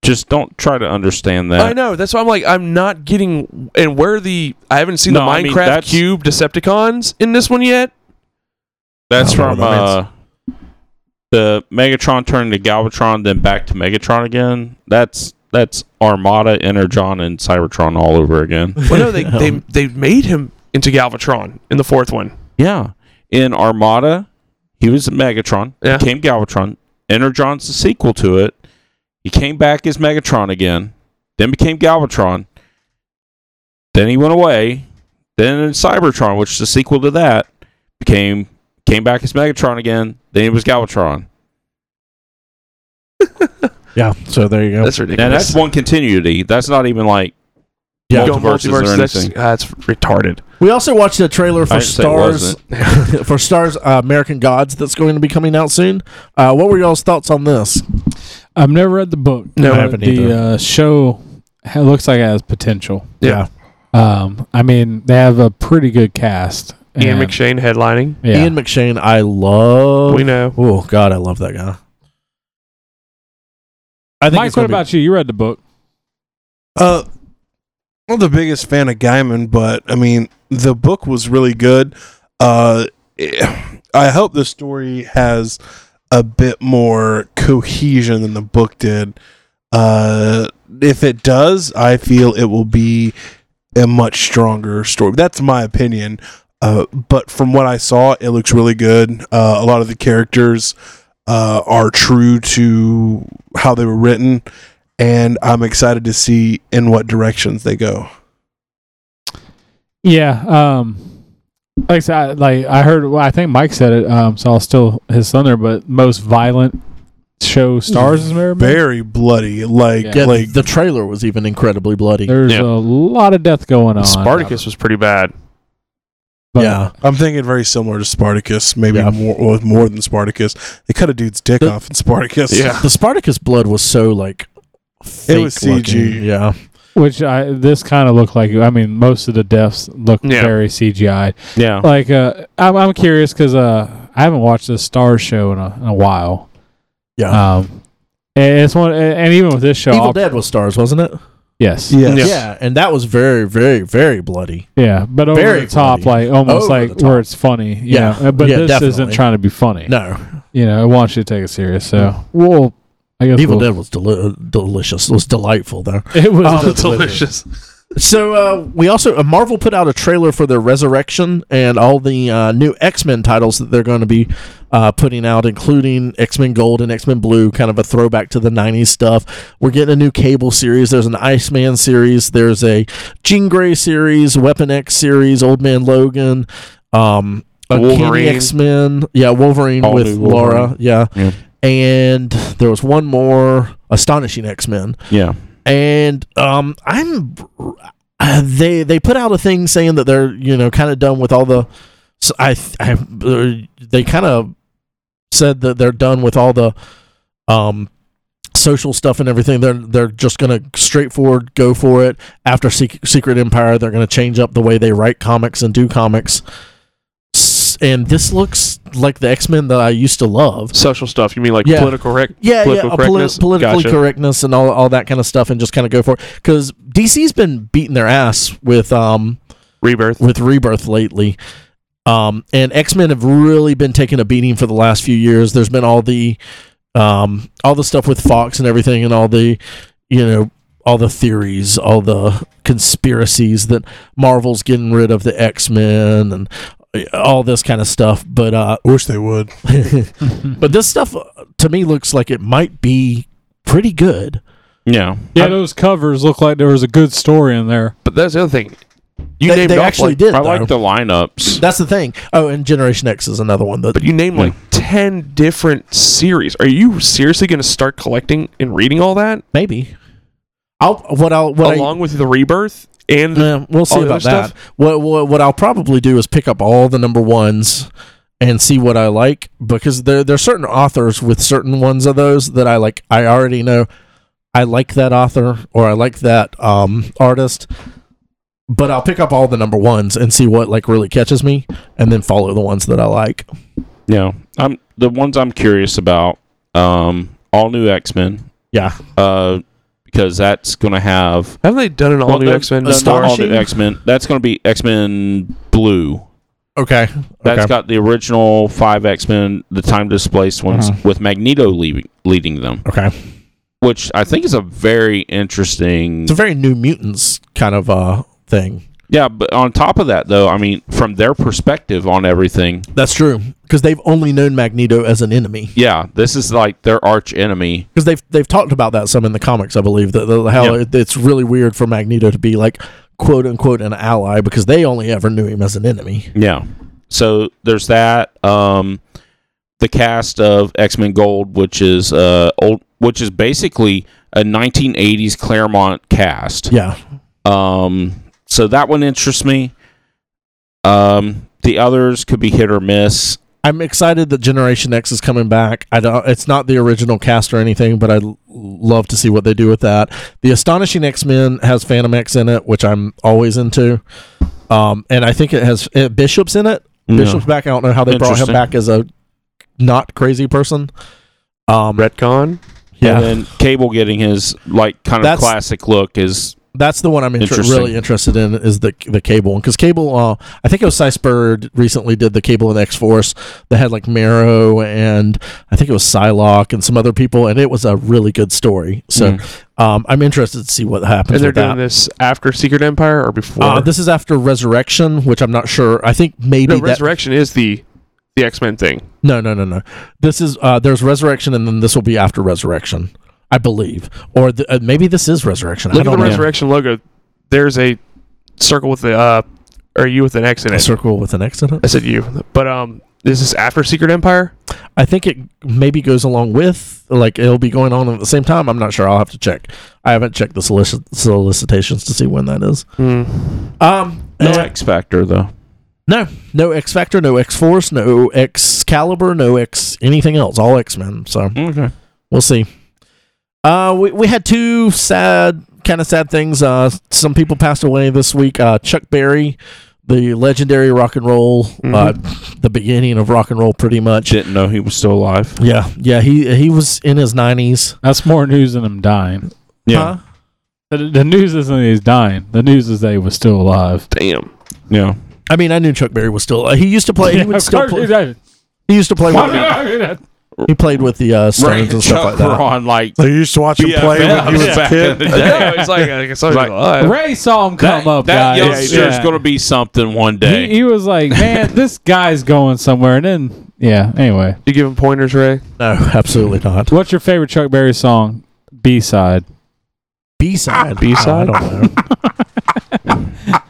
S5: Just don't try to understand that.
S3: I know. That's why I'm like, I'm not getting. And where the I haven't seen the
S5: No, I mean,
S3: Minecraft
S5: that's-
S3: Cube Decepticons in this one yet.
S5: That's
S4: I don't know
S5: from
S4: what that
S5: uh, the Megatron turning to Galvatron, then back to Megatron again. That's that's Armada, Energon, and Cybertron all over again.
S3: Well, no, they
S4: Um,
S3: they they made him into Galvatron in the fourth one.
S5: yeah, in Armada, he was Megatron.
S3: Yeah.
S5: Became Galvatron. Energon's the sequel to it. He came back as Megatron again. Then became Galvatron. Then he went away. Then in Cybertron, which is the sequel to that, became came back as Megatron again. Then he was Galvatron.
S4: Yeah, so there you go.
S3: That's
S5: Now
S3: ridiculous.
S5: that's one continuity. That's not even like
S4: Yeah.
S3: Go
S5: multiverses or
S3: multiverse, that's,
S5: anything.
S3: that's retarded.
S4: We also watched a trailer
S5: I
S4: for
S5: didn't say it
S4: Stars
S5: wasn't.
S4: for Stars uh, American Gods that's going to be coming out soon. Uh, what were y'all's thoughts on this?
S2: I've never read the book.
S3: No, I
S2: but
S4: haven't either.
S2: the uh, show ha- looks like it has potential.
S3: Yeah.
S2: Um, I mean, they have a pretty good cast.
S3: Ian
S2: and-
S3: McShane headlining.
S2: Yeah.
S4: Ian McShane, I love.
S3: We know.
S4: Oh God, I love that guy. I think
S2: Mike,
S4: it's
S2: what
S4: gonna be-
S2: about you? You read the book.
S1: Uh, I'm not the biggest fan of Gaiman, but I mean, the book was really good. Uh, I hope the story has a bit more cohesion than the book did. Uh, if it does, I feel it will be a much stronger story. That's my opinion. Uh, but from what I saw, it looks really good. Uh, a lot of the characters uh, are true to how they were written and I'm excited to see in what directions they go.
S2: Yeah. Um, like I said, I- like I heard, well, I think Mike said it. Um, so I'll still his thunder, but most violent show stars is Mirror Man.
S1: Very bloody, like
S2: Yeah.
S4: Yeah,
S1: like
S4: the trailer was even incredibly bloody.
S2: There's
S3: Yeah.
S2: a lot of death going on.
S3: Spartacus was pretty bad.
S2: But-
S4: yeah,
S1: I'm thinking very similar to Spartacus, maybe
S4: Yeah.
S1: more or more than Spartacus. They cut a dude's dick
S4: The-
S1: off in Spartacus.
S3: Yeah.
S4: the Spartacus blood was so like. fake
S1: was CG.
S4: looking. Yeah,
S2: Which I this kind of looked like. I mean, most of the deaths look
S3: Yeah.
S2: very CGI.
S5: Yeah.
S2: Like, uh, I'm I'm curious because uh, I haven't watched the Star Show in a, in a while.
S4: yeah.
S2: Um, and it's one, and even with this show,
S4: Evil
S2: I'll-
S4: Dead was stars, wasn't it?
S2: yes,
S1: Yes.
S4: Yeah, and that was very, very, very bloody.
S2: Yeah, but over
S4: Very
S2: the top,
S4: funny.
S2: like almost
S4: Over
S2: like
S4: the top.
S2: where it's funny. you
S4: Yeah.
S2: know? Uh, but
S4: Yeah,
S2: this isn't
S4: definitely.
S2: trying to be funny.
S4: No, Mm.
S2: You know, it wants you to take it serious. So, well, I guess
S4: Evil
S2: we'll-
S4: Dead was deli- delicious. It was delightful there.
S2: It was
S4: Oh,
S3: Delicious.
S4: So uh, we also uh, Marvel put out a trailer for their Resurrection and all the uh, new X Men titles that they're going to be uh, putting out, including X Men Gold and X Men Blue, kind of a throwback to the '90s stuff. We're getting a new Cable series. There's an Iceman series. There's a Jean Grey series, Weapon X series, Old Man Logan, um, Uncanny
S3: Wolverine.
S4: X Men. Yeah, Wolverine
S5: All
S4: with
S5: new Wolverine.
S4: Laura. Yeah.
S5: Yeah.
S4: and there was one more Astonishing X Men
S5: Yeah.
S4: and um, I'm uh, they they put out a thing saying that they're you know kind of done with all the so I, I uh, they kind of said that they're done with all the um social stuff and everything they're they're just gonna straightforward go for it after Sec- secret empire they're gonna change up the way they write comics and do comics S- and this looks like the x-men that i used to love
S3: Social stuff. You mean like
S4: Yeah.
S3: political correct?
S4: yeah,
S3: Political
S4: yeah, a
S3: correctness?
S4: politically
S3: Gotcha.
S4: correctness and all, all that kind of stuff, and just kind of go for it. Because DC's been beating their ass with um
S3: Rebirth.
S4: with Rebirth lately, um, and X Men have really been taking a beating for the last few years. There's been all the um all the stuff with Fox and everything, and all the you know all the theories, all the conspiracies that Marvel's getting rid of the X Men and uh, all this kind of stuff. But uh,
S1: Wish they would.
S4: but this stuff uh, to me looks like it might be pretty good.
S5: Yeah.
S2: yeah, those covers look like there was a good story in there.
S3: But that's the other thing. You
S4: They-
S3: named
S4: they
S3: off,
S4: actually
S3: like-
S4: did.
S5: I
S4: though.
S5: like the lineups.
S4: That's the thing. Oh, and Generation X is another one that
S3: But you named like ten different series. Are you seriously going to start collecting and reading all that
S4: maybe. I'll what I'll what
S3: along with the rebirth and
S4: I eh, we'll see
S3: all the
S4: about
S3: other
S4: that. What, what what I'll probably do is pick up all the number ones and see what I like because there there's certain authors with certain ones of those that I like. I already know I like that author or I like that um, artist. But I'll pick up all the number ones and see what like really catches me, and then follow the ones that I like.
S5: Yeah. I'm the ones I'm curious about. Um, all new X Men.
S4: Yeah.
S5: Uh, because that's gonna have
S3: Haven't they done an all
S5: Well,
S3: new
S5: they're-
S3: X Men?
S5: they're all new X Men. That's gonna be X Men Blue.
S4: Okay.
S5: That's got the original five X Men, the time displaced ones,
S4: Uh-huh.
S5: with Magneto leaving, leading them,
S4: okay.
S5: which I think is a very interesting.
S4: It's a very New Mutants kind of uh thing.
S5: Yeah, but on top of that, though, I mean, from their perspective on everything,
S4: That's true because they've only known Magneto as an enemy
S5: yeah, this is like their arch enemy.
S4: because they've they've talked about that some in the comics, I believe. That that- how
S5: Yeah.
S4: it, it's really weird for Magneto to be like quote unquote an ally because they only ever knew him as an enemy.
S5: Yeah. So there's that. Um, the cast of X Men Gold, which is uh old, which is basically a 1980s Claremont cast.
S4: Yeah,
S5: Um, so that one interests me. Um, the others could be hit or miss.
S4: I'm excited that Generation X is coming back. I don't. It's not the original cast or anything, but I l- love to see what they do with that. The Astonishing X Men has Phantom X in it, which I'm always into. Um, and I think it has uh, Bishop's in it. Bishop's back. I don't know how they brought him
S5: Interesting.
S4: back as a not crazy person. Um,
S3: Retcon.
S5: And then Cable getting his like kind of
S4: That's-
S5: classic look is
S4: That's the one I'm inter-
S5: Interesting.
S4: really interested in is the the cable because cable. Uh, I think it was Cysperd recently did the cable in X Force that had like Marrow and I think it was Psylocke and some other people, and it was a really good story. So
S5: mm,
S4: um, I'm interested to see what happens.
S3: Mm-hmm. And they're
S4: with that.
S3: doing this after Secret Empire or before?
S4: Uh, this is after Resurrection, which I'm not sure. I think maybe
S3: no,
S4: that,
S3: Resurrection is the the X Men thing.
S4: no, no, no, no. This is uh, there's Resurrection, and then this will be after Resurrection, I believe, or th- uh, maybe this is Resurrection. I
S3: Look at
S4: don't
S3: the
S4: know.
S3: Resurrection logo. There's a circle with the uh, or you with an X in
S4: A
S3: it.
S4: circle with an X in it.
S3: I said you, but um, this is after Secret Empire.
S4: I think it maybe goes along with like it'll be going on at the same time. I'm not sure. I'll have to check. I haven't checked the solici- solicitations to see when that is. Um,
S5: no
S4: eh,
S5: X Factor though.
S4: no, no X Factor, no X Force, no Excalibur, no X anything else. All X Men. So
S5: Okay.
S4: we'll see. Uh, we we had two sad, kind of sad things. Uh, some people passed away this week. Uh, Chuck Berry, the legendary rock and roll, uh,
S5: Mm-hmm.
S4: the beginning of rock and roll, pretty much.
S5: Didn't know he was still alive.
S4: Yeah, yeah. He he was in his nineties.
S2: That's more news than him dying.
S5: Yeah.
S4: Huh?
S2: The, the news isn't that he's dying. The news is that he was still alive.
S3: Damn.
S5: Yeah.
S4: I mean, I knew Chuck Berry was still. Uh, he used to play. he would still play. He used to play. With, he played with the uh, Stones and stuff like that.
S5: Ron, like
S1: So you used to watch him
S5: Yeah,
S1: play
S5: yeah,
S1: when he was
S5: yeah.
S1: a kid.
S3: no, it's like I guess I was
S5: Like-
S3: alive.
S2: Ray saw him come
S5: that,
S2: up,
S5: that
S2: guys.
S5: youngster's
S2: Yeah.
S5: gonna be something one day.
S2: He, he was like, man, this guy's going somewhere. And then, yeah, anyway.
S3: You give him pointers, Ray.
S4: No, absolutely not.
S2: What's your favorite Chuck Berry song? B side.
S4: B side.
S3: B side?
S4: I don't know.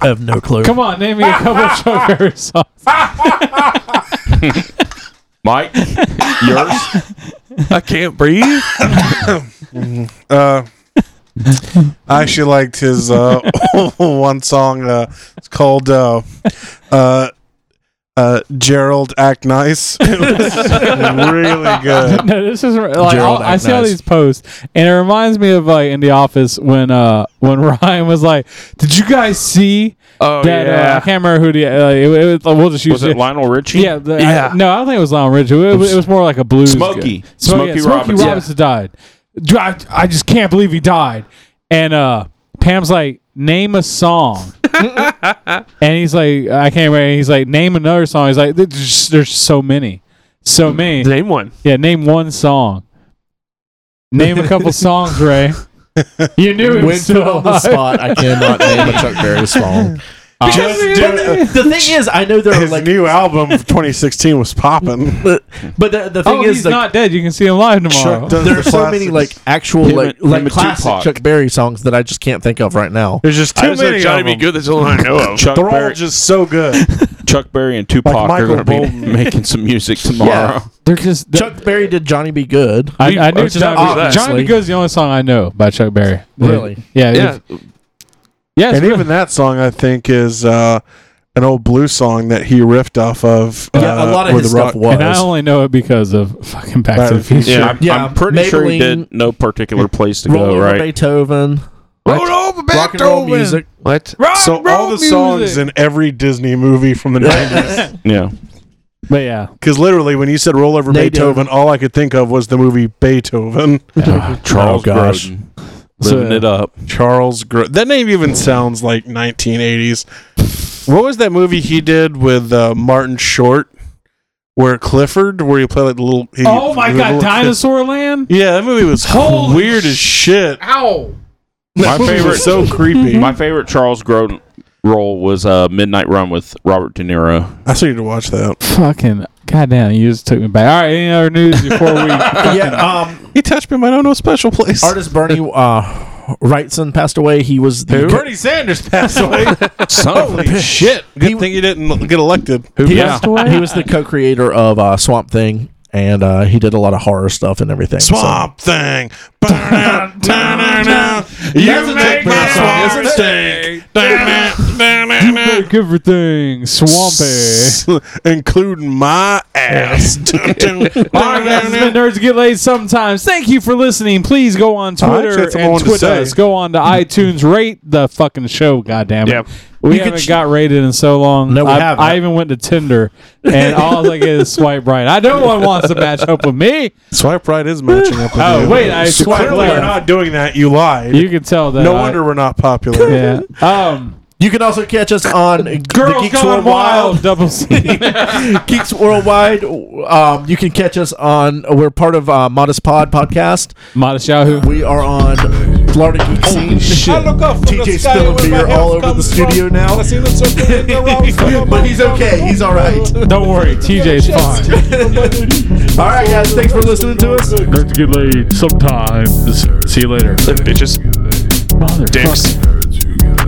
S4: I have no clue.
S2: Come on, name me a couple of Chuck Berry songs.
S5: Mike, yours.
S3: I can't breathe.
S1: Uh, I actually liked his uh, one song. Uh, it's called uh, uh, uh, "Gerald Act Nice." It was really good.
S2: no, this is like all,
S4: Gerald
S2: I see all
S4: Acknights.
S2: these posts, and it reminds me of like in the office when uh when Ryan was like, "Did you guys see
S3: Oh
S2: that?" Uh, I
S3: yeah.
S2: can't remember who the uh, it, it was, we'll just use
S5: Was it Lionel Richie?
S2: Yeah, the,
S3: Yeah.
S2: I, no, I don't think it was Lionel Richie. It, was- it was more like a blues.
S5: Smokey.
S2: guy. Smo-
S5: Smokey
S2: yeah, Smokey
S5: Robinson.
S2: Robinson, died. Dude, I, I just can't believe he died. And uh, Pam's like, name a song. and he's like, I can't remember. He's like, name another song. He's like, there's, just- there's so many, so many.
S3: Name one.
S2: Yeah, name one song. Name a couple songs, Ray. You knew it was
S4: When put
S2: still
S4: on the
S2: alive.
S4: spot, I cannot name a Chuck Berry song. Um,
S2: Oh,
S1: Dude,
S4: the thing is, I know there are
S1: his
S4: like,
S1: new album of 2016 was popping.
S4: but, but the, the thing
S2: Oh,
S4: is,
S2: he's
S4: like,
S2: not dead. You can see him live tomorrow.
S1: Chuck does
S4: there
S1: the
S4: are so many
S1: classics.
S4: like actual
S5: Him
S4: like
S5: and-
S4: like
S5: him and
S4: classic
S5: Tupac.
S4: Chuck Berry songs that I just can't think of right now.
S1: There's just
S3: I
S1: too
S3: just know
S1: many.
S3: Johnny
S1: of
S3: Be
S1: them.
S3: Good. That's the only one I know of.
S5: Chuck
S1: They're all
S5: Berry,
S1: just so good.
S5: Chuck Berry and Tupac
S1: Like
S5: are
S1: Michael
S5: going to be
S1: Bolton.
S5: making some music tomorrow.
S2: They're just they're-
S4: Chuck Berry did Johnny Be Good.
S2: I,
S3: We-
S2: I knew
S3: it's
S2: Johnny,
S3: not
S2: B-
S3: us.
S2: Johnny B. Good's the only song I know by Chuck Berry.
S4: Really?
S2: Yeah.
S3: Yeah,
S2: Yeah. Yes.
S1: and even that song, I think, is uh, an old blues song that he riffed off of. Uh,
S4: yeah, a lot of
S1: where
S4: his
S1: the rock-
S4: stuff was.
S2: and I only know it because of fucking Back, to the Future.
S5: Yeah, I'm,
S4: Yeah,
S5: I'm pretty sure he
S4: Maybelline-
S5: did no particular place to
S4: Roll
S5: go,
S4: Over
S5: right?
S4: Beethoven.
S3: Roll over
S4: Rock and roll music.
S3: What?
S1: So all the songs in every Disney movie from the 90s.
S5: Yeah.
S2: But yeah.
S1: Because literally, when you said "roll over
S4: They
S1: Beethoven," all I could think of was the movie Beethoven.
S2: Oh,
S5: Charles
S4: gosh.
S5: Grodin.
S2: So,
S5: Living it up.
S1: Charles Gro- that name even sounds like 1980s. What was that movie he did with uh, Martin Short, where Clifford, where he played like the little? He,
S2: Oh my
S1: the
S2: God,
S1: little kid-
S2: Dinosaur Land.
S1: Yeah, that movie was
S2: Holy
S1: weird as shit.
S3: Ow.
S5: My
S1: That movie was
S5: favorite-
S1: so creepy.
S5: My favorite Charles Grodin role was uh, Midnight Run with Robert De Niro.
S1: I still need to watch that.
S2: Fucking goddamn, you just took me back. All right, any other news before we?
S4: yeah, um,
S1: He touched me, in my own no special place.
S4: artist Bernie uh, Wrightson passed away. He was the
S1: Bernie Sanders passed away.
S5: Son of a
S1: Holy shit! Good thing he didn't get elected.
S2: Who
S5: Yeah.
S2: passed away?
S4: he was the co-creator of uh, Swamp Thing, and uh, he did a lot of horror stuff and everything. so-
S1: Swamp Thing. You make my swamp stink.
S2: Good for things. Swampy.
S1: Including my ass.
S2: All right, guys, it's been nerds get laid sometimes. Thank you for listening. Please go on
S1: Oh, I actually
S2: Twitter
S1: had something I
S2: and
S1: wanted to
S2: tweet
S1: say.
S2: us. Go on to iTunes. Rate the fucking show. Goddamn it.
S3: Yep.
S2: We
S4: You could
S2: haven't
S4: ch-
S2: got rated in so long.
S4: No, we
S2: I,
S4: haven't.
S2: I even went to Tinder, and all I get is swipe right. I no one wants to match up with me.
S1: Swipe right is matching up. With
S2: Oh,
S1: you.
S2: wait, I
S1: So
S2: swipe
S1: clearly
S2: left.
S1: we're not doing that. You lied.
S2: You can tell that.
S1: no
S2: I-
S1: wonder we're not popular.
S2: Yeah. Um.
S4: You can also catch us on the
S2: Girls
S4: Geeks
S2: Gone
S4: World
S2: Wild.
S4: Wild,
S2: Double C.
S4: Geeks Worldwide. Um, you can catch us on. We're part of uh, Modest Pod podcast.
S2: Modest Yahoo.
S4: We are on Florida Geek Scene. TJ spilling beer all over the studio now. but he's okay. He's all right.
S2: Don't worry, TJ's fine.
S4: All right, guys. Thanks for listening to us.
S2: Let's get laid sometimes. See you later.
S3: Bitches. Dicks.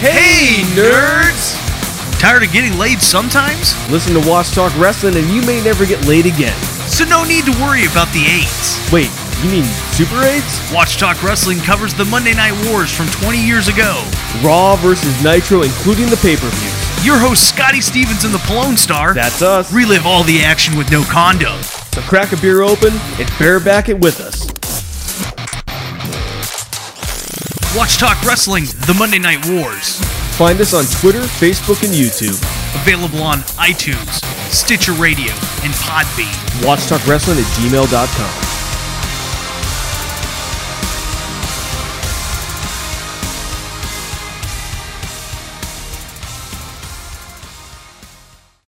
S9: Hey, nerds! Tired of getting laid sometimes?
S10: Listen to Watch Talk Wrestling and you may never get laid again.
S9: So, no need to worry about the AIDS.
S10: Wait, you mean Super AIDS?
S9: Watch Talk Wrestling covers the Monday Night Wars from 20 years ago.
S10: Raw versus Nitro, including the pay per views.
S9: Your host, Scotty Stevens and the Palone Star,
S10: That's us.
S9: relive all the action with no condom.
S10: So crack a beer open and bareback it with us.
S9: Watch Talk Wrestling, the Monday Night Wars.
S10: Find us on Twitter, Facebook, and YouTube.
S9: Available on iTunes, Stitcher Radio, and Podbean.
S10: WatchTalkWrestling at gmail.com.